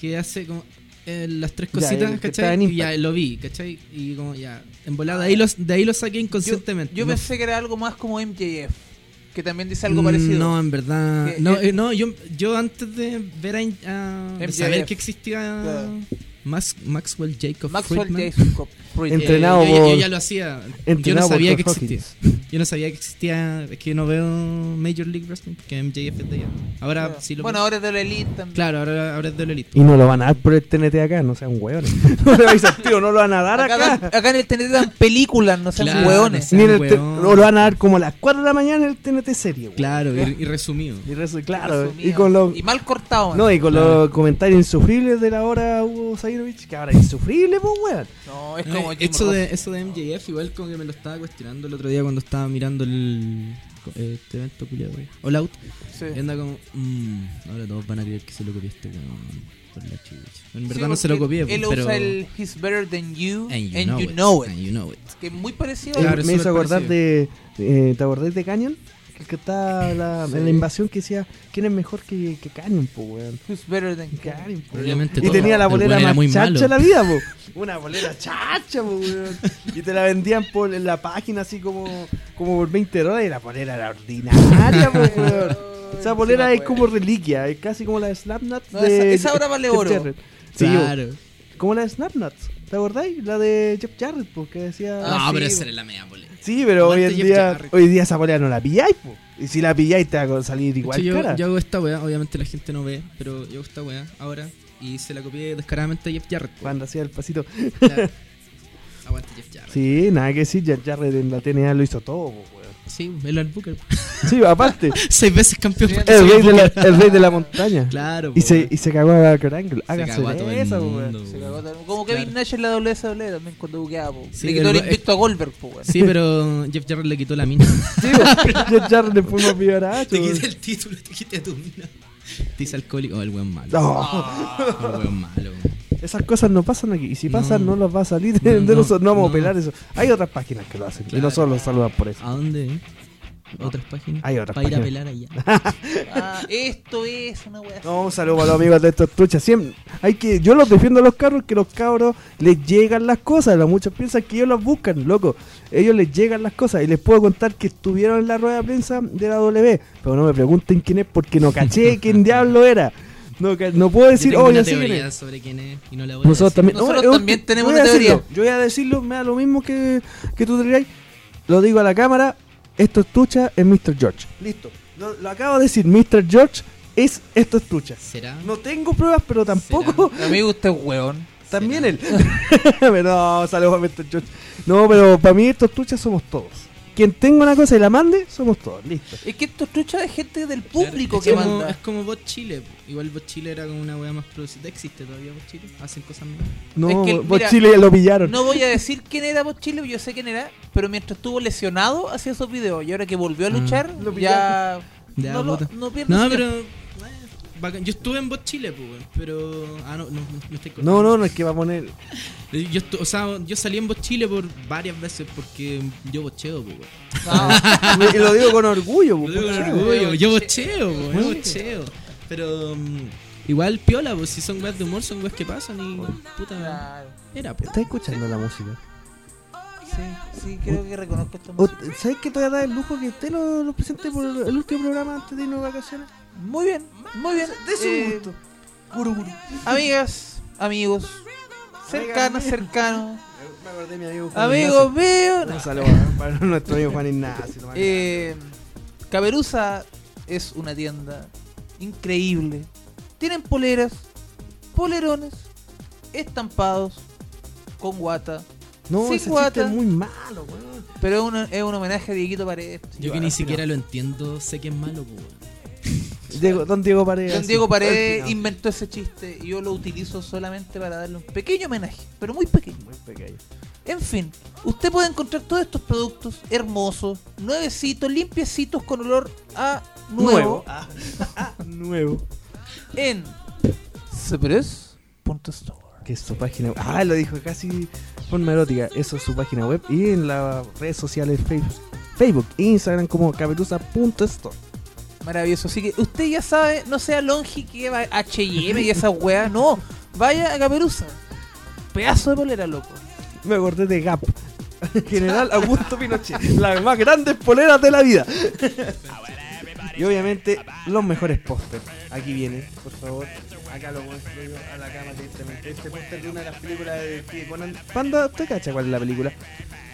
[SPEAKER 5] que hace como eh, las tres
[SPEAKER 3] Ya,
[SPEAKER 5] cositas,
[SPEAKER 3] el que estaba en
[SPEAKER 5] ¿cachai? Y
[SPEAKER 3] Impact.
[SPEAKER 5] ya lo vi, ¿cachai? Y como ya, en volada, de ahí, los, de ahí lo saqué
[SPEAKER 4] Yo,
[SPEAKER 5] inconscientemente.
[SPEAKER 4] yo
[SPEAKER 5] No- mm,
[SPEAKER 4] pensé que era algo más como MJF, que también dice algo parecido.
[SPEAKER 5] No, en verdad.
[SPEAKER 4] Que-
[SPEAKER 5] No,
[SPEAKER 4] eh,
[SPEAKER 5] eh, no yo, yo antes de ver a, a- de
[SPEAKER 4] MJF.
[SPEAKER 5] saber que existía
[SPEAKER 4] Claro.
[SPEAKER 5] Max- Maxwell Jacob
[SPEAKER 4] Maxwell
[SPEAKER 5] Friedman,
[SPEAKER 4] Jacob Friedman.
[SPEAKER 5] eh,
[SPEAKER 3] Entrenado
[SPEAKER 5] yo, yo- yo
[SPEAKER 3] por-
[SPEAKER 5] ya lo hacía. Yo no
[SPEAKER 3] Entrenado por
[SPEAKER 5] sabía que
[SPEAKER 3] Hulk
[SPEAKER 5] existía. Yo no sabía que existía. Es que yo no veo Major League Wrestling porque MJF es de allá. Ahora
[SPEAKER 4] Claro.
[SPEAKER 5] sí lo
[SPEAKER 4] bueno, ahora es de la Elite también.
[SPEAKER 5] Claro, ahora, ahora es de Lolito.
[SPEAKER 3] Y no lo van a dar por el TNT acá, no sean hueones. No le vais a tío, no lo van a dar
[SPEAKER 4] Acá,
[SPEAKER 3] acá.
[SPEAKER 4] dan- acá en el TNT dan películas, no sean
[SPEAKER 5] Claro,
[SPEAKER 4] hueones.
[SPEAKER 5] sí.
[SPEAKER 3] Ni en el te-
[SPEAKER 5] Hueón.
[SPEAKER 3] o lo van a dar como a las 4 de la mañana en el TNT serie, weón.
[SPEAKER 5] Claro, y, y resumido.
[SPEAKER 3] Y rezo- claro,
[SPEAKER 4] Resumido.
[SPEAKER 3] y con los
[SPEAKER 4] Y mal cortado. man.
[SPEAKER 3] No, y con los comentarios insufribles de la hora Hugo Zainovich, que ahora es insufrible, pues, weón.
[SPEAKER 4] No, es como
[SPEAKER 5] Eh,
[SPEAKER 4] Jim
[SPEAKER 5] eso,
[SPEAKER 4] Ross.
[SPEAKER 5] de, eso de MJF, igual como que me lo estaba cuestionando el otro día cuando estaba mirando el. Este evento culiado, All Out.
[SPEAKER 4] Sí.
[SPEAKER 5] Y anda como, mmm, ahora todos van a creer que se lo copié este weón por la chucha. En verdad
[SPEAKER 4] Sí,
[SPEAKER 5] no se lo
[SPEAKER 4] porque
[SPEAKER 5] copié,
[SPEAKER 4] Él
[SPEAKER 5] po, pero...
[SPEAKER 4] usa el He's Better Than You
[SPEAKER 5] And you, know, it, And you know it.
[SPEAKER 4] Que es muy parecido
[SPEAKER 5] Claro,
[SPEAKER 3] Eh,
[SPEAKER 5] es
[SPEAKER 3] me hizo
[SPEAKER 5] súper
[SPEAKER 3] acordar de. eh, ¿Te acordás de Canyon? Que, que está la, en la invasión que decía: ¿Quién es mejor que, que Canyon, pues, weón?
[SPEAKER 4] al He's Better Than You.
[SPEAKER 3] Canyon, po,
[SPEAKER 5] Probablemente
[SPEAKER 3] weón. Y
[SPEAKER 5] todo.
[SPEAKER 3] tenía la
[SPEAKER 5] El
[SPEAKER 3] bolera
[SPEAKER 5] weón era
[SPEAKER 3] más
[SPEAKER 5] muy
[SPEAKER 3] chacha
[SPEAKER 5] malo.
[SPEAKER 3] de la vida, po. Una bolera chacha, po, weón. Y te la vendían por en la página así como, como por 20 dólares y la bolera era ordinaria, po, weón. Esa bolera es como reliquia, es casi como la de Slapnut.
[SPEAKER 4] No,
[SPEAKER 3] de,
[SPEAKER 4] esa- esa ahora vale
[SPEAKER 3] Jeff
[SPEAKER 4] oro.
[SPEAKER 3] Jarrett. Sí, po.
[SPEAKER 5] Claro.
[SPEAKER 3] Como la de Snapnuts, ¿te acordáis? La de Jeff Jarrett, porque decía.
[SPEAKER 4] Ah,
[SPEAKER 5] no,
[SPEAKER 4] sí,
[SPEAKER 5] pero
[SPEAKER 4] po.
[SPEAKER 5] esa era la media boleta.
[SPEAKER 3] sí, pero hoy
[SPEAKER 5] aguante
[SPEAKER 3] en
[SPEAKER 5] Jeff
[SPEAKER 3] día.
[SPEAKER 5] Jarrett.
[SPEAKER 3] Hoy día esa polea no la pilláis, po. Y si la pilláis te va a salir igual
[SPEAKER 5] De hecho,
[SPEAKER 3] cara.
[SPEAKER 5] yo, yo hago esta weá, obviamente la gente no ve, pero yo hago esta weá ahora y se la copié descaradamente a Jeff Jarrett. po.
[SPEAKER 3] Cuando hacía el pasito.
[SPEAKER 5] Claro. Aguante Jeff Jarrett. Sí,
[SPEAKER 3] Sí, nada que decir, Jeff Jarrett en la TNA lo hizo todo, po, weón.
[SPEAKER 5] el Al Booker.
[SPEAKER 3] Sí, aparte,
[SPEAKER 5] Seis veces campeón.
[SPEAKER 4] Sí,
[SPEAKER 5] porque
[SPEAKER 3] el
[SPEAKER 5] soy
[SPEAKER 3] rey, de la,
[SPEAKER 5] Booker.
[SPEAKER 3] el rey de la montaña.
[SPEAKER 5] Claro,
[SPEAKER 3] Y
[SPEAKER 5] po,
[SPEAKER 3] se,
[SPEAKER 5] weón.
[SPEAKER 3] y se cagó a Kurt Angle.
[SPEAKER 5] Se
[SPEAKER 3] Hágase
[SPEAKER 5] cagó a todo el
[SPEAKER 3] eso, po, weón.
[SPEAKER 5] mundo,
[SPEAKER 4] Se
[SPEAKER 5] weón.
[SPEAKER 4] cagó todo- Como Kevin
[SPEAKER 5] Mm. Claro.
[SPEAKER 4] Nash en la WWE también cuando buqueaba. po.
[SPEAKER 5] Sí,
[SPEAKER 4] Le quitó
[SPEAKER 5] el-
[SPEAKER 4] el invicto a Goldberg. po, weón.
[SPEAKER 5] Sí, pero Jeff Jarrett le quitó la mina.
[SPEAKER 3] Sí, weón. Jeff Jarrett le fue más pioracho.
[SPEAKER 5] Te
[SPEAKER 3] weón.
[SPEAKER 5] quité el título, te quité tu mina. Te hice alcohólico. Oh, el weón malo.
[SPEAKER 3] No,
[SPEAKER 5] El weón malo.
[SPEAKER 3] esas cosas no pasan aquí. Y si pasan,
[SPEAKER 5] No.
[SPEAKER 3] no, las va a salir. de- de
[SPEAKER 5] No, no,
[SPEAKER 3] nosotros, no, vamos
[SPEAKER 5] no.
[SPEAKER 3] a pelar eso. Hay otras páginas que lo hacen. Y
[SPEAKER 5] Claro.
[SPEAKER 3] nosotros los saludamos por eso.
[SPEAKER 5] ¿A dónde? ¿Otras páginas?
[SPEAKER 3] Hay otras
[SPEAKER 5] Para ir a
[SPEAKER 3] páginas.
[SPEAKER 5] pelar allá.
[SPEAKER 4] Ah, esto es una wea. así.
[SPEAKER 3] No, un saludo para los amigos de estos truchas. Siempre, hay que, yo los defiendo a los cabros que los cabros les llegan las cosas. Los muchos piensan que ellos las buscan, loco. Ellos les llegan las cosas. Y les puedo contar que estuvieron en la rueda de prensa de la W. Pero no me pregunten quién es porque no caché quién diablo era. No, ca- no puedo decir,
[SPEAKER 5] Yo tengo
[SPEAKER 3] oh,
[SPEAKER 5] una
[SPEAKER 3] ya sé quién
[SPEAKER 5] teoría
[SPEAKER 3] es.
[SPEAKER 5] sobre quién es y no la voy a
[SPEAKER 3] Nosotros
[SPEAKER 5] decir.
[SPEAKER 3] también,
[SPEAKER 4] Nosotros
[SPEAKER 3] es un-
[SPEAKER 4] también tenemos
[SPEAKER 3] yo voy a
[SPEAKER 4] una teoría.
[SPEAKER 3] decirlo, yo voy a decirlo, me da lo mismo que, que tú dirías. Lo digo a la cámara, esto es trucha, es Mr. George. Listo. Lo, lo acabo de decir, Mr. George es esto es trucha.
[SPEAKER 5] ¿Será?
[SPEAKER 3] No tengo pruebas, pero tampoco.
[SPEAKER 4] Amigo, usted es hueón.
[SPEAKER 3] También él. pero oh, no, saludos a Mr. George. No, pero para mí estos truchas somos todos. Quien tenga una cosa y la mande, somos todos. Listo.
[SPEAKER 4] Es que esto es trucha de gente del
[SPEAKER 5] Claro,
[SPEAKER 4] público
[SPEAKER 5] es
[SPEAKER 4] que
[SPEAKER 5] como,
[SPEAKER 4] manda.
[SPEAKER 5] Es como Bot Chile. po. Igual Bot Chile era como una weá más producida. ¿Existe todavía Bot Chile? ¿Hacen cosas nuevas?
[SPEAKER 3] No,
[SPEAKER 4] Es que,
[SPEAKER 3] vos
[SPEAKER 4] mira,
[SPEAKER 3] Chile lo pillaron.
[SPEAKER 4] No voy a decir quién era por Chile, yo sé quién era, pero mientras estuvo lesionado hacía esos videos y ahora que volvió a
[SPEAKER 5] Ah.
[SPEAKER 4] luchar,
[SPEAKER 3] Lo
[SPEAKER 4] ya,
[SPEAKER 5] Ya,
[SPEAKER 4] no, lo-
[SPEAKER 5] puta.
[SPEAKER 4] no pierde
[SPEAKER 5] No,
[SPEAKER 4] su-
[SPEAKER 5] pero... eh, bacán. Yo estuve en Bot Chile, pues, weón, pero. Ah, no, no, me estoy
[SPEAKER 3] No, no, no es que va a poner.
[SPEAKER 5] Eh, Yo, estu- o sea, yo salí en Bot Chile por varias veces porque yo bocheo, pues, weón.
[SPEAKER 3] Y lo digo con orgullo,
[SPEAKER 5] Lo digo con
[SPEAKER 3] pucha.
[SPEAKER 5] orgullo, yo bocheo,
[SPEAKER 4] bocheo,
[SPEAKER 5] po, yo bocheo. Pero mm, igual piola, pues si son weas de humor, son weas que pasan y puta
[SPEAKER 4] Claro.
[SPEAKER 5] era, pues.
[SPEAKER 3] ¿Estás escuchando la música?
[SPEAKER 4] Sí, sí, creo que reconozco esta
[SPEAKER 3] ¿O-
[SPEAKER 4] música.
[SPEAKER 3] ¿Sabes que te voy a dar el lujo que usted lo, lo presente por el último programa antes de irnos de vacaciones?
[SPEAKER 4] Muy bien, muy bien.
[SPEAKER 3] De su
[SPEAKER 4] Eh,
[SPEAKER 3] gusto.
[SPEAKER 4] Amigas, amigos, cercanas, cercanos,
[SPEAKER 3] Me acordé de mi amigo Juan
[SPEAKER 4] amigos míos.
[SPEAKER 3] Ignacio. Un saludo para nuestro amigo Juan Ignacio. nomás.
[SPEAKER 4] Eh, Caperuza es una tienda increíble. Tienen poleras, polerones, estampados, con guata.
[SPEAKER 3] no,
[SPEAKER 4] sí,
[SPEAKER 3] ese chiste
[SPEAKER 4] guata.
[SPEAKER 3] es muy malo, weón.
[SPEAKER 4] Pero es, una- es un homenaje a Dieguito Paredes.
[SPEAKER 5] Yo que ni siquiera lo entiendo, sé que es malo, pues. weón.
[SPEAKER 3] Diego- don Diego Paredes.
[SPEAKER 4] Don Diego Paredes
[SPEAKER 3] Al final.
[SPEAKER 4] inventó ese chiste y yo lo utilizo solamente para darle un pequeño homenaje, pero muy pequeño.
[SPEAKER 3] Muy pequeño.
[SPEAKER 4] En fin, usted puede encontrar todos estos productos hermosos, nuevecitos, limpiecitos con olor a nuevo,
[SPEAKER 3] Ah, ah, nuevo.
[SPEAKER 4] en Cepres.store.
[SPEAKER 3] Que es su página web. Ah, lo dijo casi de forma erótica. Eso es su página web. Y en las redes sociales Facebook, Facebook e Instagram como caperuza.store.
[SPEAKER 4] Maravilloso. Así que usted ya sabe, no sea Longi que va a HM y esa weá, no. Vaya a Caperuza. Pedazo de polera, loco.
[SPEAKER 3] Me acordé de Gap. General Augusto Pinochet. Las más grandes poleras de la vida. Y obviamente los mejores pósters. Aquí viene, por favor. Acá lo muestro yo a la cámara directamente. Este póster de una de las películas de de Conan. Panda, ¿te cacha cuál es la película?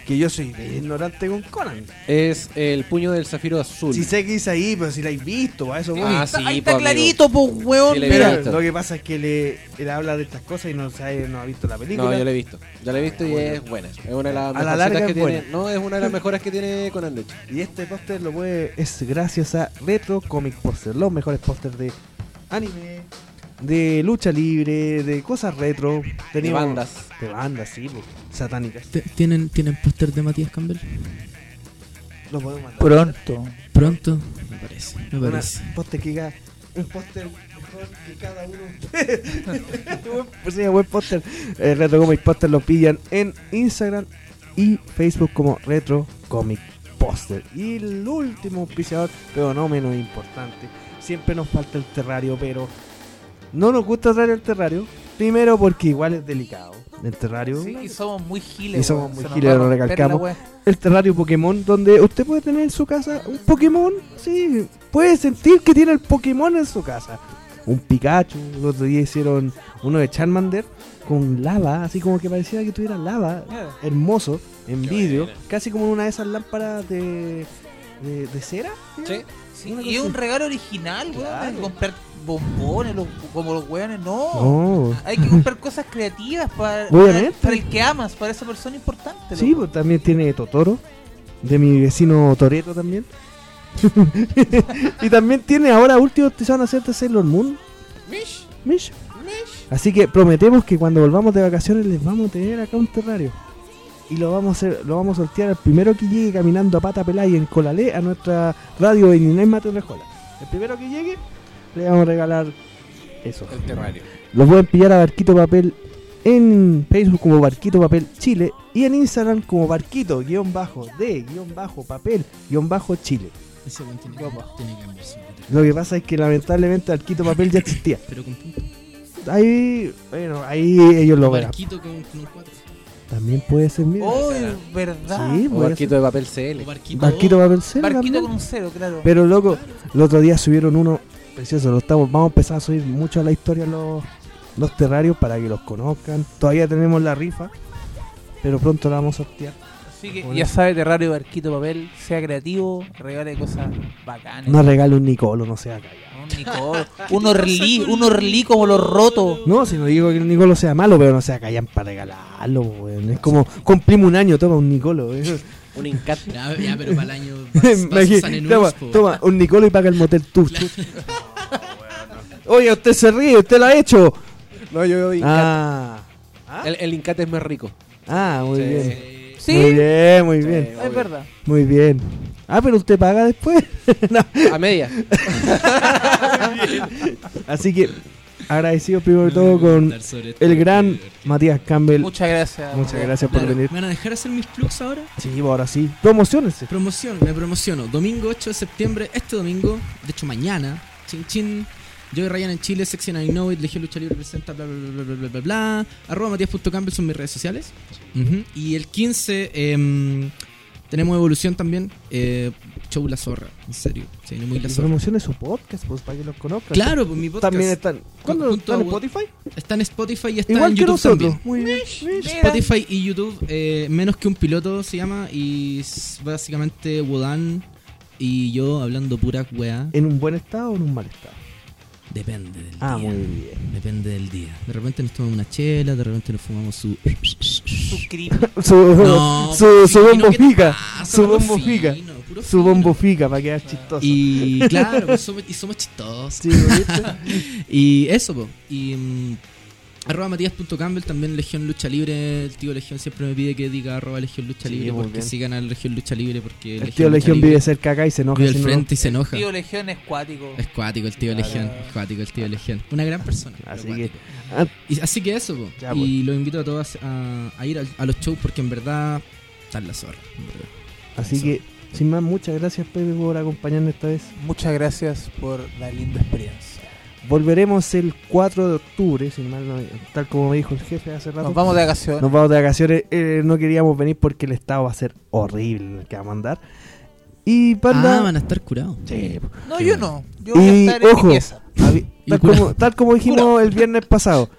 [SPEAKER 3] Que yo soy bien ignorante con Conan.
[SPEAKER 2] Es el puño del zafiro azul.
[SPEAKER 3] Si sé que dice ahí, pero si la habéis visto, a eso voy.
[SPEAKER 2] Ah,
[SPEAKER 4] Ahí está-
[SPEAKER 2] sí,
[SPEAKER 4] ahí
[SPEAKER 2] po,
[SPEAKER 4] está
[SPEAKER 2] amigo.
[SPEAKER 4] clarito, pues weón.
[SPEAKER 2] Sí, le
[SPEAKER 4] mira.
[SPEAKER 2] he
[SPEAKER 3] Mira,
[SPEAKER 2] visto.
[SPEAKER 3] lo que pasa es que le, él habla de estas cosas y no sabe, no ha visto la película.
[SPEAKER 2] No, yo la he visto. Yo la he visto y es buena. Es una de las
[SPEAKER 3] A la
[SPEAKER 2] mejorcitas
[SPEAKER 3] larga
[SPEAKER 2] que
[SPEAKER 3] es
[SPEAKER 2] tiene.
[SPEAKER 3] buena.
[SPEAKER 2] No, es una de las mejores que tiene Conan de hecho.
[SPEAKER 3] Y este póster lo puede. Es gracias a Retro Comic Poster, los mejores pósters de anime, de lucha libre, de cosas retro. Teníamos-
[SPEAKER 2] bandas.
[SPEAKER 3] De bandas, sí, pues, satánicas.
[SPEAKER 5] T- ¿Tienen, tienen póster de Matías Campbell?
[SPEAKER 3] Lo podemos mandar.
[SPEAKER 4] Pronto.
[SPEAKER 5] Pronto, me parece, me
[SPEAKER 3] Una-
[SPEAKER 5] parece.
[SPEAKER 3] un póster que cada. Un póster mejor que cada uno. Buen- pues sí, buen póster. Eh, Retro Comic Poster lo pillan en Instagram y Facebook como Retro Comic Poster. Y el último auspiciador, pero no menos importante. Siempre nos falta el terrario, pero no nos gusta traer el terrario. Primero porque igual es delicado. El terrario.
[SPEAKER 4] Sí, y somos muy giles.
[SPEAKER 3] Y somos
[SPEAKER 4] weón.
[SPEAKER 3] muy
[SPEAKER 4] Se nos
[SPEAKER 3] giles,
[SPEAKER 4] va a
[SPEAKER 3] lo
[SPEAKER 4] romper la
[SPEAKER 3] recalcamos.
[SPEAKER 4] weá.
[SPEAKER 3] El terrario este Pokémon, donde usted puede tener en su casa un Pokémon, sí, puede sentir que tiene el Pokémon en su casa. Un Pikachu, el otro día hicieron uno de Charmander con lava, así como que parecía que tuviera lava,
[SPEAKER 4] Mira,
[SPEAKER 3] hermoso, en
[SPEAKER 6] Ah. Qué
[SPEAKER 3] vidrio,
[SPEAKER 6] buena.
[SPEAKER 3] casi como una de esas lámparas de, de, de cera. ¿sí?
[SPEAKER 4] sí,
[SPEAKER 3] Una
[SPEAKER 4] y es
[SPEAKER 3] cosa
[SPEAKER 4] un regalo original, weón.
[SPEAKER 3] Claro.
[SPEAKER 4] Hay que comprar bombones los- como los weones, no.
[SPEAKER 3] Oh.
[SPEAKER 4] Hay que comprar cosas creativas para, para,
[SPEAKER 3] Obviamente.
[SPEAKER 4] el que amas, para esa persona importante.
[SPEAKER 3] Sí,
[SPEAKER 4] loco.
[SPEAKER 3] pues también tiene Totoro, de mi vecino Toreto también. y también tiene ahora último, te van a hacer de Sailor Moon. Mish. Así que prometemos que cuando volvamos de vacaciones les vamos a tener acá un terrario. Y lo vamos a hacer, lo vamos a sortear al primero que llegue caminando a pata pelada y en Colalé a nuestra radio 29 Mate Rejola. El primero que llegue le vamos a regalar eso.
[SPEAKER 2] El terrario.
[SPEAKER 3] Los pueden pillar a Barquito Papel en Facebook como Barquito Papel Chile y en Instagram como Barquito guión bajo de guión bajo papel guión bajo Chile.
[SPEAKER 5] Ese weón tiene,
[SPEAKER 3] Guapa.
[SPEAKER 5] tiene que cambiarse. weón.
[SPEAKER 3] Lo que pasa es que lamentablemente Barquito Papel ya existía.
[SPEAKER 5] Pero con punto.
[SPEAKER 3] Ahí, bueno, ahí ellos lo verán.
[SPEAKER 5] barquito con, con un 4.
[SPEAKER 3] También puede ser mío.
[SPEAKER 4] Oh, verdad.
[SPEAKER 3] sí,
[SPEAKER 2] Un
[SPEAKER 3] puede ser.
[SPEAKER 2] barquito de papel CL.
[SPEAKER 5] O barquito.
[SPEAKER 3] Barquito Papel Chile
[SPEAKER 4] Barquito
[SPEAKER 3] también.
[SPEAKER 4] con un cero, claro.
[SPEAKER 3] Pero loco, el otro día subieron uno precioso, lo estamos, vamos a empezar a subir mucho a la historia los, los terrarios para que los conozcan. Todavía tenemos la rifa, pero pronto la vamos a sortear.
[SPEAKER 4] Así que ya sabe, Terrario Barquito Papel, sea creativo, regale cosas bacanas.
[SPEAKER 3] No regalo un Nicolo, no sea callado.
[SPEAKER 4] un Nicol, un Orlí, un Orlí como los rotos.
[SPEAKER 3] No, si no digo que el Nicolo sea malo, pero no sea callan para regalarlo, weón. Es como cumplimos un año, toma un Nicolo, weón.
[SPEAKER 2] Un incat.
[SPEAKER 5] Ya, ya, pero para el año. vas- vas a San
[SPEAKER 3] Imagínate,
[SPEAKER 5] Enús,
[SPEAKER 3] toma,
[SPEAKER 5] po.
[SPEAKER 3] toma, un Nicolo y paga el motel tú. Oye, usted se ríe, usted lo ha hecho.
[SPEAKER 2] No, yo veo incat.
[SPEAKER 3] Ah,
[SPEAKER 2] El, el incat es más rico.
[SPEAKER 3] ah, muy
[SPEAKER 2] Sí.
[SPEAKER 3] bien.
[SPEAKER 5] Eh,
[SPEAKER 3] Muy
[SPEAKER 4] Sí,
[SPEAKER 3] bien, muy
[SPEAKER 2] Sí,
[SPEAKER 3] bien.
[SPEAKER 2] obvio.
[SPEAKER 4] es verdad.
[SPEAKER 3] Muy bien. Ah, pero usted paga después.
[SPEAKER 2] A media.
[SPEAKER 3] Así que agradecido primero de todo con el gran Matías Campbell.
[SPEAKER 4] Muchas gracias.
[SPEAKER 3] Muchas gracias por
[SPEAKER 5] Claro, ¿Me
[SPEAKER 3] venir.
[SPEAKER 5] van a dejar hacer mis plugs ahora?
[SPEAKER 3] Sí, pues ahora sí. Promociones.
[SPEAKER 5] Promoción, me promociono. Domingo 8 de septiembre, este domingo, de hecho mañana, chin chin. Yo y Ryan en Chile, Sección I Know It, Legión Lucha Libre presenta, bla bla bla bla bla bla bla. Arroba Matías.campbell son mis redes sociales. Ujú. Y el 15 em, tenemos Evolución también. Eh, show La Zorra, en serio. Se viene muy La Zorra.
[SPEAKER 3] Promociones su podcast, pues para que los conozcan.
[SPEAKER 5] Claro, pues mi podcast
[SPEAKER 3] También están. ¿Cuándo
[SPEAKER 5] Junto
[SPEAKER 3] están en
[SPEAKER 5] a-
[SPEAKER 3] Spotify?
[SPEAKER 5] está en Spotify y está
[SPEAKER 3] Igual
[SPEAKER 5] en
[SPEAKER 3] que
[SPEAKER 5] YouTube
[SPEAKER 3] nosotros.
[SPEAKER 5] también.
[SPEAKER 3] Muy bien.
[SPEAKER 5] Spotify y YouTube, eh, menos que un piloto se llama, y s- básicamente Wodan y yo hablando pura weá.
[SPEAKER 3] ¿En un buen estado o en un mal estado?
[SPEAKER 5] Depende del
[SPEAKER 3] Ah,
[SPEAKER 5] día.
[SPEAKER 3] muy bien.
[SPEAKER 5] Depende del día. De repente nos tomamos una chela, de repente nos fumamos su.
[SPEAKER 4] Suscríbete.
[SPEAKER 3] Su,
[SPEAKER 5] No,
[SPEAKER 3] su, su
[SPEAKER 5] fino,
[SPEAKER 3] bombo
[SPEAKER 5] ¿qué te
[SPEAKER 3] fica.
[SPEAKER 5] pasa?
[SPEAKER 3] Su
[SPEAKER 5] Puro
[SPEAKER 3] bombo fica.
[SPEAKER 5] fino, puro
[SPEAKER 3] Su bombo
[SPEAKER 5] fino.
[SPEAKER 3] fica para quedar chistoso.
[SPEAKER 5] Y claro, pues, somos, y somos chistosos.
[SPEAKER 3] Sí, ¿lo viste?
[SPEAKER 5] Y eso, po. Y. mm, Arroba Matías.campbell, también Legión Lucha Libre. El tío Legión siempre me pide que diga arroba Legión Lucha
[SPEAKER 3] Sí,
[SPEAKER 5] Libre
[SPEAKER 3] muy
[SPEAKER 5] porque
[SPEAKER 3] bien.
[SPEAKER 5] sigan a Legión Lucha Libre porque
[SPEAKER 3] El tío Legión vive cerca acá y se enoja.
[SPEAKER 5] al
[SPEAKER 3] si no-
[SPEAKER 5] frente y se enoja.
[SPEAKER 4] Tío Legión es cuático.
[SPEAKER 5] Es cuático el tío
[SPEAKER 4] Claro.
[SPEAKER 5] Legión, es cuático el tío Legión. Una gran persona. pero
[SPEAKER 3] Así
[SPEAKER 5] cuático.
[SPEAKER 3] Ah,
[SPEAKER 5] Y- así que eso, po.
[SPEAKER 3] Ya, pues.
[SPEAKER 5] y los invito a todos a, a ir al- a, los shows porque en verdad están la zorra. en verdad.
[SPEAKER 3] así
[SPEAKER 5] Eso.
[SPEAKER 3] que, sin más, muchas gracias, Pepe, por acompañarnos esta vez.
[SPEAKER 4] Muchas gracias por la linda experiencia.
[SPEAKER 3] Volveremos el 4 de octubre, sin mal, no- tal como me dijo el jefe hace rato.
[SPEAKER 4] Nos vamos de vacaciones.
[SPEAKER 3] Nos vamos de vacaciones. eh, no queríamos venir porque el estado va a ser horrible en el que vamos a andar. Y
[SPEAKER 5] Ah,
[SPEAKER 3] panda.
[SPEAKER 5] van a estar curados.
[SPEAKER 3] Sí, po.
[SPEAKER 4] No,
[SPEAKER 5] Qué
[SPEAKER 4] yo no. Yo voy a
[SPEAKER 3] Y,
[SPEAKER 4] estar en
[SPEAKER 3] ojo.
[SPEAKER 4] mi pieza.
[SPEAKER 3] Habi-
[SPEAKER 5] Y
[SPEAKER 3] tal,
[SPEAKER 5] cura.
[SPEAKER 3] como, tal como dijimos el viernes pasado.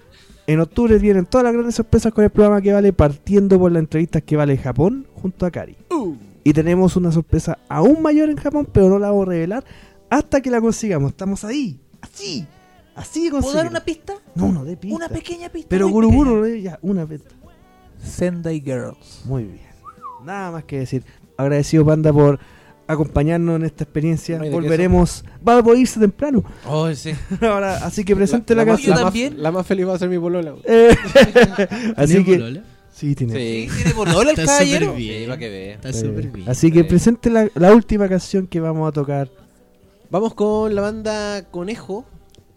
[SPEAKER 3] En octubre vienen todas las grandes sorpresas con el programa que vale, partiendo por las entrevistas que vale Japón junto a Cari.
[SPEAKER 4] Uh.
[SPEAKER 3] Y tenemos una sorpresa aún mayor en Japón, pero no la vamos a revelar hasta que la consigamos. Estamos ahí, así, así
[SPEAKER 4] ¿Puedo dar
[SPEAKER 3] conseguimos.
[SPEAKER 4] una pista?
[SPEAKER 3] No, no de pista.
[SPEAKER 4] Una pequeña pista.
[SPEAKER 3] Pero
[SPEAKER 4] muy
[SPEAKER 3] Guru
[SPEAKER 4] pequeña.
[SPEAKER 3] Guru, eh, ya, una pista.
[SPEAKER 4] Sendai Girls.
[SPEAKER 3] Muy bien. Nada más que decir. Agradecido, Panda, por acompañarnos en esta experiencia.
[SPEAKER 2] No hay de
[SPEAKER 3] Volveremos. Va a poder irse temprano.
[SPEAKER 2] Oh, sí.
[SPEAKER 3] Ahora, así que presente la,
[SPEAKER 2] más- la
[SPEAKER 4] canción.
[SPEAKER 2] más-
[SPEAKER 4] también.
[SPEAKER 2] La más feliz va a ser mi polola. güey.
[SPEAKER 3] Eh, así
[SPEAKER 5] ¿Tenés
[SPEAKER 3] que
[SPEAKER 5] polola?
[SPEAKER 3] sí tiene.
[SPEAKER 2] Sí.
[SPEAKER 4] ¿Tiene polola el
[SPEAKER 5] Está súper
[SPEAKER 4] caballero?
[SPEAKER 5] bien.
[SPEAKER 2] para que vea.
[SPEAKER 5] Está
[SPEAKER 3] Está bien.
[SPEAKER 5] súper bien.
[SPEAKER 3] Así que
[SPEAKER 2] Sí.
[SPEAKER 3] presente la, la última canción que vamos a tocar.
[SPEAKER 2] Vamos con la banda Conejo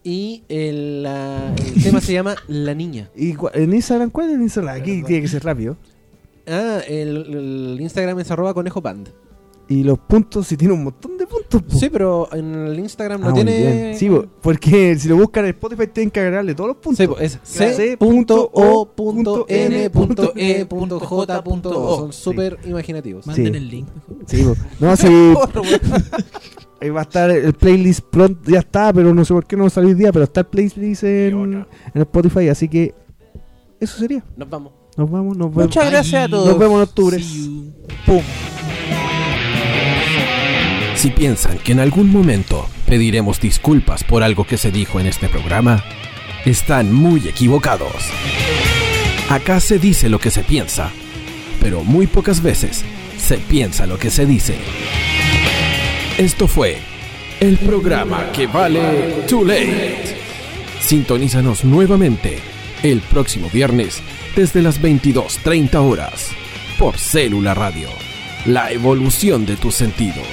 [SPEAKER 2] y el, la- el tema se llama La Niña.
[SPEAKER 3] ¿Y cua- en Instagram cuál es el Instagram? Aquí
[SPEAKER 2] Perdón.
[SPEAKER 3] tiene que ser rápido.
[SPEAKER 2] Ah, el, el Instagram es arroba conejo band.
[SPEAKER 3] Y los puntos, si tiene un montón de puntos. po.
[SPEAKER 2] Sí, pero en el Instagram no
[SPEAKER 3] Ah, muy
[SPEAKER 2] tiene...
[SPEAKER 3] bien. Sí, po, porque si lo buscan en Spotify tienen que agregarle todos los puntos.
[SPEAKER 2] Sí, po, es
[SPEAKER 3] Claro.
[SPEAKER 2] E
[SPEAKER 3] E
[SPEAKER 2] c.o.n.e.j.o. Son
[SPEAKER 3] Sí.
[SPEAKER 2] súper imaginativos.
[SPEAKER 5] Manden
[SPEAKER 3] Sí.
[SPEAKER 5] el link. mejor.
[SPEAKER 3] Sí, po. no, sí, ahí va a estar el playlist pronto, ya está, pero no sé por qué no salió hoy día, pero está el playlist en, en Spotify, así que eso sería.
[SPEAKER 2] Nos vamos.
[SPEAKER 3] Nos vamos, nos vemos.
[SPEAKER 4] Muchas gracias a
[SPEAKER 5] Bye.
[SPEAKER 4] todos.
[SPEAKER 3] Nos vemos en octubre.
[SPEAKER 5] See you.
[SPEAKER 1] Si piensan que en algún momento pediremos disculpas por algo que se dijo en este programa, están muy equivocados. Acá se dice lo que se piensa, pero muy pocas veces se piensa lo que se dice. Esto fue el programa que vale Too Late. Sintonízanos nuevamente el próximo viernes desde las 22.30 horas por Célula Radio, la evolución de tus sentidos.